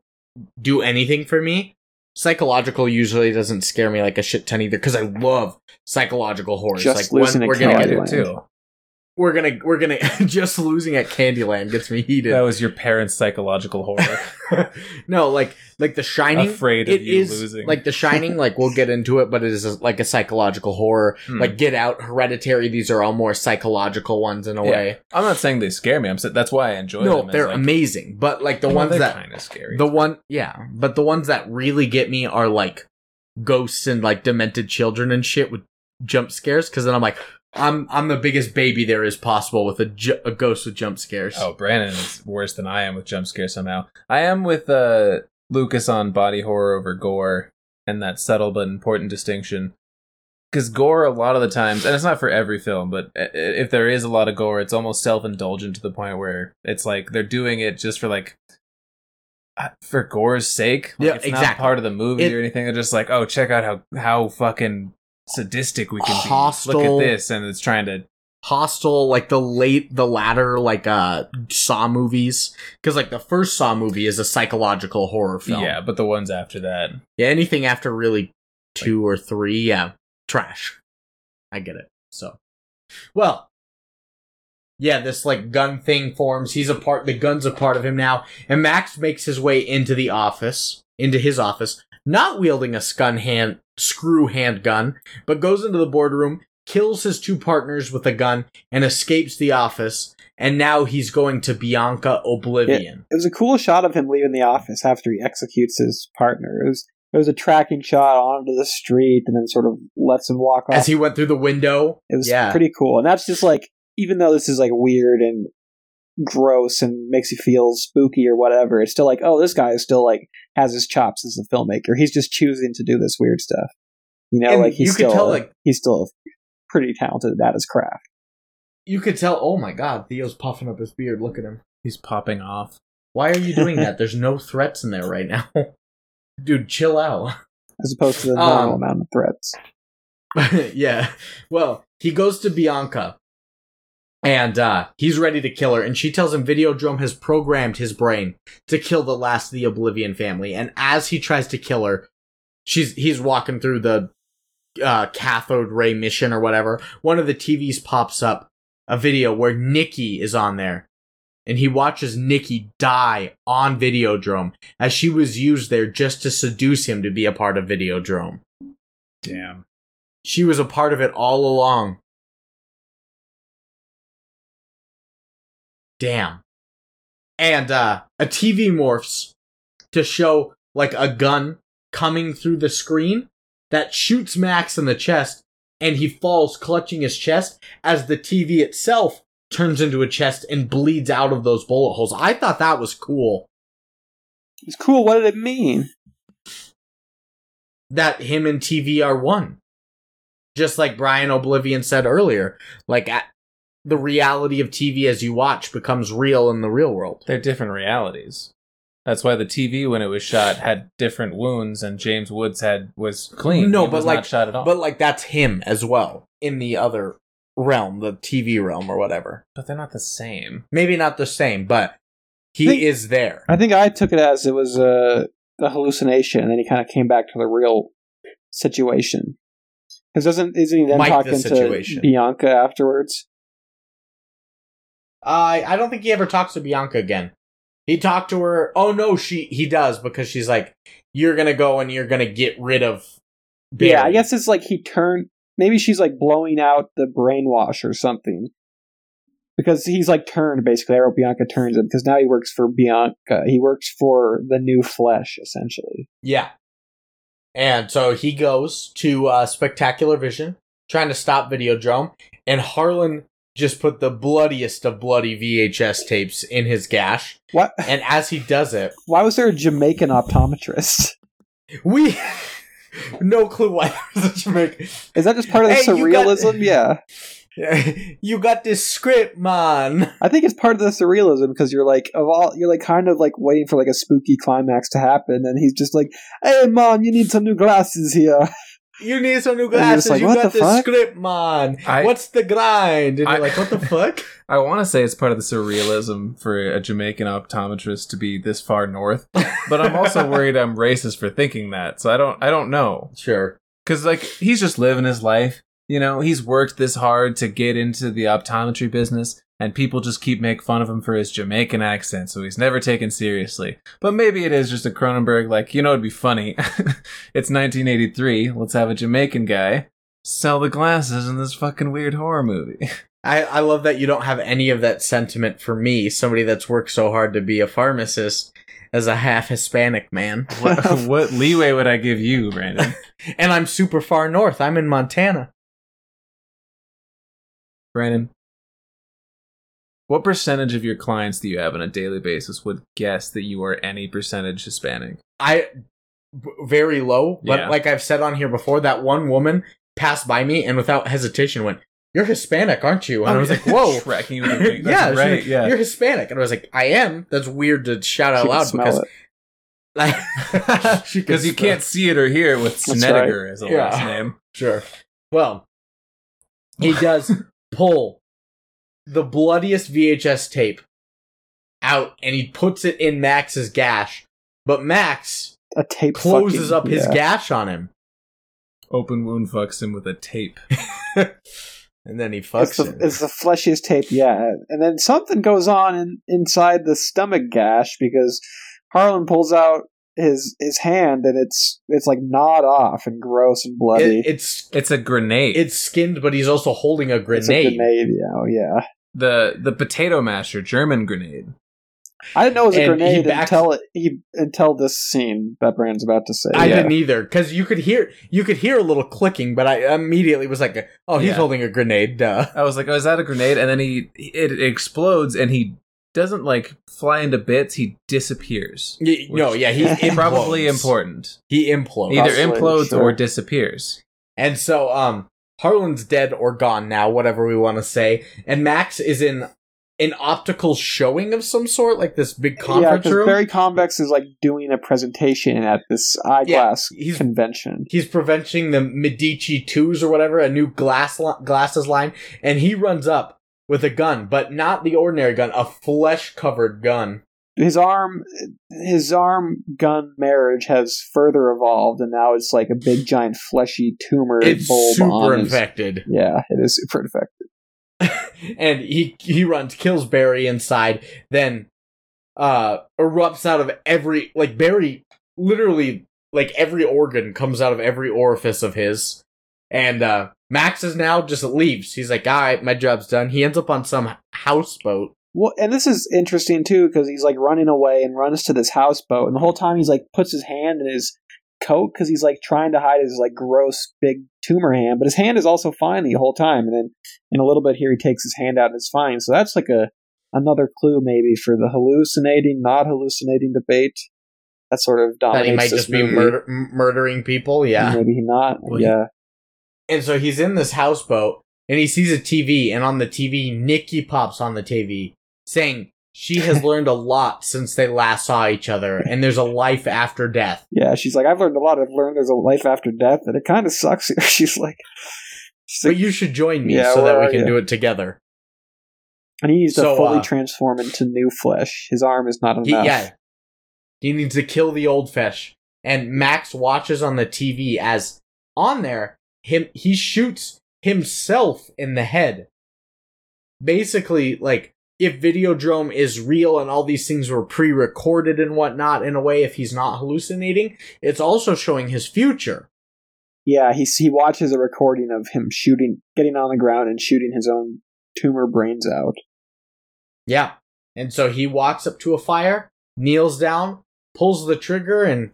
do anything for me. Psychological usually doesn't scare me like a shit ton either, because I love psychological horror.
Just
like
losing a
we're
I
gonna
cat.
get
get
it.
it too.
we're gonna we're gonna just losing at Candyland gets me heated.
That was your parents' psychological horror.
no, like like the shining
Afraid of
it
you
is-
losing.
Like the shining, like we'll get into it, but it is a, like a psychological horror.
Hmm.
Like Get Out, Hereditary, these are all more psychological ones in a
Yeah.
way.
I'm not saying they scare me. I'm sa- that's why I enjoy
No,
them. as,
they're
like,
amazing. But like the
well,
ones
they're
that
kind of scary.
the one yeah, but the ones that really get me are like ghosts and like demented children and shit with jump scares cuz then I'm like I'm I'm the biggest baby there is possible with a, ju- a ghost with jump scares.
Oh, Brandon is worse than I am with jump scares somehow. I am with uh, Lucas on body horror over gore and that subtle but important distinction. Because gore, a lot of the times, and it's not for every film, but i- i- if there is a lot of gore, it's almost self indulgent to the point where it's like they're doing it just for like. uh, For gore's sake, Like,
Yeah,
it's not
exactly.
part of the movie
It-
or anything. They're just like, oh, check out how how fucking sadistic we can be.
Hostile-
Look at this, and it's trying to
Hostel, like the late, the latter, like uh Saw movies, because like the first Saw movie is a psychological horror film.
yeah. But the ones after that,
yeah. Anything after really two or three, yeah, trash. I get it. So, well, yeah, this like gun thing forms. He's a part. The gun's a part of him now, and Max makes his way into the office, into his office, not wielding a scun hand screw handgun, but goes into the boardroom, kills his two partners with a gun, and escapes the office. And now he's going to Bianca Oblivion.
It was a cool shot of him leaving the office after he executes his partner. It was it was a tracking shot onto the street and then sort of lets him walk off.
As he went through the window,
it was
yeah.
pretty cool, and that's just like even though this is like weird and gross and makes you feel spooky or whatever, it's still like oh this guy is still like has his chops as a filmmaker. He's just choosing to do this weird stuff. You know,
And
like he's
you could
still
tell, like-
he's still pretty talented at his craft.
you could tell. Oh my God, Theo's puffing up his beard. Look at him.
he's popping off.
Why are you doing that? There's no threats in there right now. Dude, chill out.
As opposed to
Um,
the normal amount of threats.
yeah. Well, he goes to Bianca and uh, he's ready to kill her. And she tells him Videodrome has programmed his brain to kill the last of the Oblivion family. And as he tries to kill her, she's he's walking through the uh, cathode ray mission or whatever. One of the TVs pops up a video where Nikki is on there. And he watches Nikki die on Videodrome as she was used there just to seduce him to be a part of Videodrome.
Damn.
She was a part of it all along. Damn. And uh a TV morphs to show like a gun coming through the screen that shoots Max in the chest and he falls clutching his chest as the TV itself turns into a chest and bleeds out of those bullet holes. I thought that was cool.
It's cool. What did it mean?
that him and TV are one. Just like Brian Oblivion said earlier, like a the reality of TV as you watch becomes real in the real world.
They're different realities. That's why the TV when it was shot had different wounds, and James Woods had was clean.
No,
He
but
was
like,
not shot at all.
but like that's him as well in the other realm, the TV realm or whatever.
But they're not the same.
Maybe not the same, but he
Think-
is there.
I think I took it as it was a, a hallucination, and then he kind of came back to the real situation. Because doesn't isn't he then
Like the
talking to
situation.
Bianca afterwards?
I I don't think he ever talks to Bianca again. He talked to her. Oh no, she he does because she's like, you're gonna go and you're gonna get rid of.
Yeah, I
Barry."
guess it's like he turned. Maybe she's like blowing out the brainwash or something. Because he's like turned basically. I wrote Bianca turns him because now he works for Bianca. He works for the new flesh essentially.
Yeah. And so he goes to uh, Spectacular Vision, trying to stop Videodrome, and Harlan just put the bloodiest of bloody VHS tapes in his gash.
What?
And as he does it,
Why was there a Jamaican optometrist?
we no clue why there was a Jamaican.
Is that just part of the
Hey, you got-
surrealism? Yeah.
you got this script, man.
I think it's part of the surrealism because you're like of all you're like kind of like waiting for like a spooky climax to happen, and he's just like, "Hey man, you need some new glasses here."
You need some new
you're just
glasses.
like,
you
what
got this
the fuck?
script, man.
I-
What's the grind? And you're
I-
like, what the fuck?
I want to say it's part of the surrealism for a Jamaican optometrist to be this far north, but I'm also worried I'm racist for thinking that. So I don't. I don't know
Sure.
because like he's just living his life. You know, he's worked this hard to get into the optometry business, and people just keep make fun of him for his Jamaican accent, so he's never taken seriously. But maybe it is just a Cronenberg, like, you know, it'd be funny. it's 1983. Let's have a Jamaican guy sell the glasses in this fucking weird horror movie.
I, I love that you don't have any of that sentiment for me, somebody that's worked so hard to be a pharmacist as a half Hispanic man.
what, what leeway would I give you, Brandon?
And I'm super far north. I'm in Montana.
Brandon, what percentage of your clients do you have on a daily basis would guess that you are any percentage Hispanic?
I b- very low, but
Yeah.
like I've said on here before, that one woman passed by me and without hesitation went, "You're Hispanic, aren't you?" And I was like, "Whoa."
Tracking you with a big- Oh, that's
yeah, she's
right,
like,
yeah.
you're Hispanic, and I was like, "I am." That's weird to shout out
She can
loud
smell
because
it.
She could
Because you
smell.
can't see it or hear it with
That's right.
Snedeker as a
Yeah.
last name.
Sure. Well, he does pull the bloodiest VHS tape out and he puts it in Max's gash, but Max
A tape
closes
fucking-
up his
yeah.
gash on him
Open wound fucks him with a tape.
and then he fucks
It's the,
him.
it's the fleshiest tape, yeah. And then something goes on in, inside the stomach gash because Harlan pulls out his his hand and it's it's like gnawed off and gross and bloody.
It- it's
It's a grenade.
it's skinned, but he's also holding a grenade.
it's a grenade, yeah, oh, yeah.
the the potato masher German grenade.
I didn't know it was a
And he
grenade
backs-
until it, he until this scene that Brand's about to say.
I
yeah.
didn't either because you could hear you could hear a little clicking, but I immediately was like, "Oh, he's
Yeah.
holding a grenade." Duh.
I was like, oh, is that a grenade? And then he it explodes and he doesn't like fly into bits. He disappears.
Y- no,
Which
yeah, he
is
implodes.
Probably important.
He implodes.
Either
Possibly,
implodes
sure.
or disappears.
And so, um, Harlan's dead or gone now, whatever we want to say. And Max is in an optical showing of some sort, like this big
yeah,
conference
because
room.
Barry Convex is like doing a presentation at this eyeglass
he's-
convention.
He's preventing the Medici twos or whatever, a new glass li- glasses line, and he runs up with a gun, but not the ordinary gun, a flesh covered gun.
his arm his arm gun marriage has further evolved and now it's like a big giant fleshy tumor
It's
bulb
super
on his-
infected.
yeah it is super infected
and he he runs, kills Barry inside, then uh erupts out of every like Barry literally like every organ comes out of every orifice of his. And uh Max is now just leaves. He's like, alright, my job's done. He ends up on some houseboat.
well and this is interesting too because he's like running away and runs to this houseboat and the whole time he's like puts his hand in his coat because he's like trying to hide his like gross big tumor hand but his hand is also fine the whole time and then in a little bit here he takes his hand out and it's fine so that's like a another clue maybe for the hallucinating not hallucinating debate that sort of dominates
That he might
this
just be
movie.
murder- m- murdering people, yeah.
Maybe he not.
Well,
yeah.
And so he's in this houseboat and he sees a TV and on the TV Nikki pops on the TV saying she has learned a lot since they last saw each other and there's a life after death.
yeah. She's like, I've learned a lot. I've learned there's a life after death, and it kind of sucks here. She's like, she's
But
like
you should join me
Yeah,
so that
where
we
are
can
you?
do it together.
and he needs to
so,
fully
uh,
transform into new flesh. His arm is not
He,
enough.
yeah. He needs to kill the old fish. And Max watches on the TV as on there him he shoots himself in the head. Basically, like if Videodrome is real and all these things were pre-recorded and whatnot in a way, if he's not hallucinating, it's also showing his future.
Yeah, He he watches a recording of him shooting, getting on the ground and shooting his own tumor brains out.
Yeah. And so he walks up to a fire, kneels down, pulls the trigger, and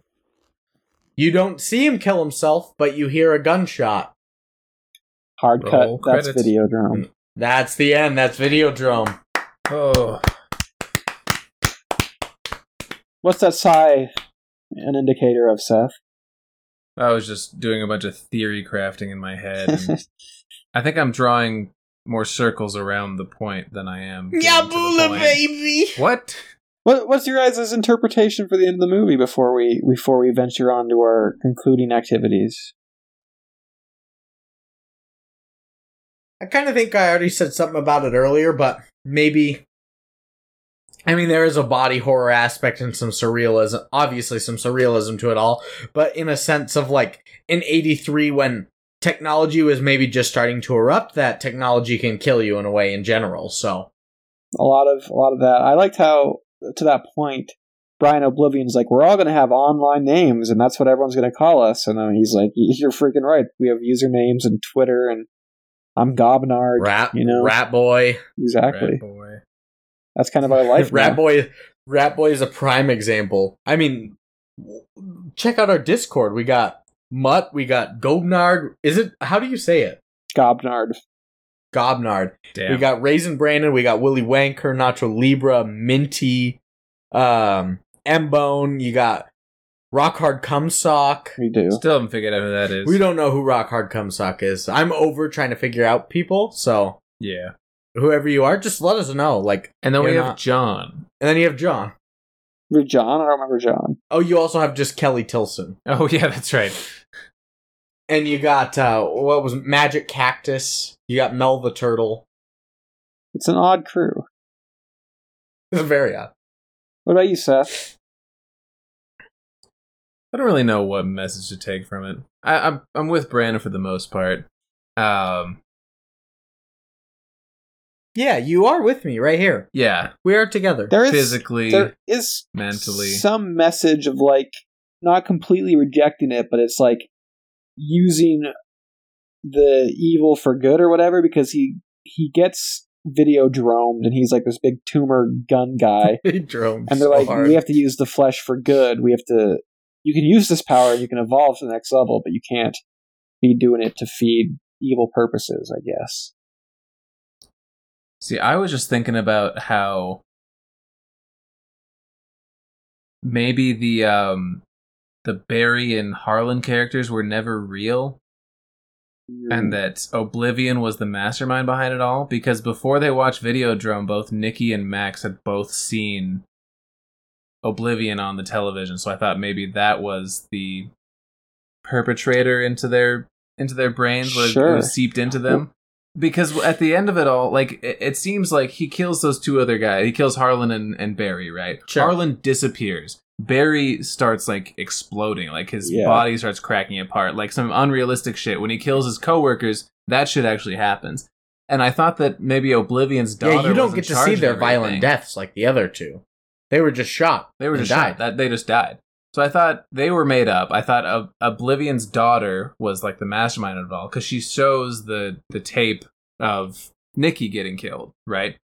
you don't see him kill himself, but you hear a gunshot.
Hard
Roll
cut. That's
credits.
video
Mm.
drone.
That's the end. That's Videodrome.
Oh,
What's that sigh? An indicator of Seth.
I was just doing a bunch of theory crafting in my head. and I think I'm drawing more circles around the point than I am. getting to the point.
baby.
What?
What, what's your guys' interpretation for the end of the movie before we before we venture on to our concluding activities?
I kind of think I already said something about it earlier, but maybe. I mean, there is a body horror aspect and some surrealism, obviously, some surrealism to it all, but in a sense of like in 83 when technology was maybe just starting to erupt, that technology can kill you in a way in general. So
a lot of a lot of that. I liked how to that point Brian Oblivion's like, we're all going to have online names, and that's what everyone's going to call us. And then he's like, you're freaking right. We have usernames and Twitter, and I'm Gobnard.
rat,
you know
rat boy,
exactly.
Rat boy.
That's kind of our life. now.
rat boy, rat boy is a prime example. I mean, check out our Discord. We got Mutt, we got Gobnard. Is it? How do you say it?
Gobnard.
Gobnard.
Damn.
We got Raisin Brandon. We got Willie Wanker, Nacho Libra, Minty, um, M Bone. You got Rock Hard Cumsock.
We do.
Still haven't figured out who that is.
We don't know who Rock Hard Cumsock is. I'm over trying to figure out people. So
Yeah.
whoever you are, just let us know. Like,
And then we
You're
have
not-
John.
and then you have John.
We're John. I don't remember John.
Oh, you also have just Kelly Tilson,
Oh yeah, that's right.
and you got uh, what was it? Magic Cactus. You got Mel the Turtle.
It's an odd crew.
It's very odd.
What about you, Seth?
I don't really know what message to take from it. I, I'm I'm with Brandon for the most part. Um,
Yeah, you are with me right here.
yeah,
We are together.
There is
physically,
there is
mentally.
some message of like not completely rejecting it, but it's like using the evil for good or whatever because he he gets video dromed and he's like this big tumor gun guy
Drones
and they're like
are-
we have to use the flesh for good we have to you can use this power and you can evolve to the next level but you can't be doing it to feed evil purposes i guess
See, I was just thinking about how maybe the um the Barry and Harlan characters were never real
Mm.
and that Oblivion was the mastermind behind it all because before they watched Videodrome, both Nikki and Max had both seen Oblivion on the television, so I thought maybe that was the perpetrator into their into their brains, what it
Sure.
was seeped into them. Because at the end of it all, like it, it seems like he kills those two other guys. He kills Harlan and, and Barry, right?
Sure.
Harlan disappears. Barry starts like exploding, like his
Yeah.
body starts cracking apart, like some unrealistic shit. When he kills his coworkers, that shit actually happens. And I thought that maybe Oblivion's daughter.
Yeah, you
was
don't
in
get to
charge
see
of
their
everything.
violent deaths like the other two. They were just shot.
They were
and
just shot. That they just died. So I thought they were made up. I thought Ob- Oblivion's daughter was like the mastermind of it all because she shows the the tape of Nikki getting killed, right?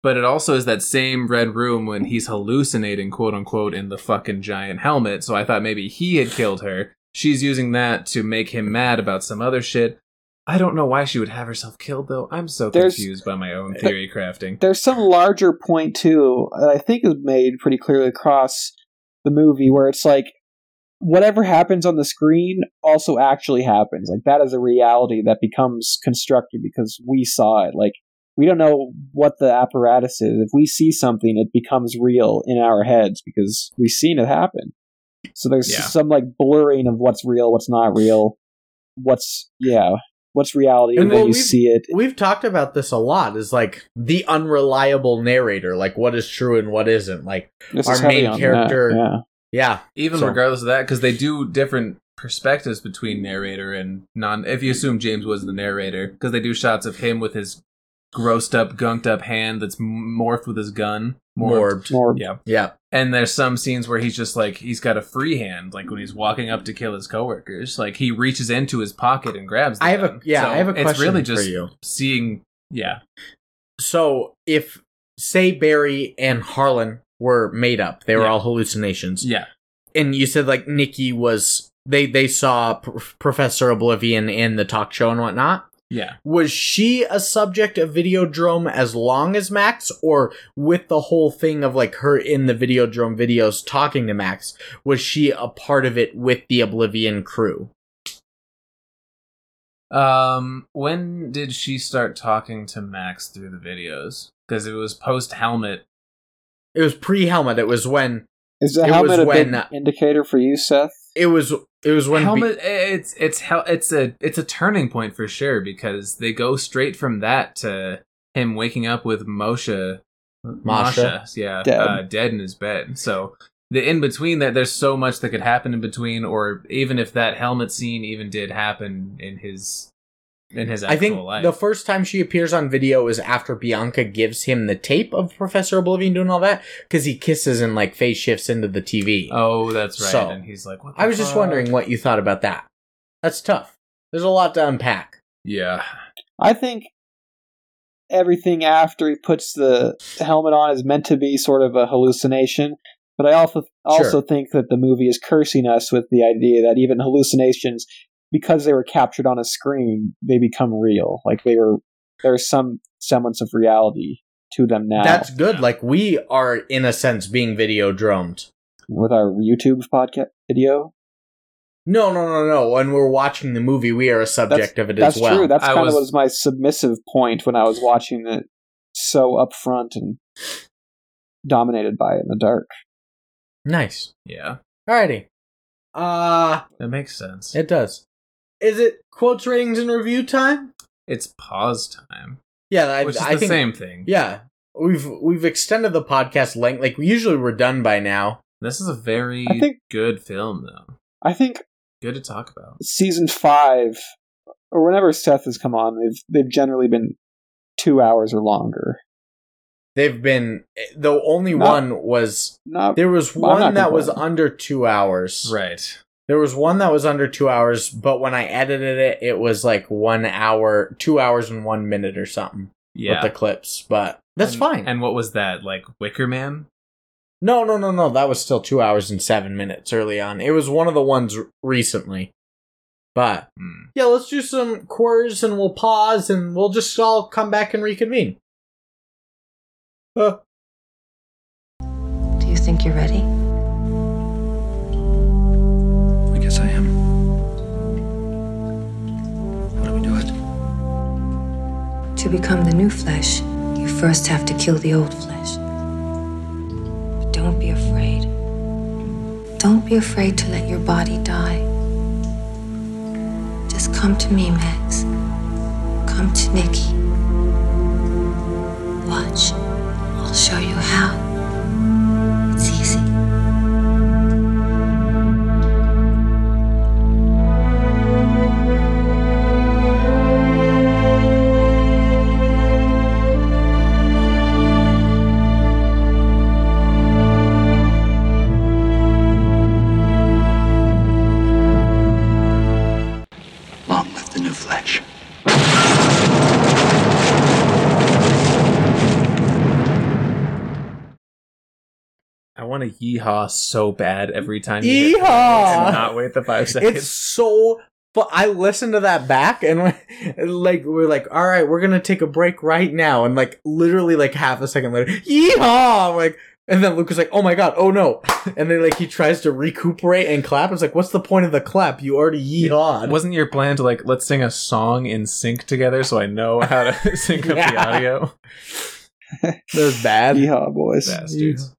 But it also is that same red room when he's hallucinating, quote unquote, in the fucking giant helmet. So I thought maybe he had killed her. She's using that to make him mad about some other shit. I don't know why she would have herself killed though. I'm so
There's-
confused by my own theory crafting.
there's some larger point too that I think is made pretty clearly across the movie where it's like whatever happens on the screen also actually happens. Like that is a reality that becomes constructed because we saw it. Like we don't know what the apparatus is. If we see something, it becomes real in our heads because we've seen it happen. So there's
Yeah.
some like blurring of what's real, what's not real, what's yeah, what's reality
And
and when
well,
you
we've-
see it.
We've talked about this a lot. Is like the unreliable narrator, like what is true and what isn't. Like,
This
our
is heavy
main
on that,
character-
yeah.
yeah,
even
So-
regardless of that because they do different perspectives between narrator and non if you assume james was the narrator because they do shots of him with his grossed up gunked up hand that's m- morphed with his gun morphed.
morbed.
More
yeah
Yeah,
and there's some scenes where he's just like he's got a free hand like when he's walking up to kill his coworkers like he reaches into his pocket and grabs the
I have a
gun.
yeah.
So
I have a question
it's really just
for you.
seeing yeah
So if say Barry and Harlan were made up, they were
Yeah.
all hallucinations.
yeah
and you said like Nikki was they they saw P- Professor Oblivion in the talk show and whatnot.
yeah
Was she a subject of Videodrome as long as Max, or with the whole thing of like her in the Videodrome videos talking to Max? Was she a part of it with the Oblivion crew?
um when did she start talking to max through the videos because it was post helmet
It was pre Helmet. It was when
Is the
It
helmet
was
a
when- uh,
big indicator for you, Seth?
it was it was when Be-
helmet eh, it's it's hel- it's a it's a turning point for sure because they go straight from that to him waking up with Moshe
Masha.
Masha, yeah
Dead.
Uh, dead in his bed so the in between that there's so much that could happen in between, or even if that helmet scene even did happen in his in his actual
I think
life.
the first time she appears on video is after Bianca gives him the tape of Professor Oblivion doing all that because he kisses and like face shifts into the TV.
oh, uh, that's right.
So,
and he's like, what the
I was just
fuck?
wondering what you thought about that. That's tough. There's a lot to unpack.
Yeah,
I think everything after he puts the helmet on is meant to be sort of a hallucination. But I also also
Sure.
think that the movie is cursing us with the idea that even hallucinations, because they were captured on a screen, they become real. Like they were, there's some semblance of reality to them now
That's good. Like we are in a sense being video dromed.
with our YouTube podcast video.
No, no, no, no. When we're watching the movie, we are a subject of it
That's
as well.
true. That's
I
kind
was-
of was my submissive point when I was watching it so upfront and dominated by it in the dark.
nice.
yeah,
Alrighty. Uh
that makes sense.
it does. Is it quotes, ratings, and review time?
it's pause time,
Yeah, I,
which is
I
the
think
same thing.
Yeah. We've we've extended the podcast length. Like we usually we're done by now.
This is a very
I think-
good film, though.
I think
Good to talk about.
season five or whenever Seth has come on, they've they've generally been two hours or longer.
They've been the only
No.
one was
Not
there was
Well, I'm
one
not
that was
complaining.
under two hours.
Right.
There was one that was under two hours, but when I edited it, it was like one hour, two hours and one minute or something
Yeah.
with the clips. But that's
And-
fine.
And what was that? Like Wicker Man?
no, no, no, no. That was still two hours and seven minutes early on. It was one of the ones r- recently. But
Hmm.
yeah, let's do some queries and we'll pause and we'll just all come back and reconvene. Uh,
Do you think you're ready?
I guess I am. How do we do it?
To become the new flesh, you first have to kill the old flesh. But don't be afraid. Don't be afraid to let your body die. Just come to me, Max. Come to Nikki. Watch. I'll show you how. It's easy.
Long live the new flesh.
I want a yeehaw so bad every time. You hit-
Yeehaw!
and not wait the five seconds.
It's so. But I listened to that back and when- like we're like, all right, we're gonna take a break right now, and like literally like half a second later, yeehaw! I'm like, and then Luke was like, oh my god, oh no, and then like he tries to recuperate and clap. I was like, what's the point of the clap? You already yeehawed.
Wasn't your plan to like let's sing a song in sync together so I know how to sync up the
Yeah.
audio?
that was bad.
Yeehaw, boys.
Bastards.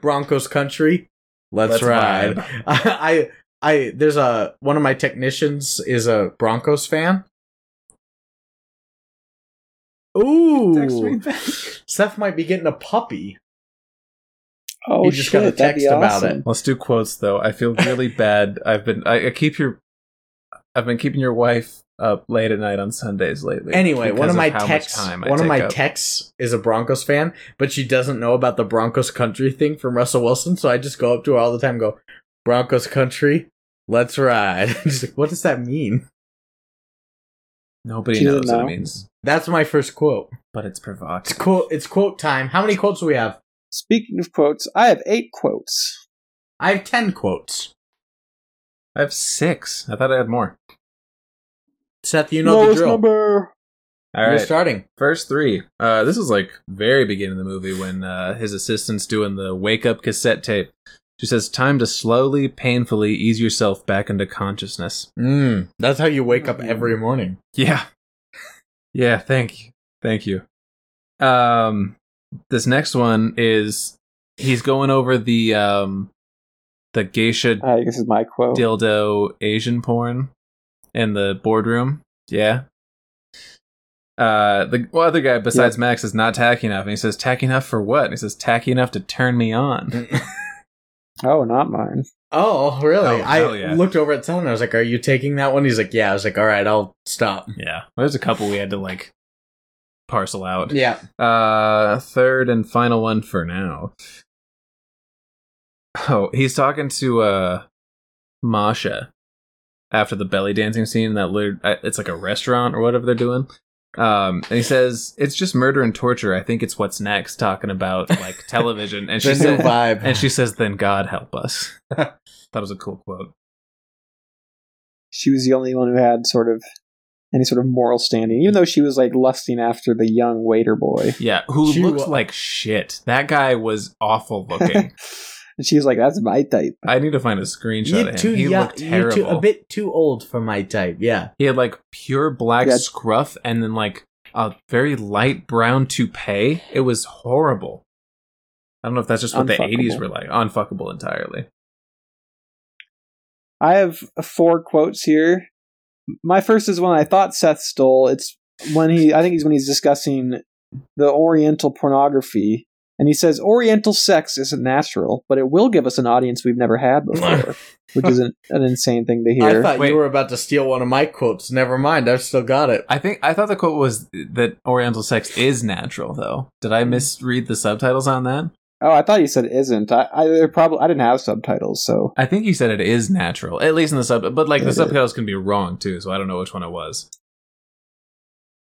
Broncos country. Let's,
Let's
ride.
ride.
I, I I there's a one of my technicians is a Broncos fan. Ooh.
Text me back.
Seth might be getting a puppy.
Oh,
He just
shit,
got a
that'd be
text about
awesome.
it.
Let's do quotes though. I feel really bad. I've been I, I keep your I've been keeping your wife up late at night on Sundays lately.
Anyway, one
because
of my
how much
texts
time I
one of
take
my
up.
texts is a Broncos fan, but she doesn't know about the Broncos country thing from Russell Wilson, so I just go up to her all the time and go, Broncos country, let's ride. She's like, what does that mean?
Nobody
She
knows
doesn't
what it
know.
means,
That's my first quote.
but it's
It's
provocative.
quote. It's quote time. How many quotes do we have?
Speaking of quotes, I have eight quotes.
I have ten quotes.
I have six. I thought I had more.
Seth, you know
Lowest
the drill.
number.
All
You're
right.
starting.
First three. Uh, this is like very beginning of the movie when uh, his assistant's doing the wake up cassette tape. She says, "Time to slowly, painfully ease yourself back into consciousness."
Mm, that's how you wake
Mm-hmm.
up every morning.
Yeah, yeah. Thank you, thank you. Um, this next one is he's going over the um the geisha
Ah, I guess is my quote.
dildo Asian porn in the boardroom. Yeah. Uh, the well, other guy besides
Mm.
Max is not tacky enough, and he says tacky enough for what? And he says tacky enough to turn me on.
Oh, not mine.
Oh, really?
Oh, hell
I
yeah.
looked over at Tom and I was like, "Are you taking that one?" He's like, "Yeah." I was like, "All right, I'll stop."
Yeah. Well, there's a couple we had to like parcel out.
Yeah.
Uh, third and final one for now. Oh, he's talking to uh Masha after the belly dancing scene. That lit- uh, it's like a restaurant or whatever they're doing. Um, and he says it's just murder and torture. I think it's what's next. Talking about like television, and she
There's no
said,
vibe.
and she says, "Then God help us." that was a cool quote.
She was the only one who had sort of any sort of moral standing, even though she was like lusting after the young waiter boy.
Yeah, who
She
looks
wa-
like shit. That guy was awful looking.
and she's like, "That's my type."
I need to find a screenshot of him. he
young-
looked
you're
terrible.
too- a bit too old for my type. Yeah.
He had like pure black
Yeah.
scruff and then like a very light brown toupee. It was horrible. I don't know if that's just what the
Unfuckable.
80s were like. Unfuckable entirely.
I have four quotes here. My first is one I thought Seth stole. It's when he, I think he's when he's discussing the Oriental pornography, and he says, "Oriental sex isn't natural, but it will give us an audience we've never had before," which is an, an insane thing to hear.
I thought
Wait.
you were about to steal one of my quotes. Never mind. I've still got it.
I think I thought the quote was that Oriental sex is natural though. Did
Hmm.
I misread the subtitles on that?
oh, I thought he said isn't. I, I they're probably I didn't have subtitles, so
I think you said it is natural. At least in the sub but like the
It is.
subtitles can be wrong too, so I don't know which one it was.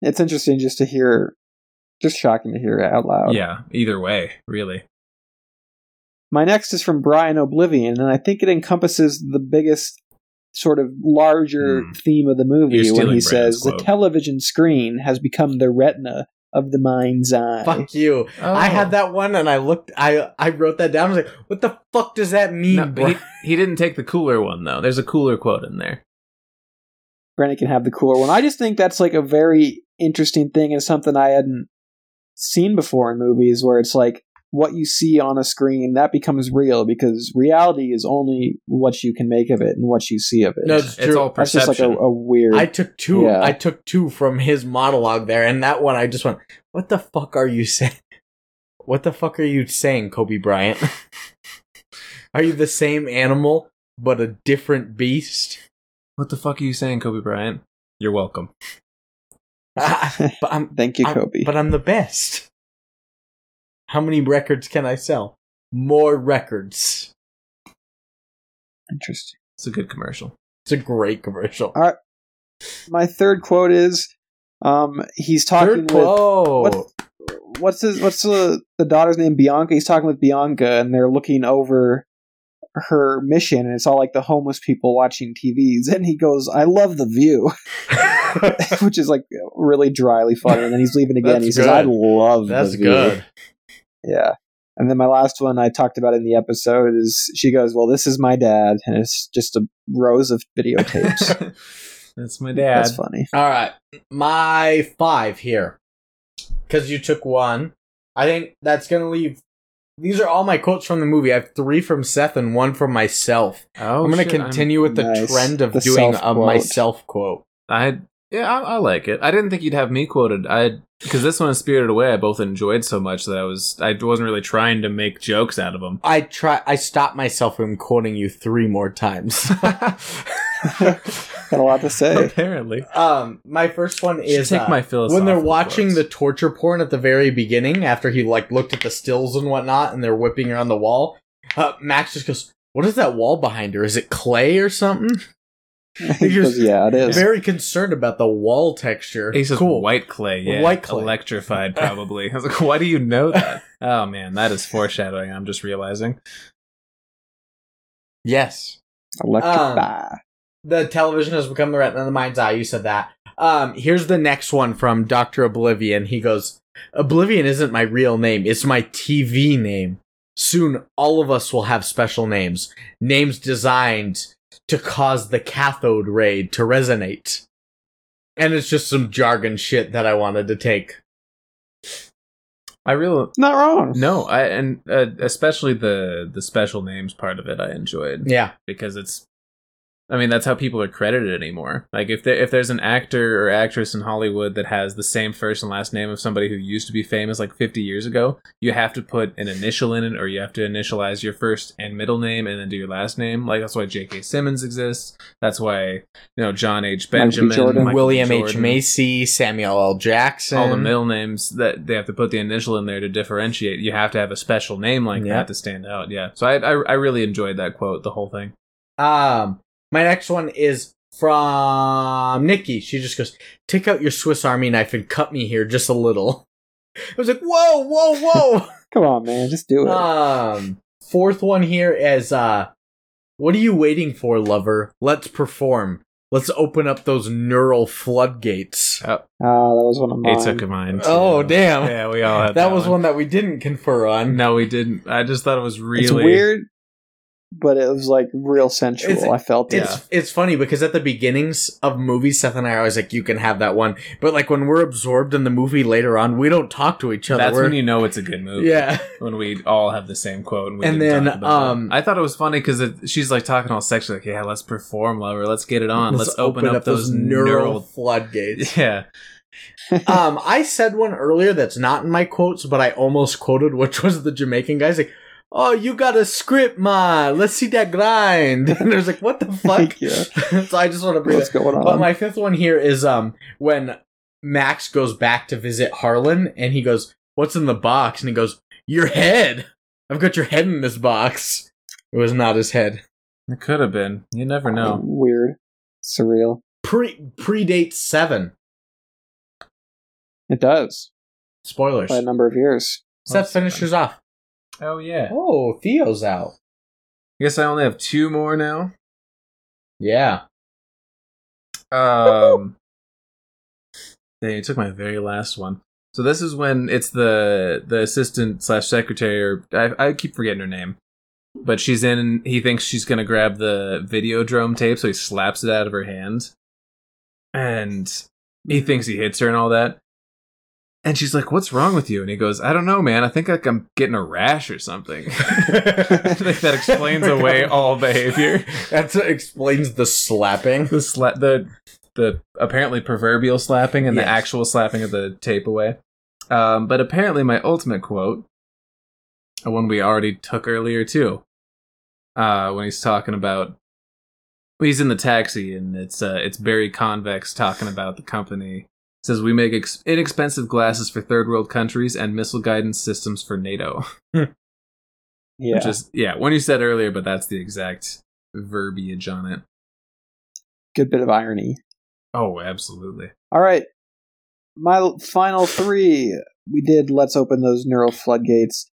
it's interesting just to hear, just shocking to hear it out loud.
Yeah, either way, really.
My next is from Brian Oblivion, and I think it encompasses the biggest sort of larger
Hmm.
theme of the
You're
movie
stealing
when he
Brian's
says the
quote.
television screen has become the retina of the mind's eye.
Fuck you. I
Oh.
had that one and I looked. I I wrote that down. I was like, "What the fuck does that mean?"
No,
bro?"
but he, he didn't take the cooler one though. There's a cooler quote in there.
Granted, can have the cooler one. I just think that's like a very interesting thing and something I hadn't seen before in movies where it's like what you see on a screen that becomes real because reality is only what you can make of it and what you see of it.
No,
It's,
it's true.
all
that's
perception.
just like a, a weird.
I took two.
Yeah.
I took two from his monologue there, and that one I just went, "What the fuck are you saying? What the fuck are you saying, Kobe Bryant? are you the same animal but a different beast?"
What the fuck are you saying, Kobe Bryant? You're welcome.
but I'm
Thank you,
I'm-
Kobe.
but I'm the best. How many records can I sell? More records.
Interesting.
It's a good commercial.
It's a great commercial.
All my third quote is um he's talking
Third quote.
with what, what's his what's the the daughter's name bianca he's talking with bianca and they're looking over her mission and it's all like the homeless people watching tvs and he goes i love the view which is like really dryly funny and then he's leaving again
That's
he says i
good.
love
That's
the view.
good.
yeah and then my last one i talked about in the episode is she goes well this is my dad and it's just a rows of videotapes
That's my dad.
that's funny
All right, my five here, because you took one. I think that's gonna leave. These are all my quotes from the movie. I have three from Seth and one from myself.
Oh,
I'm gonna
shit,
continue with the
Nice.
trend of
The
doing a
self-quote.
myself quote.
I yeah, I, I like it. I didn't think you'd have me quoted. I because this one and Spirited Away, I both enjoyed so much that I was I wasn't really trying to make jokes out of them.
I try. I stopped myself from quoting you three more times.
got a lot to say
Apparently,
um, my first one
Should
is
take
uh,
my philosophical
when they're watching
quotes.
the torture porn at the very beginning after he like looked at the stills and whatnot, and they're whipping her on the wall. Uh, Max just goes, "What is that wall behind her? Is it clay or something?"
He goes, yeah, it is.
very concerned about the wall texture.
he says
cool.
white clay. Yeah,
White clay.
electrified probably. I was like, why do you know that? oh man, that is foreshadowing. I'm just realizing.
Yes. um,
Electrify.
The television has become the retina of the mind's eye. You said that. Um, here's the next one from Dr. Oblivion. He goes, Oblivion isn't my real name. It's my TV name. Soon, all of us will have special names. Names designed to cause the cathode ray to resonate. And it's just some jargon shit that I wanted to take.
I really
Not wrong.
no, I and uh, especially the the special names part of it, I enjoyed.
Yeah.
because it's I mean, that's how people are credited anymore. Like if there, if there's an actor or actress in Hollywood that has the same first and last name of somebody who used to be famous like 50 years ago, you have to put an initial in it, or you have to initialize your first and middle name, and then do your last name. Like that's why J.K. Simmons exists. That's why you know John H.
Michael B.
Benjamin,
Jordan.
Michael B.
William H.
Jordan.
Macy, Samuel L. Jackson.
All the middle names that they have to put the initial in there to differentiate. You have to have a special name like
Yeah.
that to stand out. Yeah. So I, I I really enjoyed that quote, the whole thing.
Um, my next one is from Nikki. She just goes, "Take out your Swiss Army knife and cut me here just a little." I was like, "Whoa, whoa,
Come on, man, just do
whoa!"
it.
um, fourth one here is, uh, "What are you waiting for, lover? Let's perform. Let's open up those neural floodgates."
Ah, that was one of mine.
It took a mind.
Oh, damn!
Yeah, we all had
that, was one. that we didn't confer on.
No, we didn't. I just thought it was really
It's weird, but it was like real sensual.
It's-
I felt it.
It's it's funny because at the beginnings of movies, Seth and I are always like, "You can have that one," but like when we're absorbed in the movie later on, we don't talk to each other.
That's
We're-
when you know it's a good movie.
yeah.
when we all have the same quote. And, we
And then,
didn't talk about
um,
that. I thought it was funny because she's like talking all sexually, like, "Yeah, let's perform, lover. Let's get it on. Let's, open, up, those, neural."
floodgates.
yeah,
um, I said one earlier that's not in my quotes, but I almost quoted, which was the Jamaican guys like, "Oh, you got a script, ma? Let's see that grind." And I was like, "What the fuck?"
Yeah.
so I just want to bring
What's
that.
going on?
But my fifth one here is um when Max goes back to visit Harlan, and he goes, "What's in the box?" And he goes, "Your head. I've got your head in this box." It was not his head.
it could have been. You never know.
Weird, surreal.
Pre predates seven.
It does
Spoilers.
by a number of years.
Seth finishes off.
Oh yeah.
Oh, Theo's out.
I guess I only have two more now.
Yeah.
Um, they took my very last one. So this is when it's the the assistant slash secretary, or I, I keep forgetting her name, but she's in. He thinks she's gonna grab the video drum tape, so he slaps it out of her hand, and he thinks he hits her and all that. And she's like, "What's wrong with you?" And he goes, "I don't know, man. I think like I'm getting a rash or something." I think that explains away all behavior.
That explains the slapping.
the sla- the the apparently proverbial slapping and
Yes.
the actual slapping of the tape away. Um, but apparently, my ultimate quote, a one we already took earlier too, uh, when he's talking about he's in the taxi and it's uh, it's Barry Convex talking about the company. It says we make ex- inexpensive glasses for third world countries and missile guidance systems for NATO.
Yeah,
Which is yeah, one you said earlier, but that's the exact verbiage on it.
good bit of irony.
Oh, absolutely.
All right. My l- final three. We did Let's Open Those Neural Floodgates.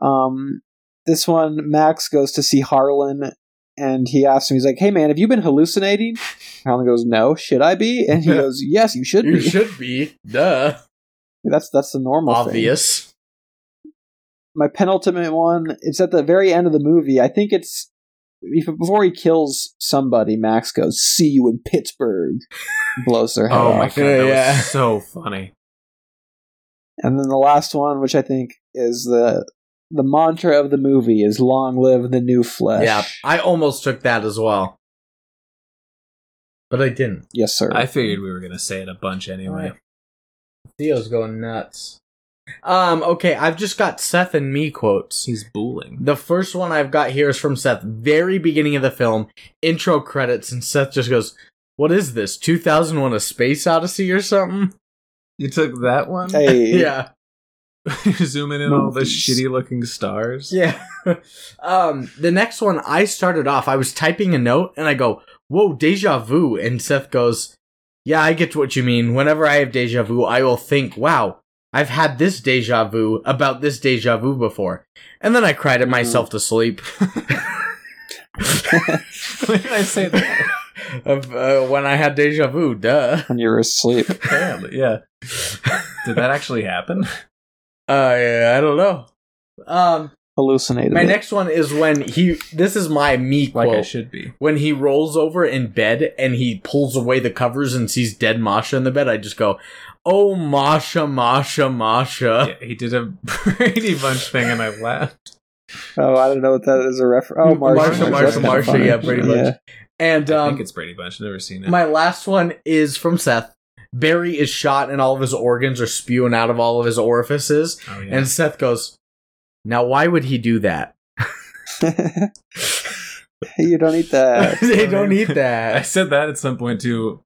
Um, this one, Max goes to see Harlan, and he asks him, he's like, hey man, have you been hallucinating? Harlan goes, no, should I be? And he goes, yes, you should
You
be.
should be. Duh.
That's, that's the normal thing.
Obvious.
my penultimate one. It's at the very end of the movie. I think it's bef- before he kills somebody. Max goes, "See you in Pittsburgh," blows their head
Oh
off.
my
off.
god, that
Yeah.
was so funny.
And then the last one, which I think is the the mantra of the movie, is "Long live the new flesh."
Yeah. I almost took that as well. But I didn't.
Yes, sir.
I figured we were gonna say it a bunch anyway.
Theo's going nuts. Um, okay, I've just got Seth and me quotes.
He's booling.
The first one I've got here is from Seth, very beginning of the film, intro credits, and Seth just goes, What is this? 2001 A Space Odyssey or something?
You took that one.
hey,
Yeah.
Zooming in all the
Movies.
shitty looking stars.
Yeah. um, the next one, I started off, I was typing a note and I go, Whoa, deja vu. And Seth goes, Yeah, I get what you mean. Whenever I have deja vu, I will think, Wow, I've had this deja vu about this deja vu before. And then I cried at myself to sleep.
When did I say that?
of, uh, when I had deja vu, duh.
when you're asleep.
Apparently, yeah. Did that actually happen?
Uh, yeah, I don't know. Um,
Hallucinated.
my
it.
next one is when he, this is my me
Like
quote.
I should be.
when he rolls over in bed and he pulls away the covers and sees dead Masha in the bed, I just go, "Oh, Masha, Masha, Masha."
Yeah, he did a Brady Bunch thing, and I laughed.
oh, I don't know what that is a reference. Oh, Marsha,
Marsha, Marsha,
That's kinda
Marsha,
funny.
yeah, pretty much. And
I
um,
think it's Brady Bunch. I've never seen it.
my last one is from Seth. Barry is shot and all of his organs are spewing out of all of his orifices.
oh, yeah.
And Seth goes, Now, why would he do that?
you don't eat that.
they don't eat
I
that.
said that at some point too,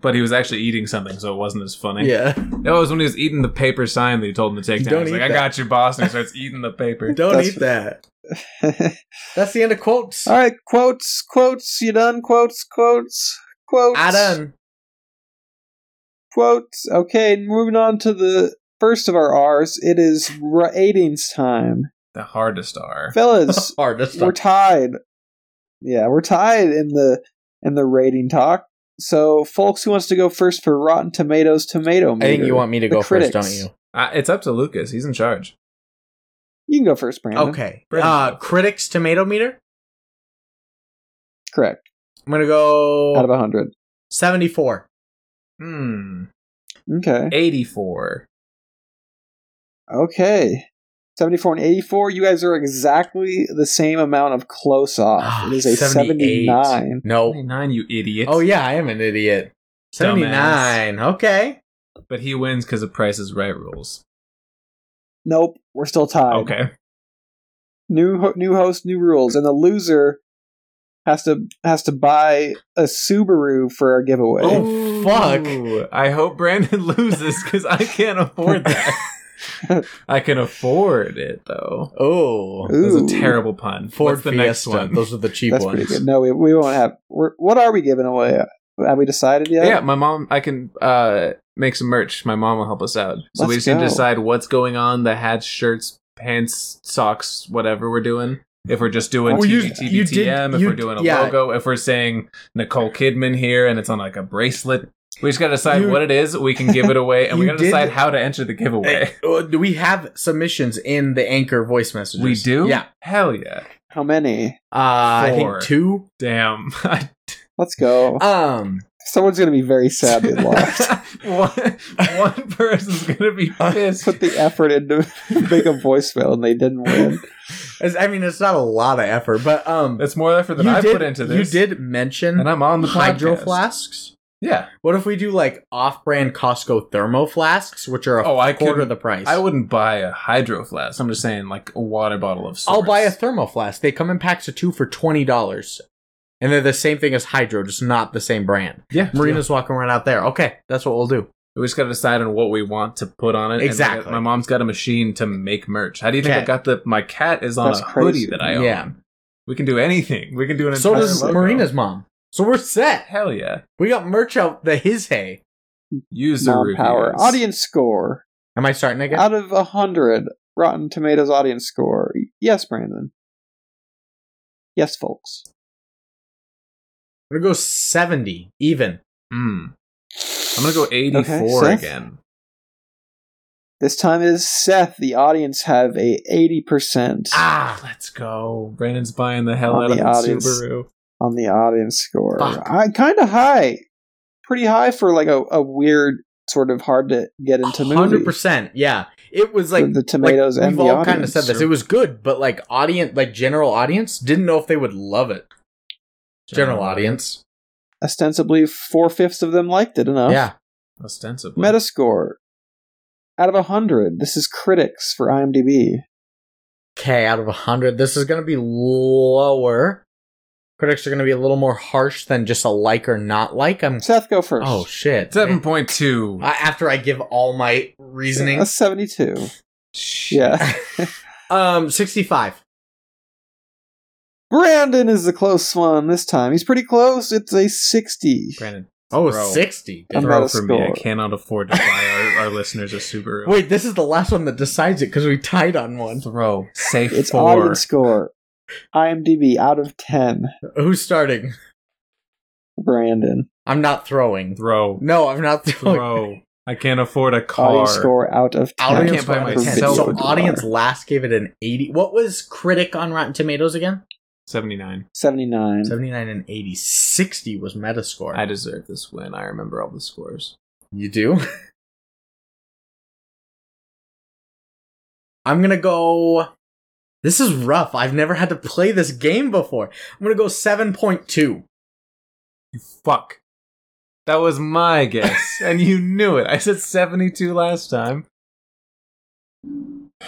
but he was actually eating something, so it wasn't as funny.
yeah.
No, it was when he was eating the paper sign that he told him to take down.
Don't
He's
eat
like, I
that."
got you, boss. And he starts eating the paper.
Don't
That's-
eat that. That's the end of quotes.
All right, quotes, quotes. You done? Quotes, quotes, quotes.
I done.
Quotes. Okay, moving on to the first of our R's. It is ratings time,
The hardest R.
fellas.
Hardest.
we're tied. Yeah, we're tied in the in the rating talk. So, folks, who wants to go first for Rotten Tomatoes tomato meter?
I think you want me to
The
go first,
critics.
don't you?
Uh, it's up to Lucas. He's in charge.
You can go first, Brandon.
Okay.
Brandon.
Uh, critics tomato meter.
correct.
I'm gonna
Out of
go
hundred.
74.
Hmm.
Okay.
84.
Okay. 74 and 84, you guys are exactly the same amount of close
Ah,
off. It is a
78.
79.
No.
29, you idiot.
Oh yeah, I am an idiot. 79. Okay.
But he wins because of Price is Right rules.
Nope, we're still tied.
Okay.
New ho- new host, new rules, and the loser has to has to buy a Subaru for a giveaway.
Oh, fuck.
Ooh, I hope Brandon loses because I can't afford that. I can afford it, though.
Oh.
Ooh.
That was a terrible pun.
Ford
What's the
Fiesta.
next one?
Those are the cheap
That's
ones.
pretty good. No, we, we won't have. We're, what are we giving away? Have we decided yet?
Yeah, my mom. I can uh, make some merch. My mom will help us out. So we
Let's
just need to
go.
decide what's going on: the hats, shirts, pants, socks, whatever we're doing. If we're just doing
Well, Oh, you- you did-
TGTBTM, if
you-
we're doing a
yeah.
logo, if we're saying Nicole Kidman here, and it's on like a bracelet. We just gotta decide
You-
what it is. We can give it away, and we
you
gotta
did-
decide how to enter the
Hey,
giveaway.
uh, do we have submissions in the anchor voice messages?
We do.
Yeah.
Hell yeah.
How many?
Uh, I
Four.
think two.
Damn. I-
Let's go.
Um,
Someone's gonna be very sad they lost.
one, one person's gonna be pissed.
Put the effort into make a voicemail and they didn't win.
it's- I mean, it's not a lot of effort, but um,
That's more effort than I
did,
put into this.
You did mention
and I'm on the
hydro
podcast.
flasks.
Yeah.
What if we do like off-brand Costco thermo flasks, which are a
Oh, I
quarter
couldn't-
the price?
I wouldn't buy a hydro flask. I'm just saying, like a water bottle of. Sorts.
I'll buy a thermo flask. They come in packs of two for twenty dollars, and they're the same thing as hydro, just not the same brand.
yeah,
Marina's walking around out there. Okay, that's what we'll do.
We just got to decide on what we want to put on it. And uh,
Exactly.
my mom's got a machine to make merch. How do you think I
Cat.
got the? My cat is on
That's
a hoodie
crazy.
that I own.
Yeah.
We can do anything. We can do an
So
entire
does
logo.
Marina's mom. So we're set.
Hell yeah.
We got merch out the his hay.
User
Mom power.
reviews.
Audience score
Am I starting again?
out of hundred. Rotten Tomatoes audience score. Yes, Brandon. Yes, folks.
I'm gonna go seventy even.
Mm. I'm gonna go 84
Seth?
again.
This time it is Seth. The audience have a eighty percent
Ah,
Let's go. Brandon's buying the hell
On
out of
the
the
audience.
Subaru.
on the audience score.
Fuck.
I kind of high, pretty high for like a, a weird sort of hard to get into
hundred
movie.
percent. Yeah, it was like
The- the tomatoes
like,
and
we've
the
all kind of
audience,
said this.
sure.
It was good, but like audience, like general audience, didn't know if they would love it. General, audience,
Ostensibly, four fifths of them liked it enough.
yeah.
Ostensibly.
Metascore out of hundred. This is critics for IMDb.
Okay, out of hundred, this is gonna be lower. Critics are gonna be a little more harsh than just a like or not like. I'm
Seth, go first.
oh shit.
7.2.
I- after I give all my reasoning,
a seventy-two.
Shit.
Yeah,
um, sixty-five.
Brandon is the close one this time. He's pretty close. It's a sity
Brandon.
Oh,
Bro.
60.
I'm
Throw
not a
for me. I
score.
cannot afford to buy our, our listeners a Subaru.
Wait, this is the last one that decides it because we tied on one.
Throw. Say
It's
four.
audience score. IMDb out of ten.
Who's starting?
Brandon
I'm not throwing.
Throw.
No, I'm not throwing.
Throw. I can't afford a car.
audience score out of ten.
Audience
I can't buy
one out of
myself
10.
a
So
car.
audience last gave it an 80. What was critic on Rotten Tomatoes again?
79.
79.
79 and 80. 60 was Metascore.
I deserve this win. I remember all the scores.
you do? I'm going to go This is rough. I've never had to play this game before. I'm going to go 7.2.
You fuck. That was my guess, and you knew it. I said 72 last time.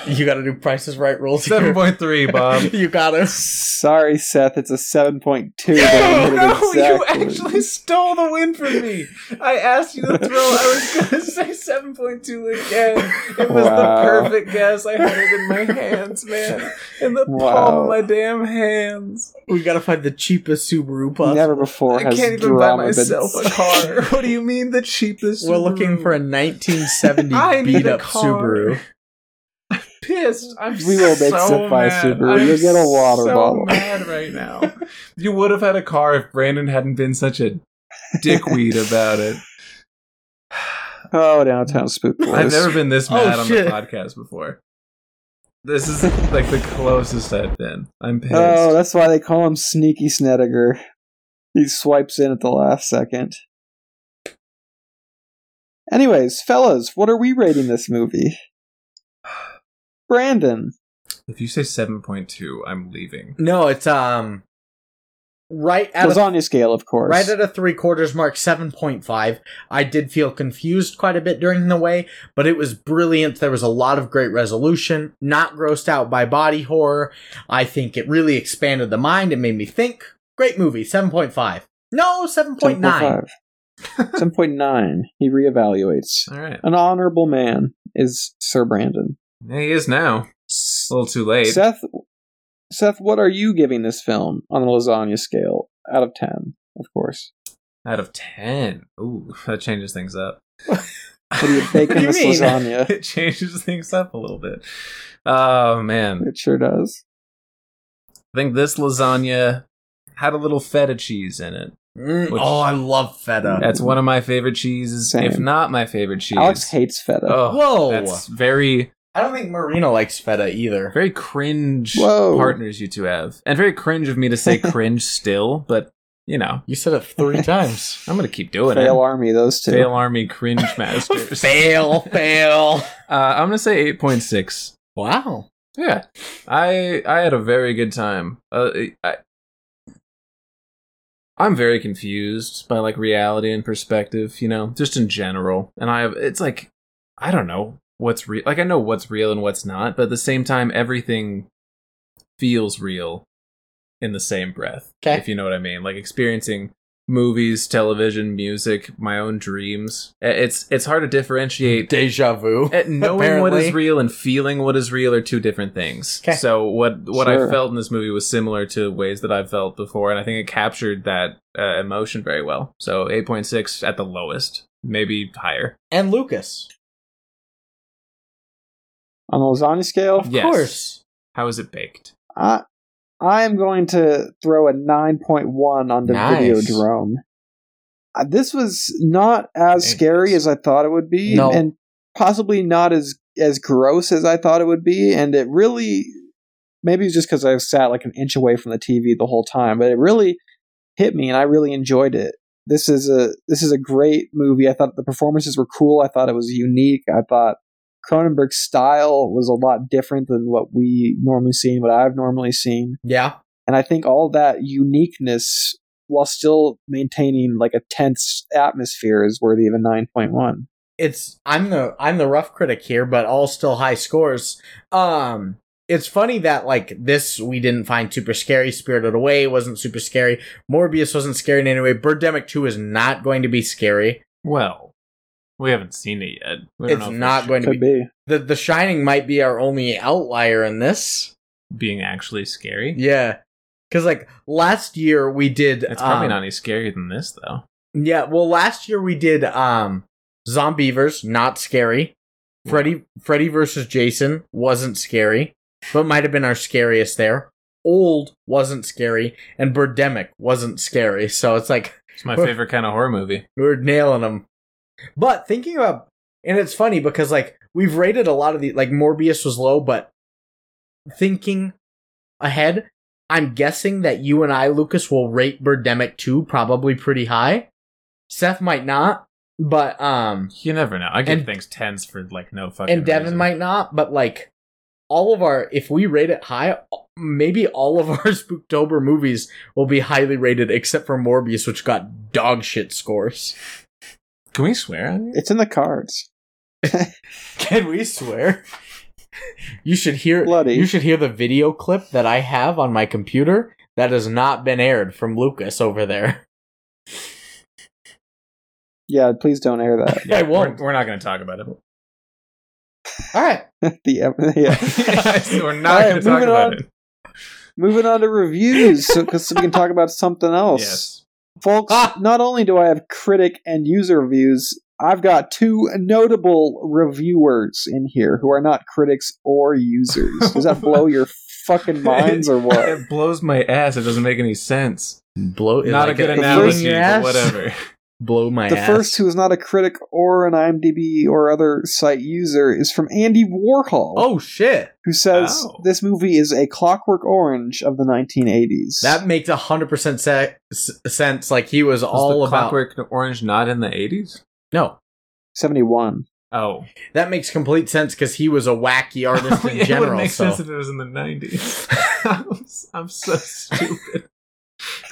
You gotta do prices right rules. here.
7.3, Bob.
you gotta.
Sorry, Seth. It's a seven point two.
Oh, no, you actually stole the win from me. I asked you to throw. I was going to say 7.2 again. It was
Wow.
the perfect guess. I had it in my hands, man. In the palm
Wow.
of my damn hands.
We gotta find the cheapest Subaru possible.
Never before
I
has
can't even buy
drama
myself
been
a car. What do you mean the cheapest?
We're looking for a 1970
I need a
beat up
car.
Subaru.
pissed. I'm
We will make
so
Sip buy a
mad.
Subaru.
I'm
You'll get a water
so
bottle.
mad right now. You would have had a car if Brandon hadn't been such a dickweed about it.
Oh, downtown spook boys.
I've never been this
Oh,
mad on
shit.
the podcast before. This is like the closest I've been. I'm pissed.
Oh, that's why they call him Sneaky Snedeker. He swipes in at the last second. Anyways, fellas, what are we rating this movie? Brandon.
if you say 7.2, I'm leaving.
Mm.
No, it's um right at a,
Lasagna scale, of course.
right at a three quarters mark, seven point five. I did feel confused quite a bit during the way, but it was brilliant. There was a lot of great resolution. Not grossed out by body horror. I think it really expanded the mind. It made me think. Great movie, seven point five. No, seven point nine.
7.5. 7.9. He reevaluates.
All right.
An honorable man is Sir Brandon.
Yeah, he is now. A little too late.
Seth, Seth, what are you giving this film on the lasagna scale out of 10, of course?
Out of 10. Ooh, that changes things up.
What are you baking
do you
this
mean?
lasagna?
it changes things up a little bit. Oh, man.
It sure does.
I think this lasagna had a little feta cheese in it.
Mm,
Which-
oh, I love feta.
That's one of my favorite cheeses,
Same.
if not my favorite cheese.
Alex hates feta.
Oh,
Whoa.
That's very,
I don't think Marina likes feta either.
very cringe
Whoa.
partners you two have, and very cringe of me to say cringe still, but you know,
You said it three times.
I'm gonna keep doing
Fail
it.
army, those two.
Fail army cringe masters. uh,
fail, fail.
I'm gonna say eight point six.
Wow.
Yeah, I I had a very good time. Uh, I I'm very confused by like reality and perspective, you know, just in general. And I have it's like I don't know what's real. Like I know what's real and what's not, but at the same time, everything feels real in the same breath.
'Kay.
If you know what I mean, like experiencing movies, television, music, my own dreams. I- It's it's hard to differentiate
Deja vu.
at Uh, knowing what
Apparently.
is real and feeling what is real are two different things.
'Kay.
So what what
Sure.
I felt in this movie was similar to ways that I've felt before, and I think it captured that uh, emotion very well. So eight point six at the lowest, maybe higher.
And Lucas.
On the lasagna scale,
Of
Yes.
course.
How is it baked?
I I am going to throw a nine point one on the
Nice.
Videodrome. Uh, This was not as
Dang.
scary as I thought it would be,
No.
and possibly not as as gross as I thought it would be. And it really, maybe it's just because I sat like an inch away from the TV the whole time, but it really hit me, and I really enjoyed it. This is a this is a great movie. I thought the performances were cool. I thought it was unique. I thought Cronenberg's style was a lot different than what we normally see and what I've normally seen.
Yeah.
And I think all that uniqueness while still maintaining like a tense atmosphere is worthy of a 9.1.
It's I'm the I'm the rough critic here, but all still high scores. Um it's funny that like this we didn't find super scary. Spirited Away wasn't super scary. Morbius wasn't scary in any way. Birdemic 2 is not going to be scary.
Well, we haven't seen it yet. We don't
It's
know if
not
sh-
going to be,
Could be.
The The Shining might be our only outlier in this.
being actually scary.
Yeah. Cause like last year we did
It's probably
um,
not any scarier than this though.
Yeah, well, last year we did um Zombievers, not scary. Freddy Freddy versus Jason wasn't scary, but might have been our scariest there. Old wasn't scary, and Birdemic wasn't scary. So it's like
It's my favorite kind of horror movie.
we were nailing them. But thinking about, and it's funny because like we've rated a lot of the like Morbius was low, but thinking ahead, I'm guessing that you and I, Lucas, will rate Birdemic two probably pretty high. Seth might not, but um,
You never know. I give
And-
things tense for like no fucking.
and Devin
reason.
might not, but like all of our if we rate it high, maybe all of our Spooktober movies will be highly rated except for Morbius, which got dog shit scores.
Can we swear on it?
It's in the cards.
Can we swear? You should hear
Bloody.
you should hear the video clip that I have on my computer that has not been aired from Lucas over there.
Yeah, please don't air that.
I won't.
We're, we're not going to talk about it.
All right.
the ev- yeah.
we're not
All right,
going to talk
moving on.
about it.
Moving on to reviews, because we can talk about something else.
Yes.
Folks,
Ah!
not only do I have critic and user reviews, I've got two notable reviewers in here who are not critics or users. Does that blow your fucking minds or what?
It blows my ass. It doesn't make any sense.
Blow
Not a
like
good
it-
analogy,
blowing your
but
ass.
whatever.
Blow my
The
ass.
first who is not a critic or an IMDb or other site user is from Andy Warhol,
Oh shit.
who says
Oh.
this movie is a clockwork orange of the 1980s.
That makes a hundred percent se- s- sense. Like he was,
Was
all
the
about
Clockwork Orange not in the 80s?
no.
71.
Oh.
That makes complete sense because he was a wacky artist in
Yeah, it would
general.
make
so
sense if it was in the 90s. I'm, I'm so stupid.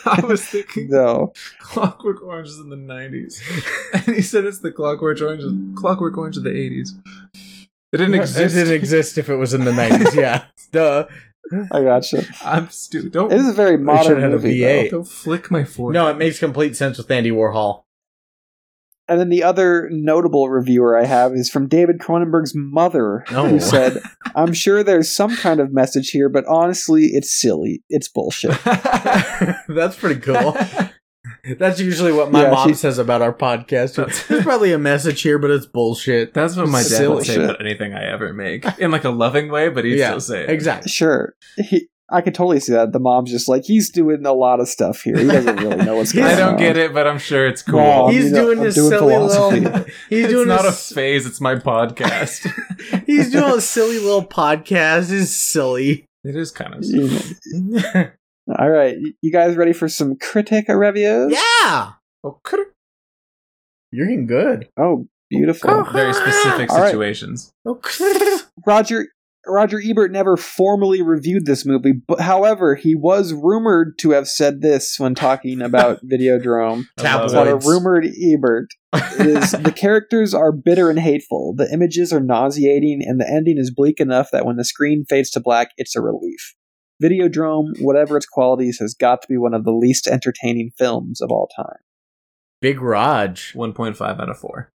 I was thinking
Though
Clockwork Orange is in the 90s. And he said it's the Clockwork Orange, Clockwork Orange of the 80s. It didn't exist.
It didn't exist if it was in the nineties. Yeah, duh.
I gotcha.
I'm stupid. Don't,
It is a very
should've had
modern
a
movie.
VA.
though.
don't flick my forehead.
No, it makes complete sense with Andy Warhol.
And then the other notable reviewer I have is from David Cronenberg's mother,
No.
who said, I'm sure there's some kind of message here, but honestly, it's silly. It's bullshit.
That's pretty cool. That's usually what my
Yeah,
mom
she-
says about our podcast. There's probably a message here, but it's bullshit.
That's what my dad
Silly
would say
shit.
about anything I ever make. In like a loving way, but he'd
Yeah,
still say it.
Exactly.
Sure. He, I could totally see that. The mom's just like, he's doing a lot of stuff here. He doesn't really know what's going on.
I don't get it, but I'm sure it's cool.
Wow.
He's
I'm doing-
doing
I'm
his
doing
silly little.
philosophy.
He's
it's
doing
not
his,
a phase, it's my podcast.
He's doing a silly little podcast. Is silly.
it is kind of
You know. All right. y- You guys ready for some critic reviews?
yeah. You're getting good.
Oh, beautiful.
very specific
All right.
situations.
Roger Roger Ebert never formally reviewed this movie, but however, he was rumored to have said this when talking about Videodrome.
Tabloids.
About a rumored Ebert It is the characters are bitter and hateful. The images are nauseating, and the ending is bleak enough that when the screen fades to black, it's a relief. Videodrome, whatever its qualities, has got to be one of the least entertaining films of all time.
Big Raj.
1.5 out of 4.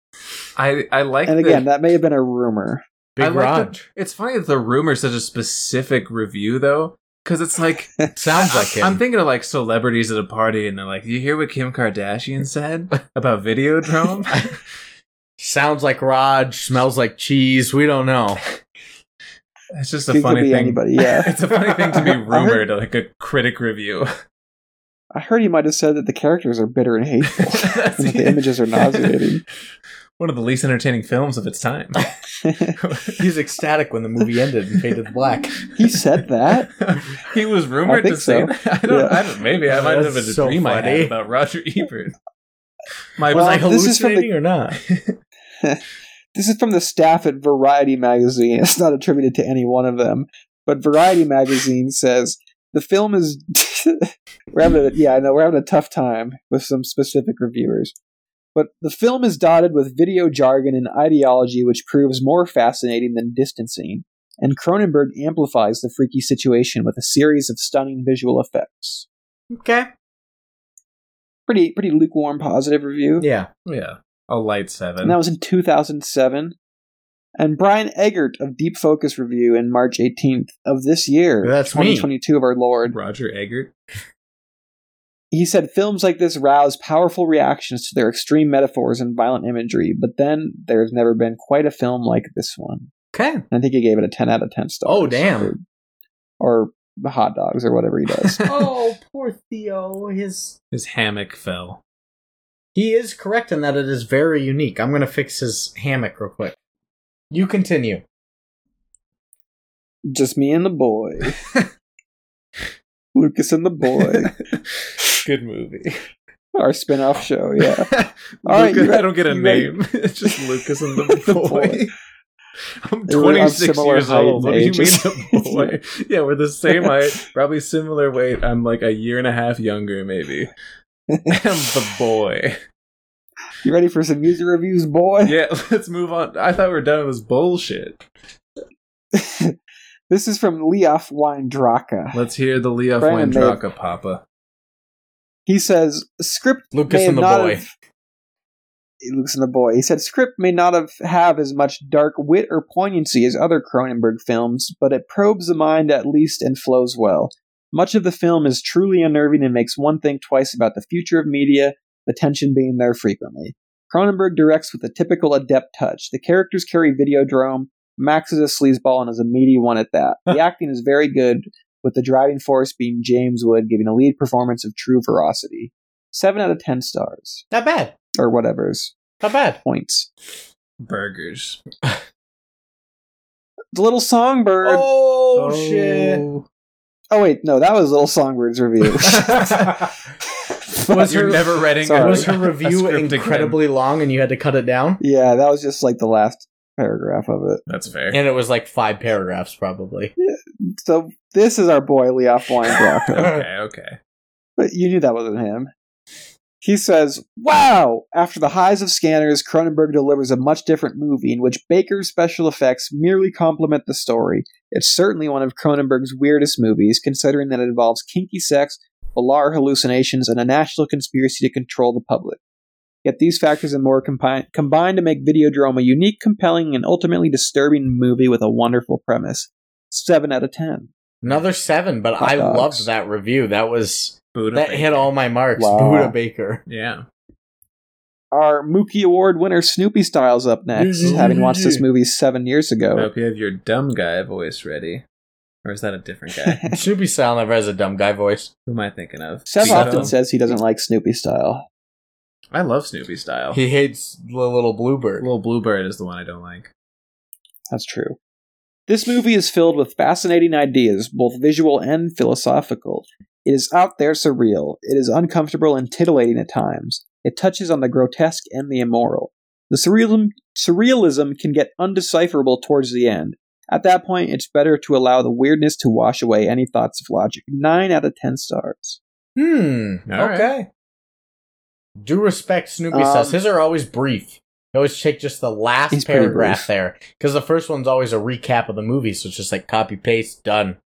I, I like
And again, that
that.
may have been a rumor.
Big
I like
Raj.
that- It's funny that the rumor is such a specific review, though, because it's like.
Sounds like
I-
him.
I'm thinking of like celebrities at a party, and they're like, "You hear what Kim Kardashian said about Videodrome?"
Sounds like Raj. Smells like cheese. We don't know.
it's just
It
a
could
funny
be
thing.
anybody, yeah.
it's a funny thing to
I
be
heard-
rumored, like a critic review.
I heard he might have said that the characters are bitter and hateful,
That's
and that the
it.
images are nauseating.
One of the least entertaining films of its time.
He was ecstatic when the movie ended and faded to black.
he said that?
he was rumored
I think
to say
so.
that. I don't,
Yeah.
I don't. Maybe I might
That's
have a
so
dream I
funny.
had about Roger Ebert. My
Well,
was I
this is from the-
hallucinating or not?
This is from the staff at Variety magazine. It's not attributed to any one of them, but Variety magazine says the film is. we're having a, yeah, I know we're having a tough time with some specific reviewers, but the film is dotted with video jargon and ideology, which proves more fascinating than distancing. And Cronenberg amplifies the freaky situation with a series of stunning visual effects.
Okay.
Pretty, pretty lukewarm, positive review.
Yeah.
yeah, a light seven.
and that was in 2007. And Brian Eggert of Deep Focus Review in March 18th of this year,
That's me.
2022 of our Lord,
Roger Eggert.
he said films like this rouse powerful reactions to their extreme metaphors and violent imagery, but then there's never been quite a film like this one.
Okay.
And I think he gave it a 10 out of 10 stars.
Oh, damn.
Or, or hot dogs or whatever he does.
Oh, poor Theo. His
His hammock fell.
he is correct in that it is very unique. I'm gonna fix his hammock real quick. You continue.
Just me and the boy. Lucas and the boy.
Good movie.
Our spin off show, yeah.
Lucas,
All right, you
I don't get a
you ready-
name. it's just Lucas and the boy. I'm
They were of
26
similar
years
height
old.
and
What do you mean?
ages.
the boy? yeah, we're the same height, probably similar weight. I'm like a year and a half younger, maybe. I'm the boy.
You ready for some user reviews, boy?
Yeah, let's move on. I thought we were done with this bullshit.
This is from Leof Weindraka.
Let's hear the Leah
Brandon, they-
Fuendraca, Papa.
He says, script
Lucas
may
and the
not
boy.
have- Lucas and the boy. He said, script may not have, have as much dark wit or poignancy as other Cronenberg films, but it probes the mind at least and flows well. Much of the film is truly unnerving and makes one think twice about the future of media, the tension being there frequently. Cronenberg directs with a typical adept touch. The characters carry Videodrome. Max is a sleazeball and is a meaty one at that. The acting is very good, with the driving force being James Wood giving a lead performance of true veracity. 7 out of 10 stars,
Not bad.
or whatever's
Not bad.
points.
Burgers.
The Little Songbird. Oh,
Oh,
wait, no, that was Little Songbird's review.
Was
Oh. You're
her-
never reading.
sorry.
a-
Was her
a
review
script again.
incredibly long and you had to cut it down?
yeah, that was just like the last paragraph of it.
That's fair.
And it was like five paragraphs, probably.
So this is our boy, Leof Weinbrock.
okay, okay.
But you knew that wasn't him. He says, Wow! After the highs of scanners, Cronenberg delivers a much different movie in which Baker's special effects merely complement the story. It's certainly one of Cronenberg's weirdest movies, considering that it involves kinky sex, bizarre hallucinations, and a national conspiracy to control the public. Yet these factors and more compi- combine to make Videodrome a unique, compelling, and ultimately disturbing movie with a wonderful premise. 7 out of 10.
Another seven, but
Hot
I
dogs.
loved that review. That was
Buddha
that hit
Baker.
all my marks.
Wow.
Buddha Baker.
Yeah.
our Mookie Award winner Snoopy Styles up next,
Yeah, yeah,
having
yeah,
watched
yeah.
this movie seven years
Oh.
I
ago.
hope you have your dumb guy voice ready. Or is that a different guy?
Snoopy Style never has a dumb guy voice.
Who am I thinking of?
Seth
Steve-O?
often says he doesn't like Snoopy Style.
I love Snoopy style.
He hates the little bluebird.
Oh. Little Bluebird is the one I don't like.
That's true. This movie is filled with fascinating ideas, both visual and philosophical. It is out there surreal. It is uncomfortable and titillating at times. It touches on the grotesque and the immoral. The surrealism, surrealism can get undecipherable towards the end. At that point, it's better to allow the weirdness to wash away any thoughts of logic. 9 out of 10 stars.
Hmm.
All right.
okay. Do respect Snoopy
Um,
says. His are always brief. They always take just the last
He's pretty
paragraph
brief.
there. Because the first one's always a recap of the movie, so it's just like copy paste, done.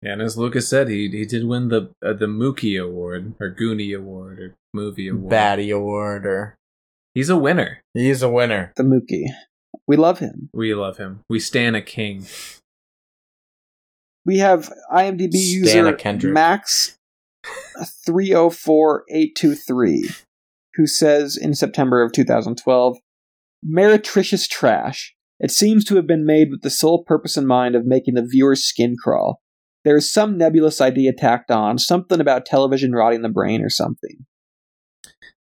Yeah, and as Lucas said, he he did win the uh, the Mookie Award or Goonie Award or Movie Award.
Batty Award or
He's a winner.
he's a winner.
The Mookie. We love him.
We love him. We stand a king.
We have IMDb
Stana
user
Kendrick.
Max three zero four eight two three, who says in September of 2012, "Meretricious trash. It seems to have been made with the sole purpose in mind of making the viewer's skin crawl. There is some nebulous idea tacked on, something about television rotting the brain or something.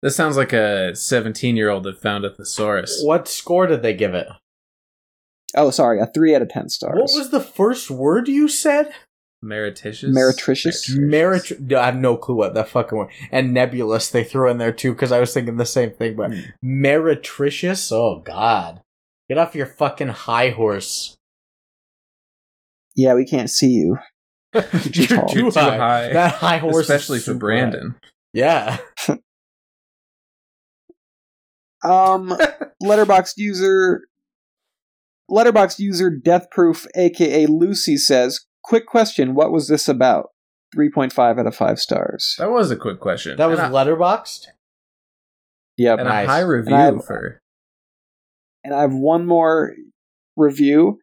This sounds like a seventeen year old that found a thesaurus.
What score did they give it?
Oh, sorry, a three out of ten stars.
What was the first word you said?
Meretricious.
Meretricious?
Merit. I have no clue what that fucking word. And nebulous they threw in there too because I was thinking the same thing.
Hmm.
But meretricious. Oh God, get off your fucking high horse.
Yeah, we can't see you.
You're too,
You're too
high.
high.
That high horse, is
especially for
super high.
Brandon.
Yeah.
Um, letterbox user, letterbox user Deathproof, aka Lucy, says, "Quick question: What was this about?" Three point five out of five stars.
That was a quick question.
That was
and
letterboxed.
Yep.
a, and
nice.
a high
And
review
I'm-
for.
And I have one more review.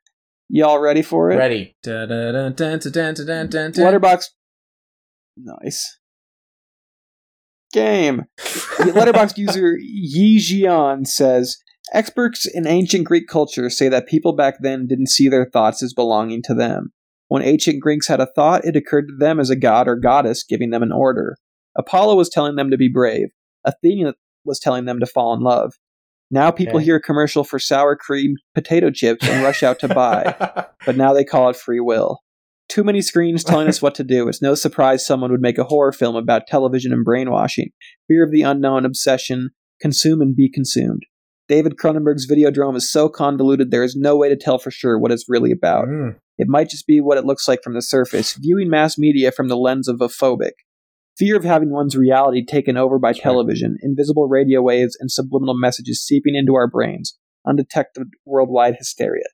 Y'all ready for it?
Ready.
Da, da, da, da, da, da, da, da, da.
Letterbox. Nice. Game. Letterbox user Yi Jian says experts in ancient Greek culture say that people back then didn't see their thoughts as belonging to them. When ancient Greeks had a thought, it occurred to them as a god or goddess giving them an order. Apollo was telling them to be brave. Athena was telling them to fall in love. Now people
Okay.
hear a commercial for sour cream potato chips and rush out to buy but now they call it free will. Too many screens telling us what to do. It's no surprise someone would make a horror film about television and brainwashing. Fear of the unknown, obsession, consume and be consumed. David Cronenberg's Videodrome is so convoluted there is no way to tell for sure what it's really about.
Mm.
It might just be what it looks like from the surface, viewing mass media from the lens of a phobic. Fear of having one's reality taken over by television, invisible radio waves, and subliminal messages seeping into our brains, undetected worldwide hysteria.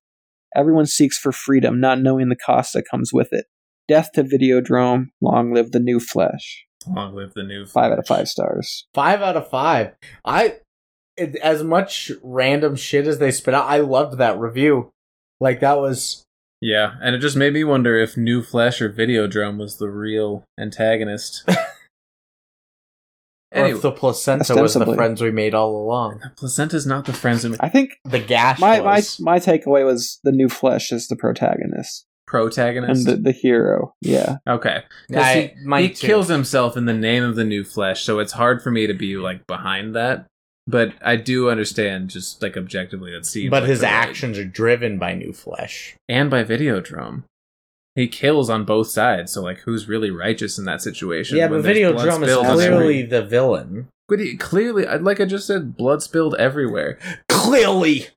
Everyone seeks for freedom, not knowing the cost that comes with it. Death to Videodrome, long live the new flesh.
Long live the new
Five out of five stars.
Five out of five. I, it, as much random shit as they spit out, I loved that review. Like that was
Yeah, and it just made me wonder if New Flesh or Videodrome was the real antagonist.
or
anyway,
if the placenta was the
Ostensibly.
friends we made all along.
Placenta's not the friends in
I think
The gash
my, my
was.
my takeaway was the new flesh is the protagonist and
protagonist.
the, the hero. Yeah,
okay, 'Cause
I-
he,
mine
he
too.
kills himself in the name of the New Flesh, so it's hard for me to be like behind that. But I do understand, just like objectively, that seems.
but
like
his
the right-
actions are driven by new flesh.
and by Videodrome. He kills on both sides, so like, who's really righteous in that situation?
Yeah,
when
but
there's
video
blood
drum is
spilled on
clearly
every-
the villain.
But he- clearly, I- like I just said, blood spilled everywhere.
Clearly,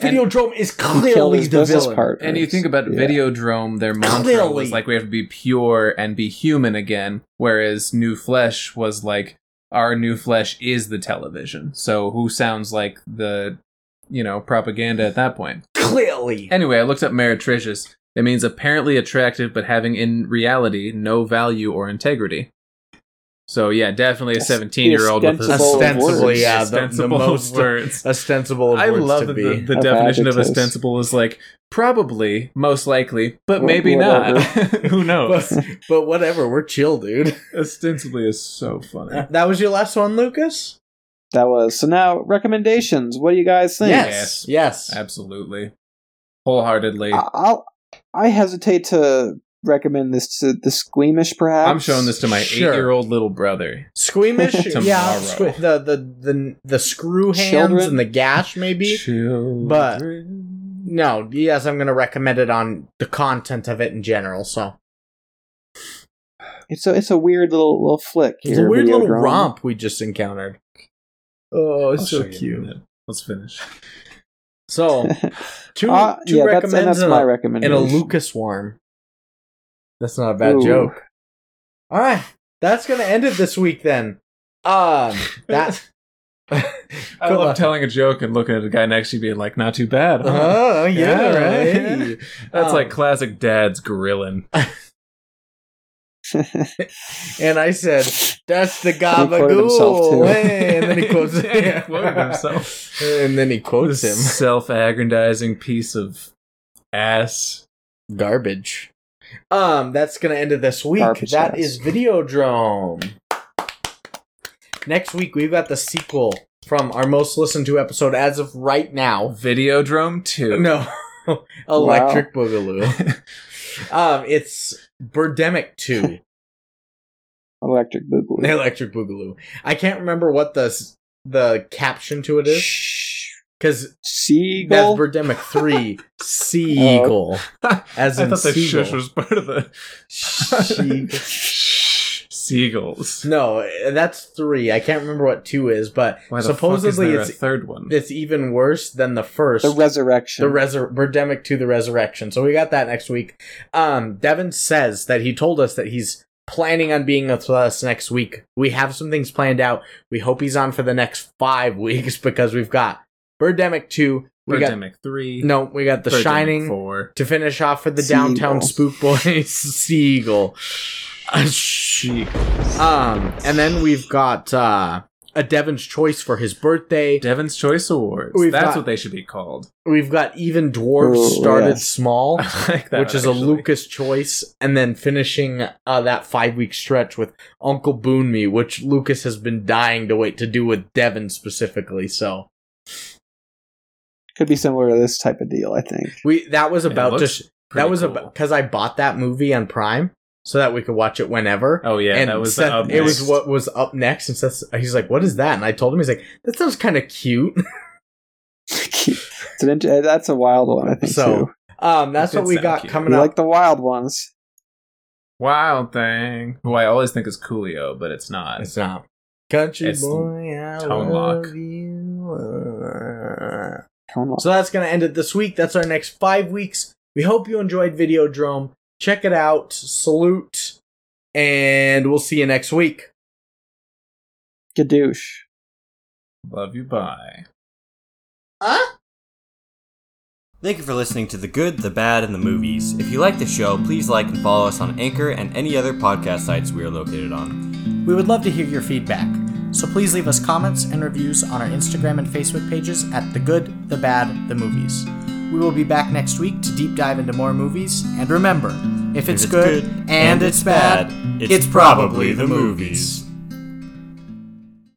video drum is
killed
clearly
his
the
business
villain.
partners.
And you think about
Yeah.
Videodrome, their mantra
Clearly.
was like, we have to be pure and be human again. Whereas New Flesh was like, our new flesh is the television. So who sounds like the, you know, propaganda at that point?
Clearly,
Anyway, I looked up meretricious. It means apparently attractive, but having in reality no value or integrity. So yeah, definitely a
That's
seventeen-year-old with a
ostensible
Ostensibly,
words.
yeah, the- the
Ostensible
most-
words.
ostensible. Of
I
words
love
to
that
be.
the, the
Of
definition of
adjectives.
ostensible is like probably, most likely, but
Wha-
maybe not. Who knows?
but, but whatever, we're chill, dude.
Ostensibly is so funny.
That was your last one, Lucas.
that was so. Now recommendations. What do you guys think?
Yes, yes.
Absolutely. Wholeheartedly.
Uh,
I- I'll I hesitate to recommend this to the squeamish. Perhaps
I'm showing this to my
Sure.
eight year old little brother.
Squeamish, yeah.
Tomorrow.
sque- the, the the the screw hands
Children?
and the gash, maybe. but- No, yes, I'm gonna recommend it on the content of it in general. So
It's a it's a weird little little flick.
it's
here,
a weird little
Videodrome.
romp we just encountered. Oh,
I'll
it's
show
so
you in a
cute.
minute. Let's finish.
So two
Ah,
two
yeah, that's, and
recommends uh,
that's
and
my
a, and
recommendation.
a Lucas worm. That's not a bad
Ooh.
joke. All right, that's gonna end it this week then. Um, that.
I
Cool.
love telling a joke and looking at the guy next to you being like, not too bad. huh?"
Oh yeah,
Yeah,
right.
That's
um,
like classic dad's grilling.
And I said, "That's the
quoted himself,
gabagool."
too.
Hey, and then he quotes
Yeah, he quoted himself.
and then he quotes him.
Self aggrandizing piece of ass.
Garbage. Um, that's gonna end it this week. That
Garbage
is
ass.
Videodrome. Next week we've got the sequel from our most listened to episode as of right now.
Videodrome 2.
No, Electric Boogaloo. um, it's Birdemic Two.
electric boogaloo.
Electric Boogaloo. I can't remember what the s- the caption to it is
Shh.
because that's
Seagull.
Birdemic Three Seagull. As
Oh. I
in
thought that
seagull.
shush was part of the
Seagull.
seagulls.
No, that's three. I can't remember what two is, but supposedly it's
third one.
it's even worse than the first.
The resurrection.
the resur- Birdemic to the resurrection. So we got that next week. Um, Devin says that he told us that he's planning on being with us next week. We have some things planned out. We hope he's on for the next five weeks because we've got Birdemic two. We
Birdemic three.
got no, we got The
Birdemic
Shining
four.
to finish off for the
Seagull.
downtown spook boys Seagull. Uh, Um, and then we've got uh, a Devin's choice for his birthday.
Devin's Choice Awards.
We've
That's
got-
what they should be called.
We've got even dwarves
Ooh,
started
yes.
small,
I like that,
which is a
actually.
Lucas choice, and then finishing uh, that five week stretch with Uncle Boon Me, which Lucas has been dying to wait to do with Devin specifically. So
Could be similar to this type of deal. I think.
we that was
It
about
looks
just that
pretty
was
cool.
about because I bought that movie on Prime so that we could watch it whenever.
Oh yeah,
and
that was
Seth-
the up
it was
next.
what was up next, and Seth, he's like, "What is that?" And I told him, he's like, "That sounds kind of cute."
it's an int- that's a wild one. I think
So,
too.
Um, that's
It did
what we
sound
got
cute.
coming
You
up.
like the wild ones.
Wild Thing, who I always think is Coolio, but it's not.
it's not. Country
It's
boy, I
tone
love
lock.
you.
Tone lock.
So that's going to end it this week. That's our next five weeks. We hope you enjoyed Videodrome. Check it out. Salute. And we'll see you next week.
Gadoosh.
Love you. Bye.
Thank you for listening to The Good, the Bad, and the Movies. If you like the show, please like and follow us on Anchor and any other podcast sites we are located on.
We would love to hear your feedback, so please leave us comments and reviews on our Instagram and Facebook pages at The Good, The Bad, The Movies. We will be back next week to deep dive into more movies, and remember, if it's, good, and, it's bad, it's, probably the movies.